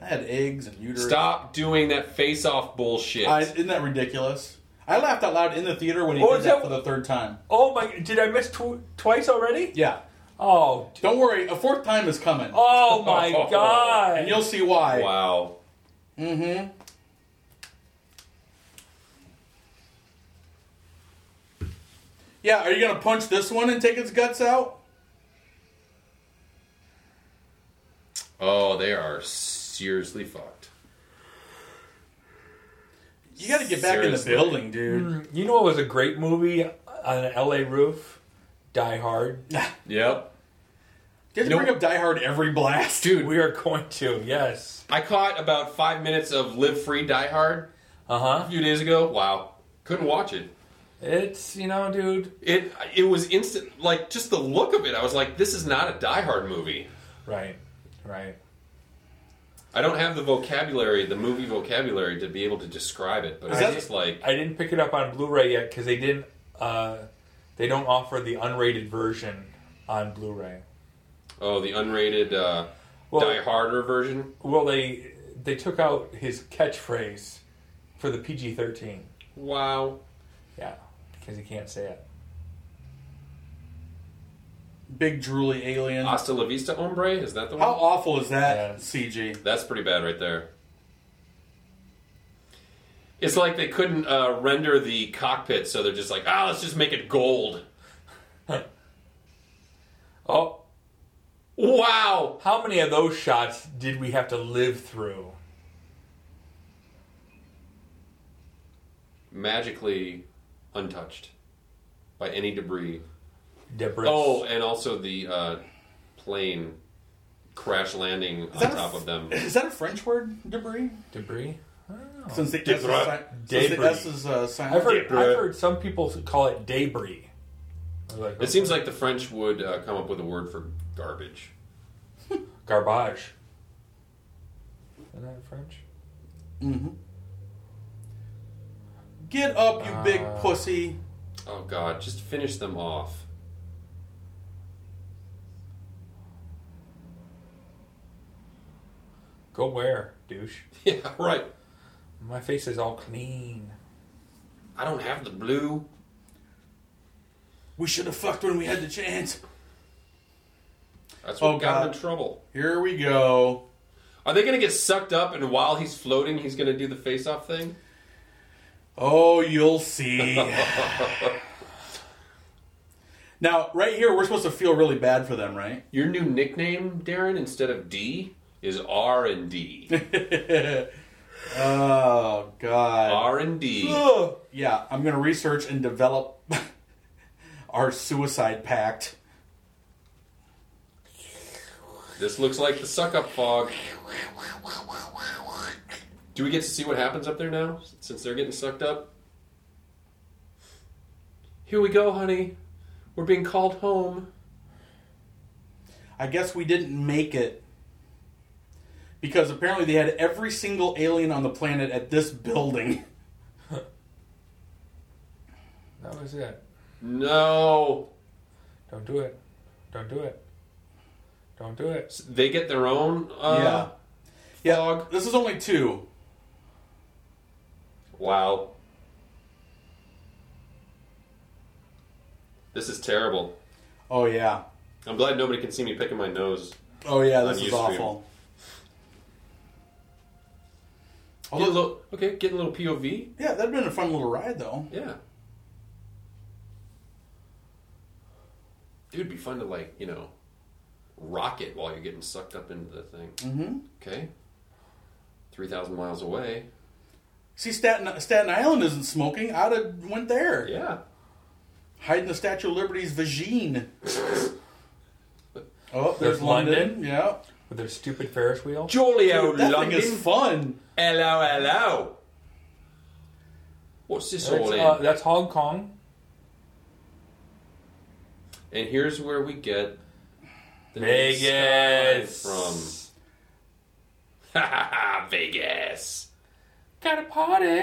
[SPEAKER 2] I had eggs and uterus.
[SPEAKER 4] Stop doing that face-off bullshit.
[SPEAKER 2] I, isn't that ridiculous? I laughed out loud in the theater when he
[SPEAKER 3] Oh,
[SPEAKER 2] did
[SPEAKER 3] is
[SPEAKER 2] that
[SPEAKER 3] that-
[SPEAKER 2] for the third time.
[SPEAKER 3] oh my! Did I miss tw- twice already?
[SPEAKER 2] Yeah.
[SPEAKER 3] Oh, d-
[SPEAKER 2] Don't worry, a fourth time is coming.
[SPEAKER 3] oh my God!
[SPEAKER 2] And you'll see why.
[SPEAKER 4] wow.
[SPEAKER 2] Mm-hmm. Yeah, are you gonna punch this one and take its guts out?
[SPEAKER 4] Oh, they are seriously fucked.
[SPEAKER 2] You gotta get back
[SPEAKER 4] Seriously.
[SPEAKER 2] in the building, dude.
[SPEAKER 3] You know what was a great movie on an LA roof? Die Hard.
[SPEAKER 4] Yep,
[SPEAKER 2] Did you
[SPEAKER 4] No.
[SPEAKER 2] bring up Die Hard every blast?
[SPEAKER 4] dude.
[SPEAKER 3] We are going to, yes.
[SPEAKER 4] I caught about five minutes of Live Free Die Hard
[SPEAKER 3] Uh
[SPEAKER 4] a
[SPEAKER 3] huh.
[SPEAKER 4] few days ago. Wow, couldn't watch it.
[SPEAKER 3] It's, you know, dude.
[SPEAKER 4] It it was instant. Like just the look of it, I was like, this is not a Die Hard movie.
[SPEAKER 3] Right, right.
[SPEAKER 4] I don't have the vocabulary, the movie vocabulary, to be able to describe it. But it's
[SPEAKER 2] that-
[SPEAKER 4] just like,
[SPEAKER 3] I didn't pick it up on Blu ray yet because they didn't, uh, they don't offer the unrated version on Blu ray.
[SPEAKER 4] oh, the unrated uh,
[SPEAKER 3] Well-
[SPEAKER 4] Die Harder version.
[SPEAKER 3] Well, they they took out his catchphrase for the PG 13.
[SPEAKER 4] Wow.
[SPEAKER 3] Yeah, because he can't say it.
[SPEAKER 2] Big drooly alien. How
[SPEAKER 4] Hasta la vista, hombre. Is that the one?
[SPEAKER 2] awful is that,
[SPEAKER 3] Yeah.
[SPEAKER 2] CG?
[SPEAKER 4] That's pretty bad right there. It's like they couldn't uh, render the cockpit, so they're just like, ah, let's just make it gold.
[SPEAKER 3] Oh,
[SPEAKER 4] Wow.
[SPEAKER 3] how many of those shots did we have to live through?
[SPEAKER 4] Magically untouched by any debris.
[SPEAKER 3] Debris.
[SPEAKER 4] Oh, and also the uh, plane crash landing on
[SPEAKER 2] that a
[SPEAKER 4] top
[SPEAKER 2] f-
[SPEAKER 4] of them.
[SPEAKER 2] Is that a French word, debris?
[SPEAKER 3] debris.
[SPEAKER 2] Since the S is,
[SPEAKER 4] Debris.
[SPEAKER 2] si- since the
[SPEAKER 3] Oh. Debris.
[SPEAKER 2] S is uh, silent.
[SPEAKER 3] I've heard,
[SPEAKER 4] Debris.
[SPEAKER 3] I've heard some people call it debris. I was Like, "Oh,
[SPEAKER 4] It seems like the French would uh, come up with a word for garbage.
[SPEAKER 3] garbage. Isn't that French?
[SPEAKER 2] Get up, you big
[SPEAKER 3] Uh.
[SPEAKER 2] pussy.
[SPEAKER 4] Oh God, just finish them off.
[SPEAKER 3] Go where, douche?
[SPEAKER 4] Yeah, right.
[SPEAKER 3] My face is all clean.
[SPEAKER 4] I don't have the blue.
[SPEAKER 2] We should have fucked when we had the chance.
[SPEAKER 4] That's what
[SPEAKER 2] Oh,
[SPEAKER 4] got him
[SPEAKER 2] God.
[SPEAKER 4] in trouble.
[SPEAKER 2] Here we go.
[SPEAKER 4] Are they going to get sucked up and while he's floating, he's going to do the face off thing?
[SPEAKER 2] Oh, you'll see. now, right here, we're supposed to feel really bad for them, right?
[SPEAKER 4] Your new nickname, Darren, instead of D, is R and D.
[SPEAKER 2] Oh God.
[SPEAKER 4] R and D.
[SPEAKER 2] Ugh. Yeah, I'm gonna research and develop our suicide pact.
[SPEAKER 4] This looks like the suck up fog. Do we get to see what happens up there now? Since they're getting sucked up? Here we go, honey. We're being called home.
[SPEAKER 2] I guess we didn't make it because apparently they had every single alien on the planet at this building.
[SPEAKER 3] That was it.
[SPEAKER 4] No.
[SPEAKER 3] Don't do it. Don't do it. Don't do it.
[SPEAKER 4] They get their own uh,
[SPEAKER 2] yeah.
[SPEAKER 4] fog.
[SPEAKER 2] This is only two.
[SPEAKER 4] Wow. This is terrible.
[SPEAKER 2] Oh yeah.
[SPEAKER 4] I'm glad nobody can see me picking my nose.
[SPEAKER 2] Oh yeah. This
[SPEAKER 4] On
[SPEAKER 2] is
[SPEAKER 4] Ustream.
[SPEAKER 2] awful.
[SPEAKER 4] Get a
[SPEAKER 2] Although-
[SPEAKER 4] little, okay, getting a little POV.
[SPEAKER 2] yeah, that'd been a fun little ride though.
[SPEAKER 4] Yeah. Dude, it'd be fun to like, you know, rock it while you're getting sucked up into the thing.
[SPEAKER 2] Mm-hmm.
[SPEAKER 4] Okay. 3,000 miles away.
[SPEAKER 2] See, Staten Staten Island isn't smoking. I'd have went there,
[SPEAKER 4] Yeah.
[SPEAKER 2] hiding the Statue of Liberty's vagine. oh, there's,
[SPEAKER 3] There's
[SPEAKER 2] London.
[SPEAKER 3] London.
[SPEAKER 2] Yeah,
[SPEAKER 3] With their stupid Ferris wheel.
[SPEAKER 4] Jolly
[SPEAKER 2] Dude, that thing is fun.
[SPEAKER 4] Hello, hello. What's this
[SPEAKER 3] That's,
[SPEAKER 4] all in?
[SPEAKER 3] uh, that's Hong Kong.
[SPEAKER 4] and here's where we get the name
[SPEAKER 3] Vegas.
[SPEAKER 4] Sky from. Ha ha ha! Vegas.
[SPEAKER 3] Got a party.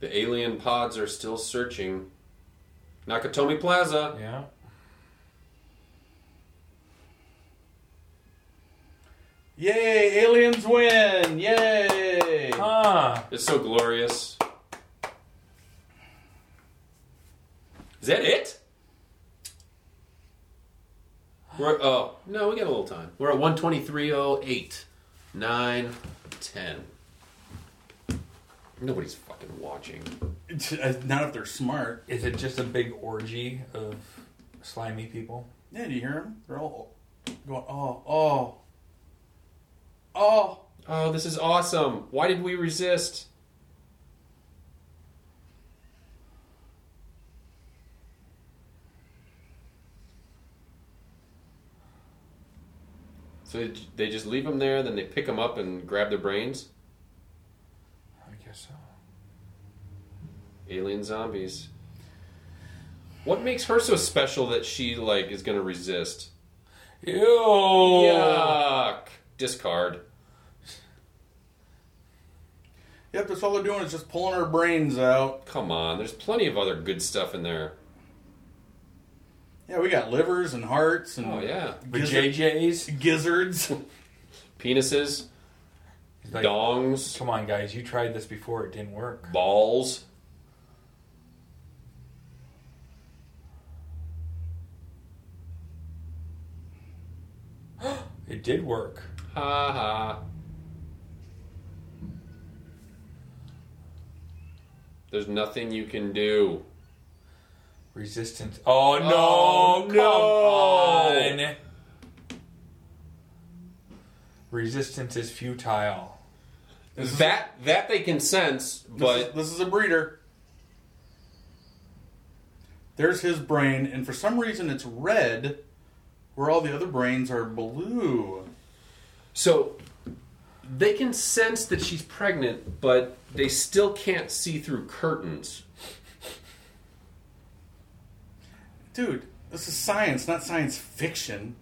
[SPEAKER 4] The alien pods are still searching. Nakatomi Plaza.
[SPEAKER 3] Yeah.
[SPEAKER 2] Yay! Aliens win! Yay!
[SPEAKER 3] Huh.
[SPEAKER 4] It's so glorious. Is that it? We're oh no, we got a little time. We're at one twenty three oh eight nine ten. Nobody's fucking watching.
[SPEAKER 2] Uh, Not if they're smart.
[SPEAKER 3] Is it just a big orgy of slimy people?
[SPEAKER 2] Yeah, do you hear them? They're all going, oh, oh, oh.
[SPEAKER 4] Oh, this is awesome. Why did we resist? So they j- they just leave them there, then they pick them up and grab their brains?
[SPEAKER 3] I guess so.
[SPEAKER 4] Alien zombies. What makes her so special that she, like, is gonna resist?
[SPEAKER 3] Ew.
[SPEAKER 4] Yuck! Discard.
[SPEAKER 2] Yep, that's all they're doing is just pulling our brains out.
[SPEAKER 4] Come on, there's plenty of other good stuff in there.
[SPEAKER 2] Yeah, we got livers and hearts and
[SPEAKER 4] Oh, yeah.
[SPEAKER 3] The
[SPEAKER 2] gizzard-
[SPEAKER 3] JJ's.
[SPEAKER 2] gizzards.
[SPEAKER 4] Penises.
[SPEAKER 3] He's like,
[SPEAKER 4] dongs,
[SPEAKER 3] Come on, guys. You tried this before. It didn't work.
[SPEAKER 4] balls.
[SPEAKER 3] It did work.
[SPEAKER 4] Ha ha. There's nothing you can do.
[SPEAKER 3] Resistance. Oh, no.
[SPEAKER 4] Oh,
[SPEAKER 3] come
[SPEAKER 4] no.
[SPEAKER 3] on. Resistance is futile.
[SPEAKER 4] That that they can sense,
[SPEAKER 2] This is,
[SPEAKER 4] but
[SPEAKER 2] this is a breeder. There's his brain, and for some reason it's red, where all the other brains are blue.
[SPEAKER 4] so they can sense that she's pregnant, but they still can't see through curtains.
[SPEAKER 2] Dude, this is science, not science fiction.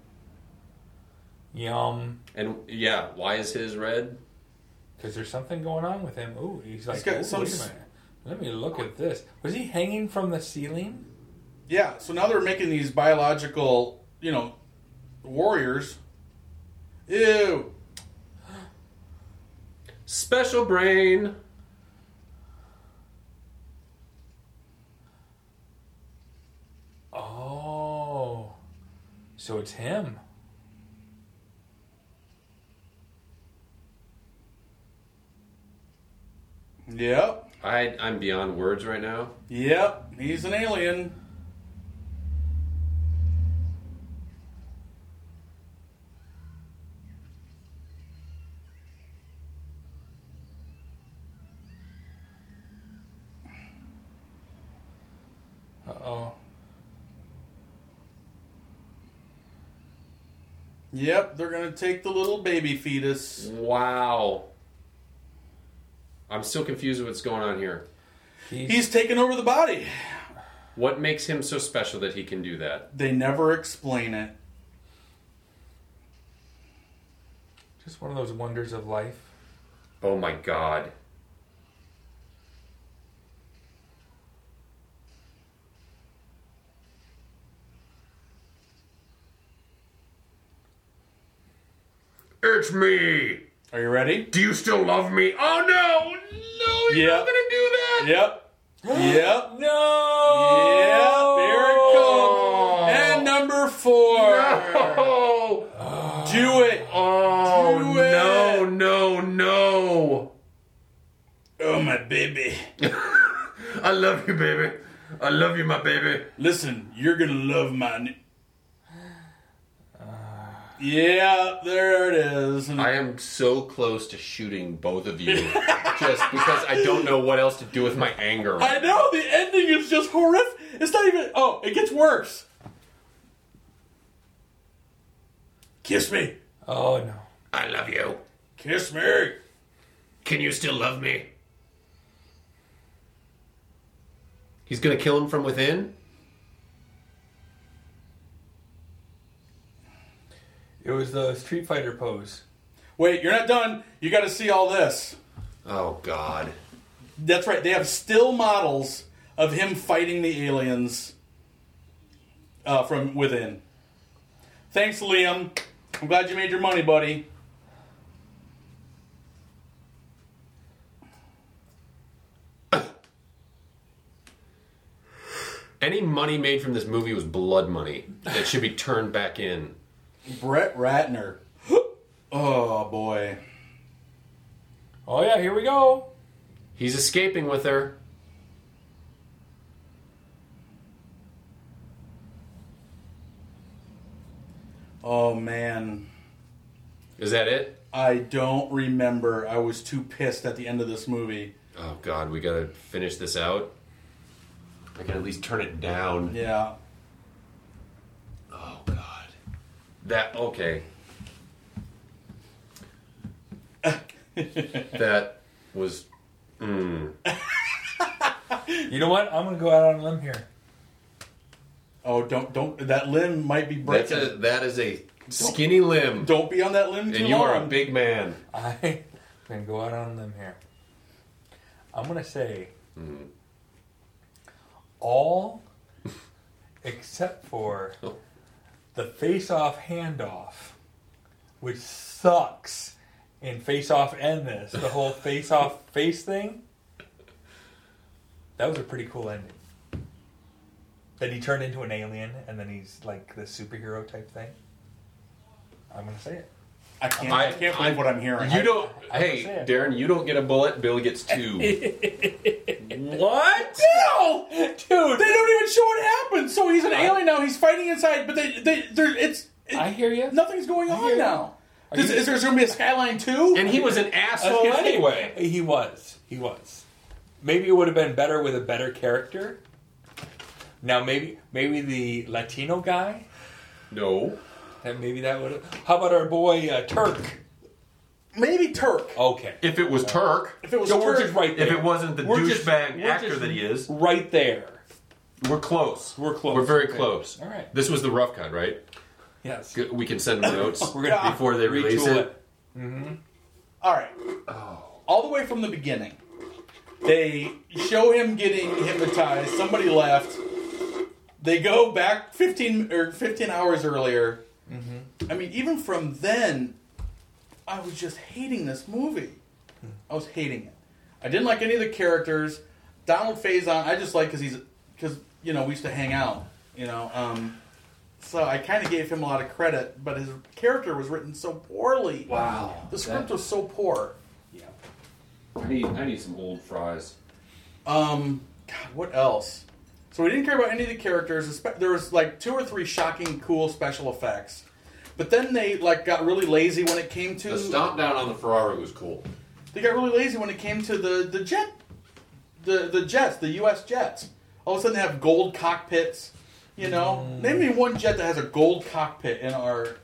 [SPEAKER 3] Yum.
[SPEAKER 4] And yeah, why is his red?
[SPEAKER 3] Because there's something going on with him. Ooh, he's like,
[SPEAKER 2] got
[SPEAKER 3] "Ooh,
[SPEAKER 2] some
[SPEAKER 3] wait a
[SPEAKER 2] s-
[SPEAKER 3] minute. Let me look at this. Was he hanging from the ceiling?
[SPEAKER 2] Yeah, so now they're making these biological, you know, warriors. Ew.
[SPEAKER 4] Special brain.
[SPEAKER 3] Oh. So it's him.
[SPEAKER 2] Yep.
[SPEAKER 4] I, I'm beyond words right now.
[SPEAKER 2] Yep. He's an alien.
[SPEAKER 3] Uh oh.
[SPEAKER 2] Yep. They're gonna take the little baby fetus.
[SPEAKER 4] Wow. I'm still confused with what's going on here.
[SPEAKER 2] He's taking over the body.
[SPEAKER 4] What makes him so special that he can do that?
[SPEAKER 2] They never explain it.
[SPEAKER 3] Just one of those wonders of life.
[SPEAKER 4] Oh my god. It's me!
[SPEAKER 2] Are you ready?
[SPEAKER 4] Do you still love me? Oh no! No, you're
[SPEAKER 2] Yeah.
[SPEAKER 4] not gonna do that!
[SPEAKER 2] Yep. Yep. Yep,
[SPEAKER 3] No!
[SPEAKER 2] here it comes. And number four.
[SPEAKER 4] Oh!
[SPEAKER 2] Do it.
[SPEAKER 4] Oh
[SPEAKER 2] Do it.
[SPEAKER 4] no, no, no!
[SPEAKER 2] Oh, my baby.
[SPEAKER 4] I love you, baby. I love you, my baby.
[SPEAKER 2] Listen, you're going to love mine. Yeah, there it is.
[SPEAKER 5] I am so close to shooting both of you just because I don't know what else to do with my anger.
[SPEAKER 2] I know, the ending is just horrific. It's not even. Oh, it gets worse. Kiss me.
[SPEAKER 3] Oh no.
[SPEAKER 4] I love you.
[SPEAKER 2] Kiss me.
[SPEAKER 4] Can you still love me?
[SPEAKER 5] He's gonna kill him from within?
[SPEAKER 3] It was the Street Fighter pose.
[SPEAKER 2] Wait, you're not done. You got to see all this.
[SPEAKER 5] Oh god.
[SPEAKER 2] That's right. They have still models of him fighting the aliens uh, from within. Thanks, Liam. I'm glad you made your money, buddy.
[SPEAKER 4] Any money made from this movie was blood money that should be turned back in.
[SPEAKER 2] Brett Ratner. oh boy.
[SPEAKER 3] Oh yeah, here we go.
[SPEAKER 4] He's escaping with her.
[SPEAKER 2] Oh man.
[SPEAKER 4] Is that it?
[SPEAKER 2] I don't remember. I was too pissed at the end of this movie.
[SPEAKER 4] Oh god, we gotta finish this out.
[SPEAKER 5] I can at least turn it down.
[SPEAKER 2] Yeah.
[SPEAKER 5] Oh god.
[SPEAKER 4] That okay. that was
[SPEAKER 3] You know what? I'm gonna go out on a limb here.
[SPEAKER 2] Oh, don't don't. That limb might be
[SPEAKER 5] That's
[SPEAKER 2] breaking.
[SPEAKER 5] a that is a skinny limb.
[SPEAKER 2] Don't be on that limb too
[SPEAKER 5] And you are a
[SPEAKER 2] long.
[SPEAKER 5] big man.
[SPEAKER 3] I'm gonna go out on a limb here. I'm gonna say all except for the face off handoff, which sucks in face off and this, the whole face off face thing. That was a pretty cool ending. That he turned into an alien and then he's like the superhero type thing. I'm gonna say it.
[SPEAKER 2] I can't.
[SPEAKER 4] I-
[SPEAKER 2] I, can't believe
[SPEAKER 4] I-
[SPEAKER 2] what I'm hearing.
[SPEAKER 4] You don't
[SPEAKER 3] I
[SPEAKER 4] Hey,
[SPEAKER 3] understand.
[SPEAKER 4] Darren, you don't get a bullet, Bill gets two. what?
[SPEAKER 2] No, dude. They don't even show what happened. So he's an alien now. He's fighting inside, but they they they're, it's it,
[SPEAKER 3] I hear you.
[SPEAKER 2] nothing's going on
[SPEAKER 3] hear-
[SPEAKER 2] now. Is, is there going to be a skyline too?
[SPEAKER 4] And he was an asshole anyway.
[SPEAKER 3] He was. He was. Maybe it would have been better with a better character. Now maybe maybe the Latino guy.
[SPEAKER 4] No.
[SPEAKER 3] That maybe that would have. How about our boy uh, Turk?
[SPEAKER 2] Maybe Turk.
[SPEAKER 3] Okay.
[SPEAKER 4] If it was Turk,
[SPEAKER 2] If it was
[SPEAKER 3] So we're
[SPEAKER 2] Turk,
[SPEAKER 3] just right there.
[SPEAKER 7] If it wasn't the
[SPEAKER 3] We're just-
[SPEAKER 7] douchebag
[SPEAKER 3] we're
[SPEAKER 7] actor
[SPEAKER 3] just
[SPEAKER 7] that he is,
[SPEAKER 3] right there.
[SPEAKER 7] we're close.
[SPEAKER 3] We're close.
[SPEAKER 4] we're very
[SPEAKER 3] Okay.
[SPEAKER 4] close.
[SPEAKER 3] All right.
[SPEAKER 4] This was the rough cut, right?
[SPEAKER 3] Yes.
[SPEAKER 4] G- We can send them notes
[SPEAKER 3] We're gonna
[SPEAKER 4] before they release
[SPEAKER 3] retool
[SPEAKER 4] it.
[SPEAKER 3] it.
[SPEAKER 2] All right. All the way from the beginning, they show him getting hypnotized. Somebody left. They go back 15 or 15 hours earlier. I mean, even from then, I was just hating this movie. I was hating it. I didn't like any of the characters. Donald Faison, I just like because he's because you know we used to hang out. You know, um, so I kind of gave him a lot of credit, but his character was written so poorly.
[SPEAKER 3] Wow.
[SPEAKER 2] The script was so poor.
[SPEAKER 3] Yeah.
[SPEAKER 5] I need, I need some old fries.
[SPEAKER 2] Um, God, what else? So we didn't care about any of the characters. espe- There was like two or three shocking, cool special effects, but then they like got really lazy when it came to
[SPEAKER 4] The stomp down on the Ferrari was cool.
[SPEAKER 2] they got really lazy when it came to the the jet, the the jets, the U.S. jets. All of a sudden, they have gold cockpits. You know,
[SPEAKER 4] Mm.
[SPEAKER 2] name me one jet that has a gold cockpit in our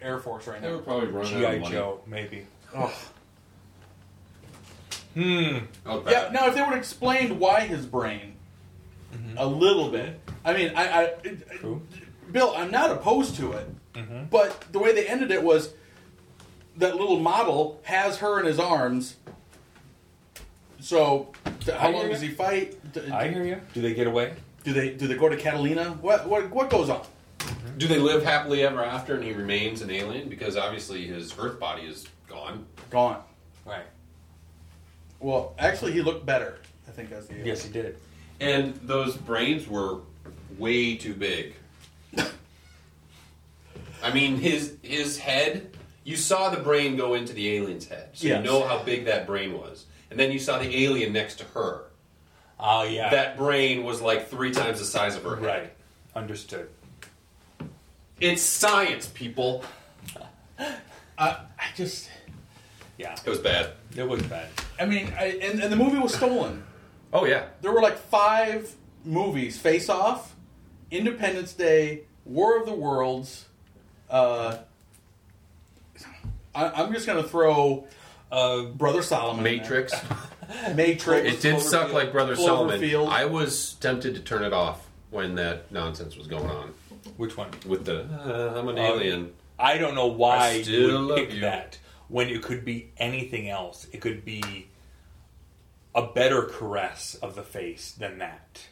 [SPEAKER 2] Air Force right
[SPEAKER 5] They were
[SPEAKER 2] now.
[SPEAKER 5] probably running out
[SPEAKER 3] GI
[SPEAKER 5] of money.
[SPEAKER 3] Joe, maybe.
[SPEAKER 4] Oh,
[SPEAKER 2] Ugh.
[SPEAKER 3] Hmm.
[SPEAKER 5] Out back.
[SPEAKER 2] Yeah. Now, if they would explained why his brain
[SPEAKER 4] Mm-hmm.
[SPEAKER 2] a little bit, I mean, I, I it- it-
[SPEAKER 3] True.
[SPEAKER 2] Bill, I'm not opposed to it, but the way they ended it was that little model has her in his arms. So, th- how
[SPEAKER 3] I
[SPEAKER 2] long
[SPEAKER 3] hear
[SPEAKER 2] does
[SPEAKER 3] ya.
[SPEAKER 2] he fight? D-
[SPEAKER 3] I hear you. Do they get away?
[SPEAKER 2] Do they do they go to Catalina? What what what goes on?
[SPEAKER 5] Do
[SPEAKER 4] Do they live happily ever after and he remains an alien? Because obviously his Earth body is gone.
[SPEAKER 2] Gone.
[SPEAKER 3] Right.
[SPEAKER 2] Well, actually, he looked better. I think as the alien.
[SPEAKER 3] Yes, he did.
[SPEAKER 4] And those brains were
[SPEAKER 5] way too big. I mean, his his head. You saw the brain go into the alien's head, so
[SPEAKER 2] Yes.
[SPEAKER 5] you know how big that brain was. And then you saw the alien next to her.
[SPEAKER 3] Oh yeah.
[SPEAKER 5] That brain was like three times the size of her head.
[SPEAKER 3] right. Understood.
[SPEAKER 5] It's science, people.
[SPEAKER 2] I, I just.
[SPEAKER 3] Yeah.
[SPEAKER 5] It was bad.
[SPEAKER 3] It was bad.
[SPEAKER 2] I mean, I, and, and the movie was stolen.
[SPEAKER 5] Oh yeah.
[SPEAKER 2] There were like five movies: Face Off, Independence Day, War of the Worlds. Uh, I, I'm just gonna throw
[SPEAKER 3] Uh,
[SPEAKER 2] Brother Solomon, in there.
[SPEAKER 4] Matrix.
[SPEAKER 2] Matrix.
[SPEAKER 4] It did suck like Brother
[SPEAKER 2] Cloverfield.
[SPEAKER 4] Solomon. I was tempted to turn it off when that nonsense was going on
[SPEAKER 3] which one?
[SPEAKER 4] with the uh, I'm an
[SPEAKER 3] Oh,
[SPEAKER 4] alien.
[SPEAKER 3] I don't know why
[SPEAKER 4] I
[SPEAKER 3] you
[SPEAKER 4] still
[SPEAKER 3] would
[SPEAKER 4] love
[SPEAKER 3] pick
[SPEAKER 4] you.
[SPEAKER 3] that when it could be anything else. It could be a better caress of the face than that.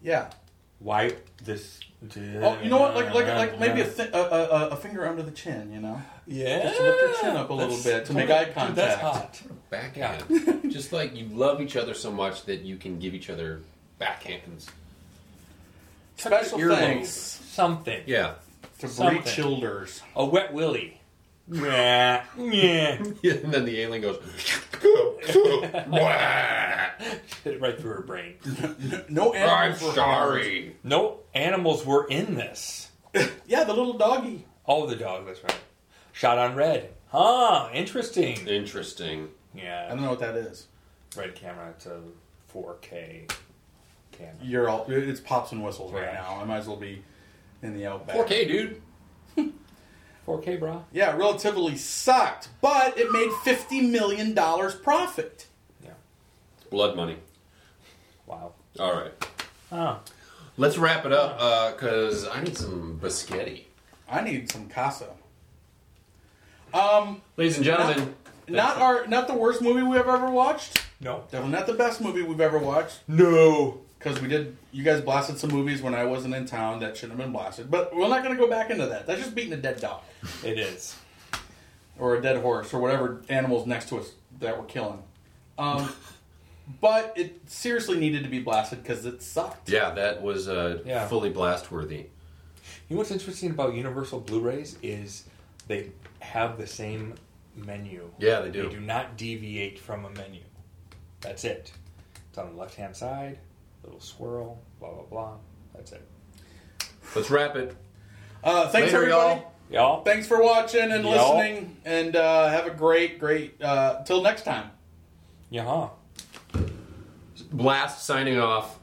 [SPEAKER 2] Yeah.
[SPEAKER 3] Why this?
[SPEAKER 2] Oh, you know what? Like, like, like maybe a, th- a, a, a finger under the chin. You know.
[SPEAKER 3] yeah.
[SPEAKER 2] Just lift your chin up a little bit to make eye
[SPEAKER 3] Dude, that's
[SPEAKER 2] contact.
[SPEAKER 3] hot.
[SPEAKER 4] Backhand. Just like you love each other so much that you can give each other backhands.
[SPEAKER 2] Special
[SPEAKER 4] your earlobe.
[SPEAKER 2] thanks
[SPEAKER 3] Something.
[SPEAKER 4] Yeah.
[SPEAKER 2] to Bree
[SPEAKER 3] Something.
[SPEAKER 2] Childers.
[SPEAKER 3] A wet willy. yeah. Yeah.
[SPEAKER 4] and then the alien goes.
[SPEAKER 3] Hit it right through her brain.
[SPEAKER 2] No
[SPEAKER 4] I'm
[SPEAKER 2] animals were harmed.
[SPEAKER 4] sorry.
[SPEAKER 3] No animals were in this.
[SPEAKER 2] Yeah, the little doggy.
[SPEAKER 3] Oh, the dog. That's right. Shot on red. Huh. Interesting.
[SPEAKER 4] Interesting.
[SPEAKER 2] I
[SPEAKER 3] Yeah.
[SPEAKER 2] don't know what that is.
[SPEAKER 3] Red camera. It's a 4K camera.
[SPEAKER 2] You're all. It's pops and whistles right
[SPEAKER 3] Yeah.
[SPEAKER 2] now. I might as well be in the outback.
[SPEAKER 4] 4K, dude.
[SPEAKER 3] 4K, bro.
[SPEAKER 2] Yeah, relatively sucked, but it made fifty million dollars profit.
[SPEAKER 3] Yeah.
[SPEAKER 4] Blood money.
[SPEAKER 3] Wow.
[SPEAKER 4] All right.
[SPEAKER 3] Oh.
[SPEAKER 4] Let's wrap it up because I need some biscotti.
[SPEAKER 2] I need some casa.
[SPEAKER 4] Ladies and gentlemen,
[SPEAKER 2] Not our, not the worst movie we have ever watched.
[SPEAKER 3] No.
[SPEAKER 2] Definitely not the best movie we've ever watched.
[SPEAKER 3] No.
[SPEAKER 2] Because we did, you guys blasted some movies when I wasn't in town that shouldn't have been blasted. But we're not going to go back into that. That's just beating a dead dog
[SPEAKER 3] It is.
[SPEAKER 2] or a dead horse or whatever animals next to us that we're killing. Um, but it seriously needed to be blasted because it sucked.
[SPEAKER 4] yeah, that was uh,
[SPEAKER 3] Yeah.
[SPEAKER 4] fully blast worthy.
[SPEAKER 3] You know what's interesting about Universal Blu-rays is they have the same menu.
[SPEAKER 4] Yeah, they do.
[SPEAKER 3] They do not deviate from a menu. That's it. It's on the left-hand side. Little swirl. Blah blah blah. That's it.
[SPEAKER 4] Let's wrap it.
[SPEAKER 2] Uh, thanks
[SPEAKER 4] Later,
[SPEAKER 2] everybody.
[SPEAKER 4] y'all.
[SPEAKER 3] Y'all.
[SPEAKER 2] Thanks for watching and
[SPEAKER 3] Y'all.
[SPEAKER 2] listening, and uh, have a great, great. Uh, till next time.
[SPEAKER 3] Yeah. huh.
[SPEAKER 4] Blast signing off.